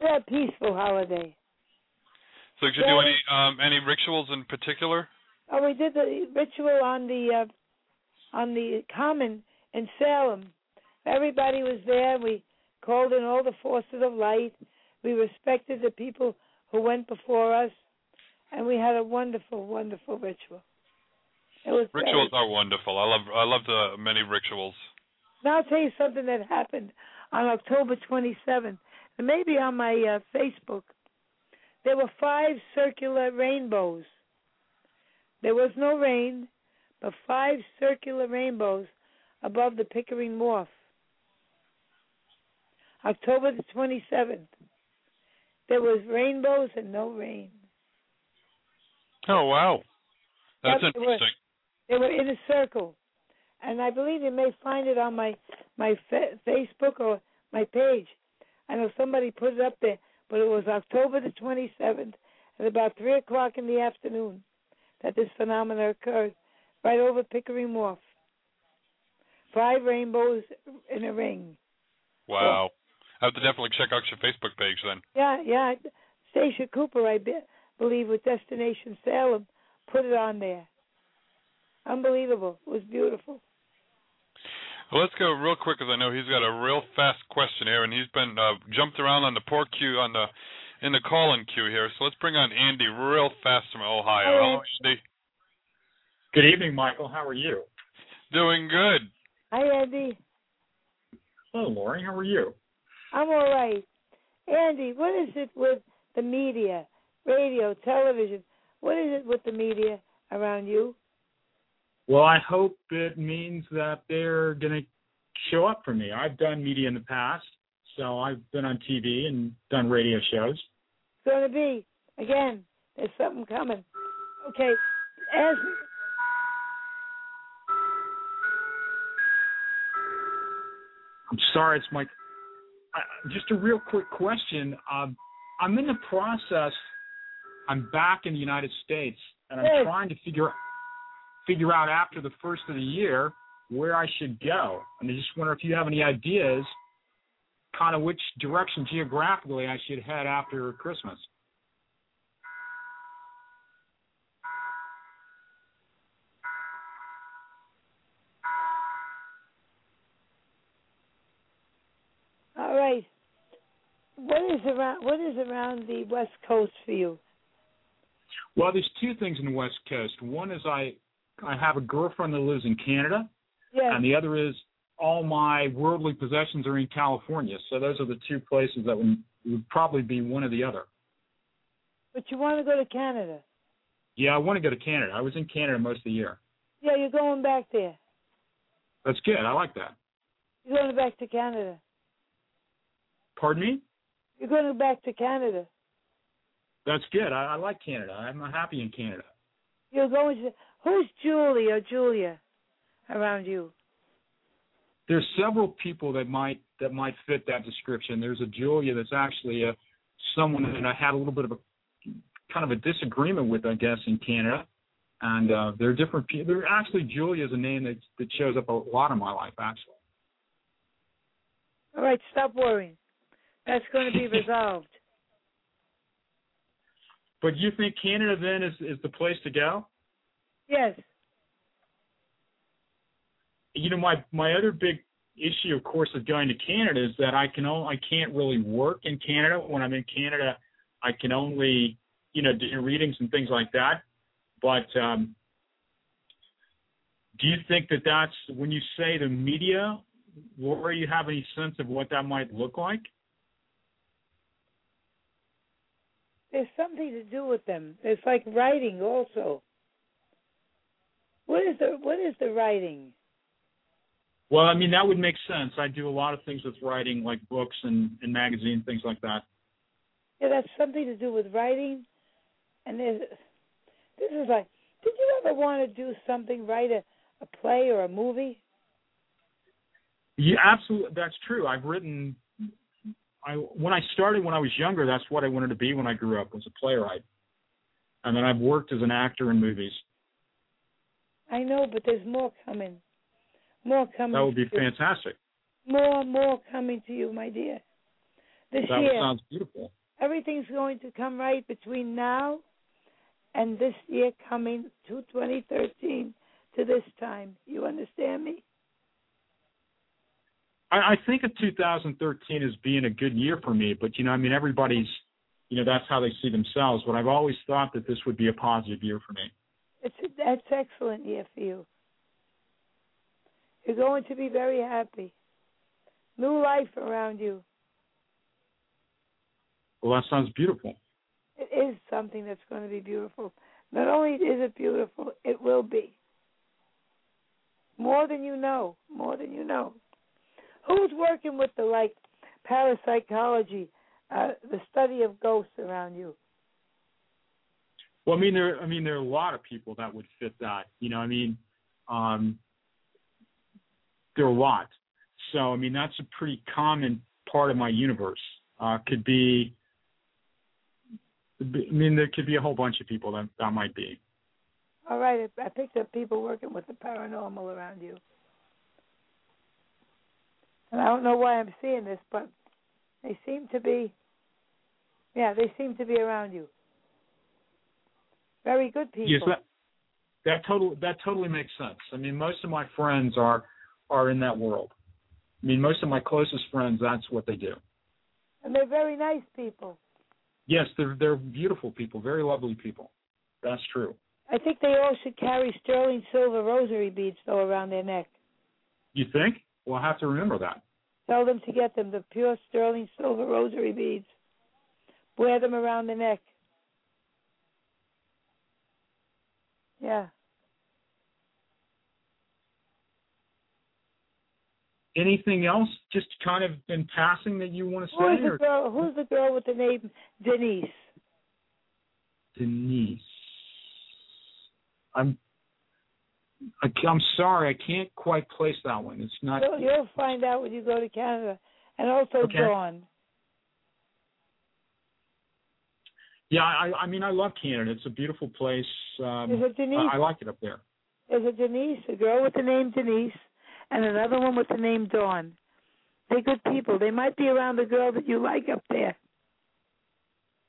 Speaker 11: Yeah, peaceful holiday.
Speaker 2: So did you do any um, any rituals in particular?
Speaker 11: Oh, we did the ritual on the uh, on the common in Salem. Everybody was there. We called in all the forces of light. We respected the people who went before us, and we had a wonderful, wonderful ritual. It was very-
Speaker 2: Rituals are wonderful. I love I love the many rituals.
Speaker 11: Now I'll tell you something that happened on October 27th, and maybe on my uh, Facebook. There were five circular rainbows. There was no rain, but five circular rainbows above the Pickering Wharf. October the 27th. There was rainbows and no rain.
Speaker 2: Oh wow, that's
Speaker 11: Yep, it was.
Speaker 2: interesting.
Speaker 11: They were in a circle, and I believe you may find it on my my fa- Facebook or my page. I know somebody put it up there, but it was October the 27th at about three o'clock in the afternoon that this phenomena occurred, right over Pickering Wharf. Five rainbows in a ring.
Speaker 2: Wow, I have to definitely check out your Facebook page then.
Speaker 11: Yeah, yeah. Stacia Cooper, I be- believe, with Destination Salem, put it on there. Unbelievable. It was beautiful.
Speaker 2: Well, let's go real quick because I know he's got a real fast question here, and he's been uh, jumped around on the poor queue on the in the call-in queue here. So let's bring on Andy real fast from Ohio.
Speaker 5: Hi,
Speaker 2: Hello, Andy.
Speaker 5: Good evening, Michael. How are you?
Speaker 2: Doing good.
Speaker 11: Hi, Andy.
Speaker 5: Hello, Oh, Lori. How are you?
Speaker 11: I'm all right. Andy, what is it with the media, radio, television? What is it with the media around you?
Speaker 5: Well, I hope it means that they're going to show up for me. I've done media in the past, so I've been on TV and done radio shows.
Speaker 11: It's going to be again. There's something coming. Okay, ask me.
Speaker 5: I'm sorry, it's Mike. Uh, just a real quick question. Um, I'm in the process. I'm back in the United States, and I'm
Speaker 11: Yes.
Speaker 5: trying to figure figure out after the first of the year where I should go. And I just wonder if you have any ideas, kind of which direction geographically I should head after Christmas.
Speaker 11: All right. What is around? What is around the West Coast for you?
Speaker 5: Well, there's two things in the West Coast. One is I I have a girlfriend that lives in Canada,
Speaker 11: Yes.
Speaker 5: and the other is all my worldly possessions are in California. So those are the two places that would, would probably be one or the other.
Speaker 11: But you want to go to Canada?
Speaker 5: Yeah, I want to go to Canada. I was in Canada most of the year.
Speaker 11: Yeah, you're going back there.
Speaker 5: That's good. I like that.
Speaker 11: You're going back to Canada.
Speaker 5: Pardon me?
Speaker 11: You're going back to Canada.
Speaker 5: That's good. I, I like Canada. I'm happy in Canada.
Speaker 11: You're going to. Who's Julie or Julia around you?
Speaker 5: There's several people that might that might fit that description. There's a Julia that's actually a someone that I had a little bit of a kind of a disagreement with, I guess, in Canada. And uh, there are different people. There actually Julia is a name that that shows up a lot in my life, actually.
Speaker 11: All right, stop worrying. That's
Speaker 5: <laughs>
Speaker 11: going to be resolved.
Speaker 5: But you think Canada then is is the place to go?
Speaker 11: Yes.
Speaker 5: You know, my my other big issue, of course, of going to Canada is that I can only I can't really work in Canada. When I'm in Canada, I can only you know do readings and things like that. But um, do you think that that's when you say the media? Where you have any sense of what that might look like?
Speaker 11: There's something to do with them. It's like writing also. What is the what is the writing?
Speaker 5: Well, I mean that would make sense. I do a lot of things with writing, like books and and magazine things like that.
Speaker 11: Yeah, that's something to do with writing. And there's this is like, did you ever want to do something, write a, a play or a movie?
Speaker 5: Yeah, absolutely. That's true. I've written. I when I started when I was younger, that's what I wanted to be when I grew up was a playwright. And then I've worked as an actor in movies.
Speaker 11: I know, but there's more coming. More coming.
Speaker 5: That would be
Speaker 11: to you. <laughs>
Speaker 5: fantastic.
Speaker 11: More, more coming to you, my dear. This
Speaker 5: That
Speaker 11: year,
Speaker 5: sounds beautiful.
Speaker 11: everything's going to come right between now and this year coming to 2013 to this time. You understand me?
Speaker 5: I, I think of 2013 as being a good year for me, but you know, I mean, everybody's, you know, that's how they see themselves. But I've always thought that this would be a positive year for me.
Speaker 11: It's a, that's excellent year for you. You're going to be very happy. New life around you.
Speaker 5: Well, that sounds beautiful.
Speaker 11: It is something that's going to be beautiful. Not only is it beautiful, it will be. More than you know. More than you know. Who's working with the like parapsychology, uh, the study of ghosts around you?
Speaker 5: Well, I mean, there, I mean, there are a lot of people that would fit that. You know, I mean, um, there are a lot. So, I mean, that's a pretty common part of my universe. Uh, could be, I mean, there could be a whole bunch of people that that might be.
Speaker 11: All right, I I picked up people working with the paranormal around you. And I don't know why I'm seeing this, but they seem to be, yeah, they seem to be around you. Very good people.
Speaker 5: Yes, that, that total that totally makes sense. I mean, most of my friends are are in that world. I mean, most of my closest friends, that's what they do.
Speaker 11: and they're very nice people.
Speaker 5: Yes, they're they're beautiful people, very lovely people. That's true.
Speaker 11: I think they all should carry sterling silver rosary beads, though, around their neck.
Speaker 5: You think? Well, I have to remember that.
Speaker 11: Tell them to get them the pure sterling silver rosary beads. Wear them around the neck. Yeah.
Speaker 5: Anything else? Just kind of in passing that you want to
Speaker 11: Who is
Speaker 5: say?
Speaker 11: the
Speaker 5: Or
Speaker 11: girl? Who's the girl with the name Denise?
Speaker 5: Denise, I'm I, am i am sorry, I can't quite place that one. It's not.
Speaker 11: You'll, you'll find out when you go to Canada, and also
Speaker 5: Okay.
Speaker 11: Dawn.
Speaker 5: Yeah, I I mean I love Canada. It's a beautiful place. Um,
Speaker 11: Is it Denise?
Speaker 5: I, I like it up there.
Speaker 11: There's a Denise, a girl with the name Denise, and another one with the name Dawn. They're good people. They might be around the girl that you like up there.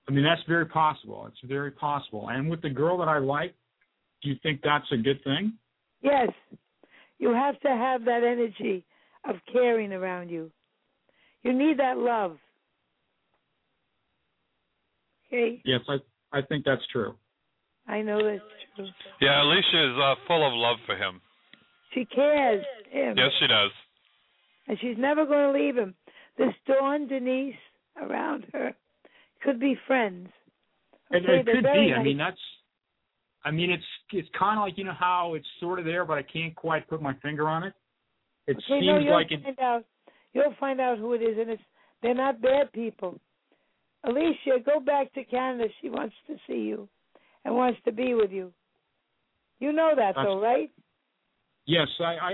Speaker 5: I mean, that's very possible. It's very possible. And with the girl that I like, do you think that's a good thing?
Speaker 11: Yes, you have to have that energy of caring around you. You need that love. Okay,
Speaker 5: Yes, I I think that's true.
Speaker 11: I know that's true.
Speaker 2: Yeah, Alicia is uh, full of love for him.
Speaker 11: She cares him,
Speaker 2: Yes, she does.
Speaker 11: and she's never going to leave him. This Dawn Denise around her could be friends.
Speaker 5: It,
Speaker 11: Okay,
Speaker 5: it
Speaker 11: they're
Speaker 5: could
Speaker 11: very
Speaker 5: be. I
Speaker 11: nice.
Speaker 5: mean, that's. I mean, it's it's kind of like you know how it's sort of there, but I can't quite put my finger on it. It
Speaker 11: Okay, no,
Speaker 5: seems
Speaker 11: you'll
Speaker 5: like it.
Speaker 11: find out. You'll find out who it is, and it's they're not bad people. Alicia, go back to Canada. She wants to see you, and wants to be with you. You know that, though,
Speaker 5: That's-
Speaker 11: right?
Speaker 5: Yes, I, I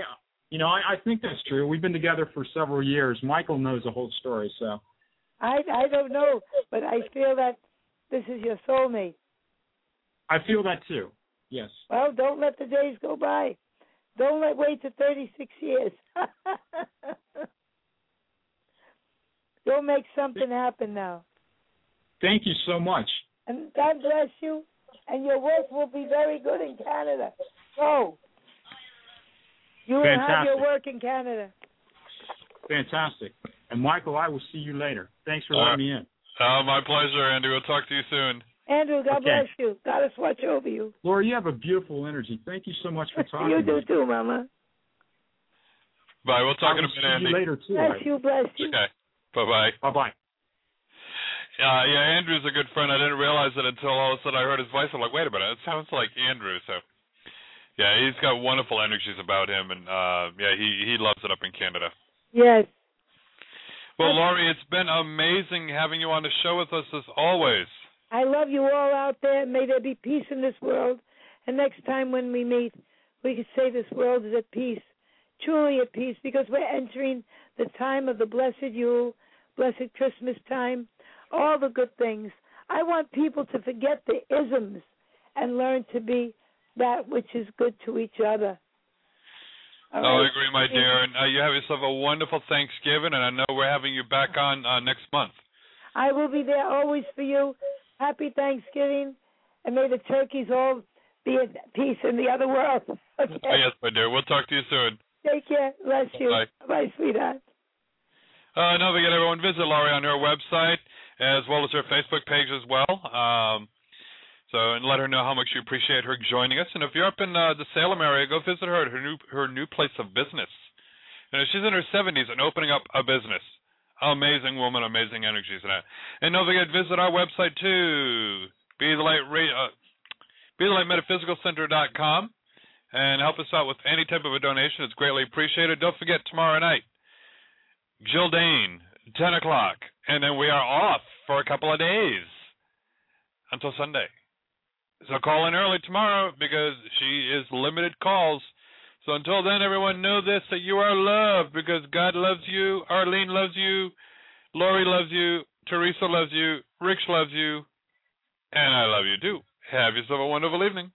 Speaker 5: you know, I, I think that's true. We've been together for several years. Michael knows the whole story, so
Speaker 11: I I don't know, but I feel that this is your soulmate.
Speaker 5: I feel that too. Yes.
Speaker 11: Well, don't let the days go by. Don't let wait to 36 years. <laughs> Go make something happen now.
Speaker 5: Thank you so much.
Speaker 11: And God bless you, and your work will be very good in Canada. Go. You will have your
Speaker 5: Fantastic.
Speaker 11: work in Canada.
Speaker 5: Fantastic. And Michael, I will see you later. Thanks for letting me in.
Speaker 2: Uh, my pleasure, Andy. We'll talk to you soon.
Speaker 11: Andrew, God
Speaker 5: Okay.
Speaker 11: bless you. God has watch over you.
Speaker 5: Laura, you have a beautiful energy. Thank you so much for talking.
Speaker 11: <laughs> You
Speaker 5: to
Speaker 11: do
Speaker 5: me.
Speaker 11: too, Mama.
Speaker 2: Bye. We'll talk
Speaker 5: I
Speaker 2: in a
Speaker 5: will
Speaker 2: bit,
Speaker 5: see
Speaker 2: Andy.
Speaker 5: you later too.
Speaker 11: Bless you, bless you.
Speaker 2: Okay. Bye bye.
Speaker 5: Bye bye.
Speaker 2: Uh, yeah, Andrew's a good friend. I didn't realize it until all of a sudden I heard his voice. I'm like, wait a minute, it sounds like Andrew. So, yeah, he's got wonderful energies about him, and uh, yeah, he he loves it up in Canada.
Speaker 11: Yes.
Speaker 2: Well, Laurie, it's been amazing having you on the show with us as always.
Speaker 11: I love you all out there. May there be peace in this world. And next time when we meet, we can say this world is at peace, truly at peace, because we're entering the time of the blessed Yule, blessed Christmas time, all the good things. I want people to forget the isms and learn to be that which is good to each other. All
Speaker 2: Oh, I
Speaker 11: right?
Speaker 2: agree, my dear. And uh, you have yourself a wonderful Thanksgiving, and I know we're having you back on uh, next month.
Speaker 11: I will be there always for you. Happy Thanksgiving, and may the turkeys all be at peace in the other world. <laughs> Okay.
Speaker 2: Oh, yes, my dear. We'll talk to you soon.
Speaker 11: Take care. Bless you.
Speaker 2: Bye.
Speaker 11: Bye, sweetheart.
Speaker 2: Uh, don't forget, everyone, visit Laurie on her website as well as her Facebook page as well. Um, so, and let her know how much you appreciate her joining us. And if you're up in uh, the Salem area, go visit her at her new her new place of business. You know, she's in her 70s and opening up a business. Amazing woman, amazing energies, and that. And don't forget, visit our website too. Be the light, ra- uh, be the light metaphysical center dot com, and help us out with any type of a donation. It's greatly appreciated. Don't forget tomorrow night. Jill Dane, 10 o'clock. And then we are off for a couple of days until Sunday. So call in early tomorrow because she is limited calls. So until then, everyone know this that you are loved because God loves you, Arlene loves you, Lori loves you, Teresa loves you, Rich loves you, and I love you too. Have yourself a wonderful evening.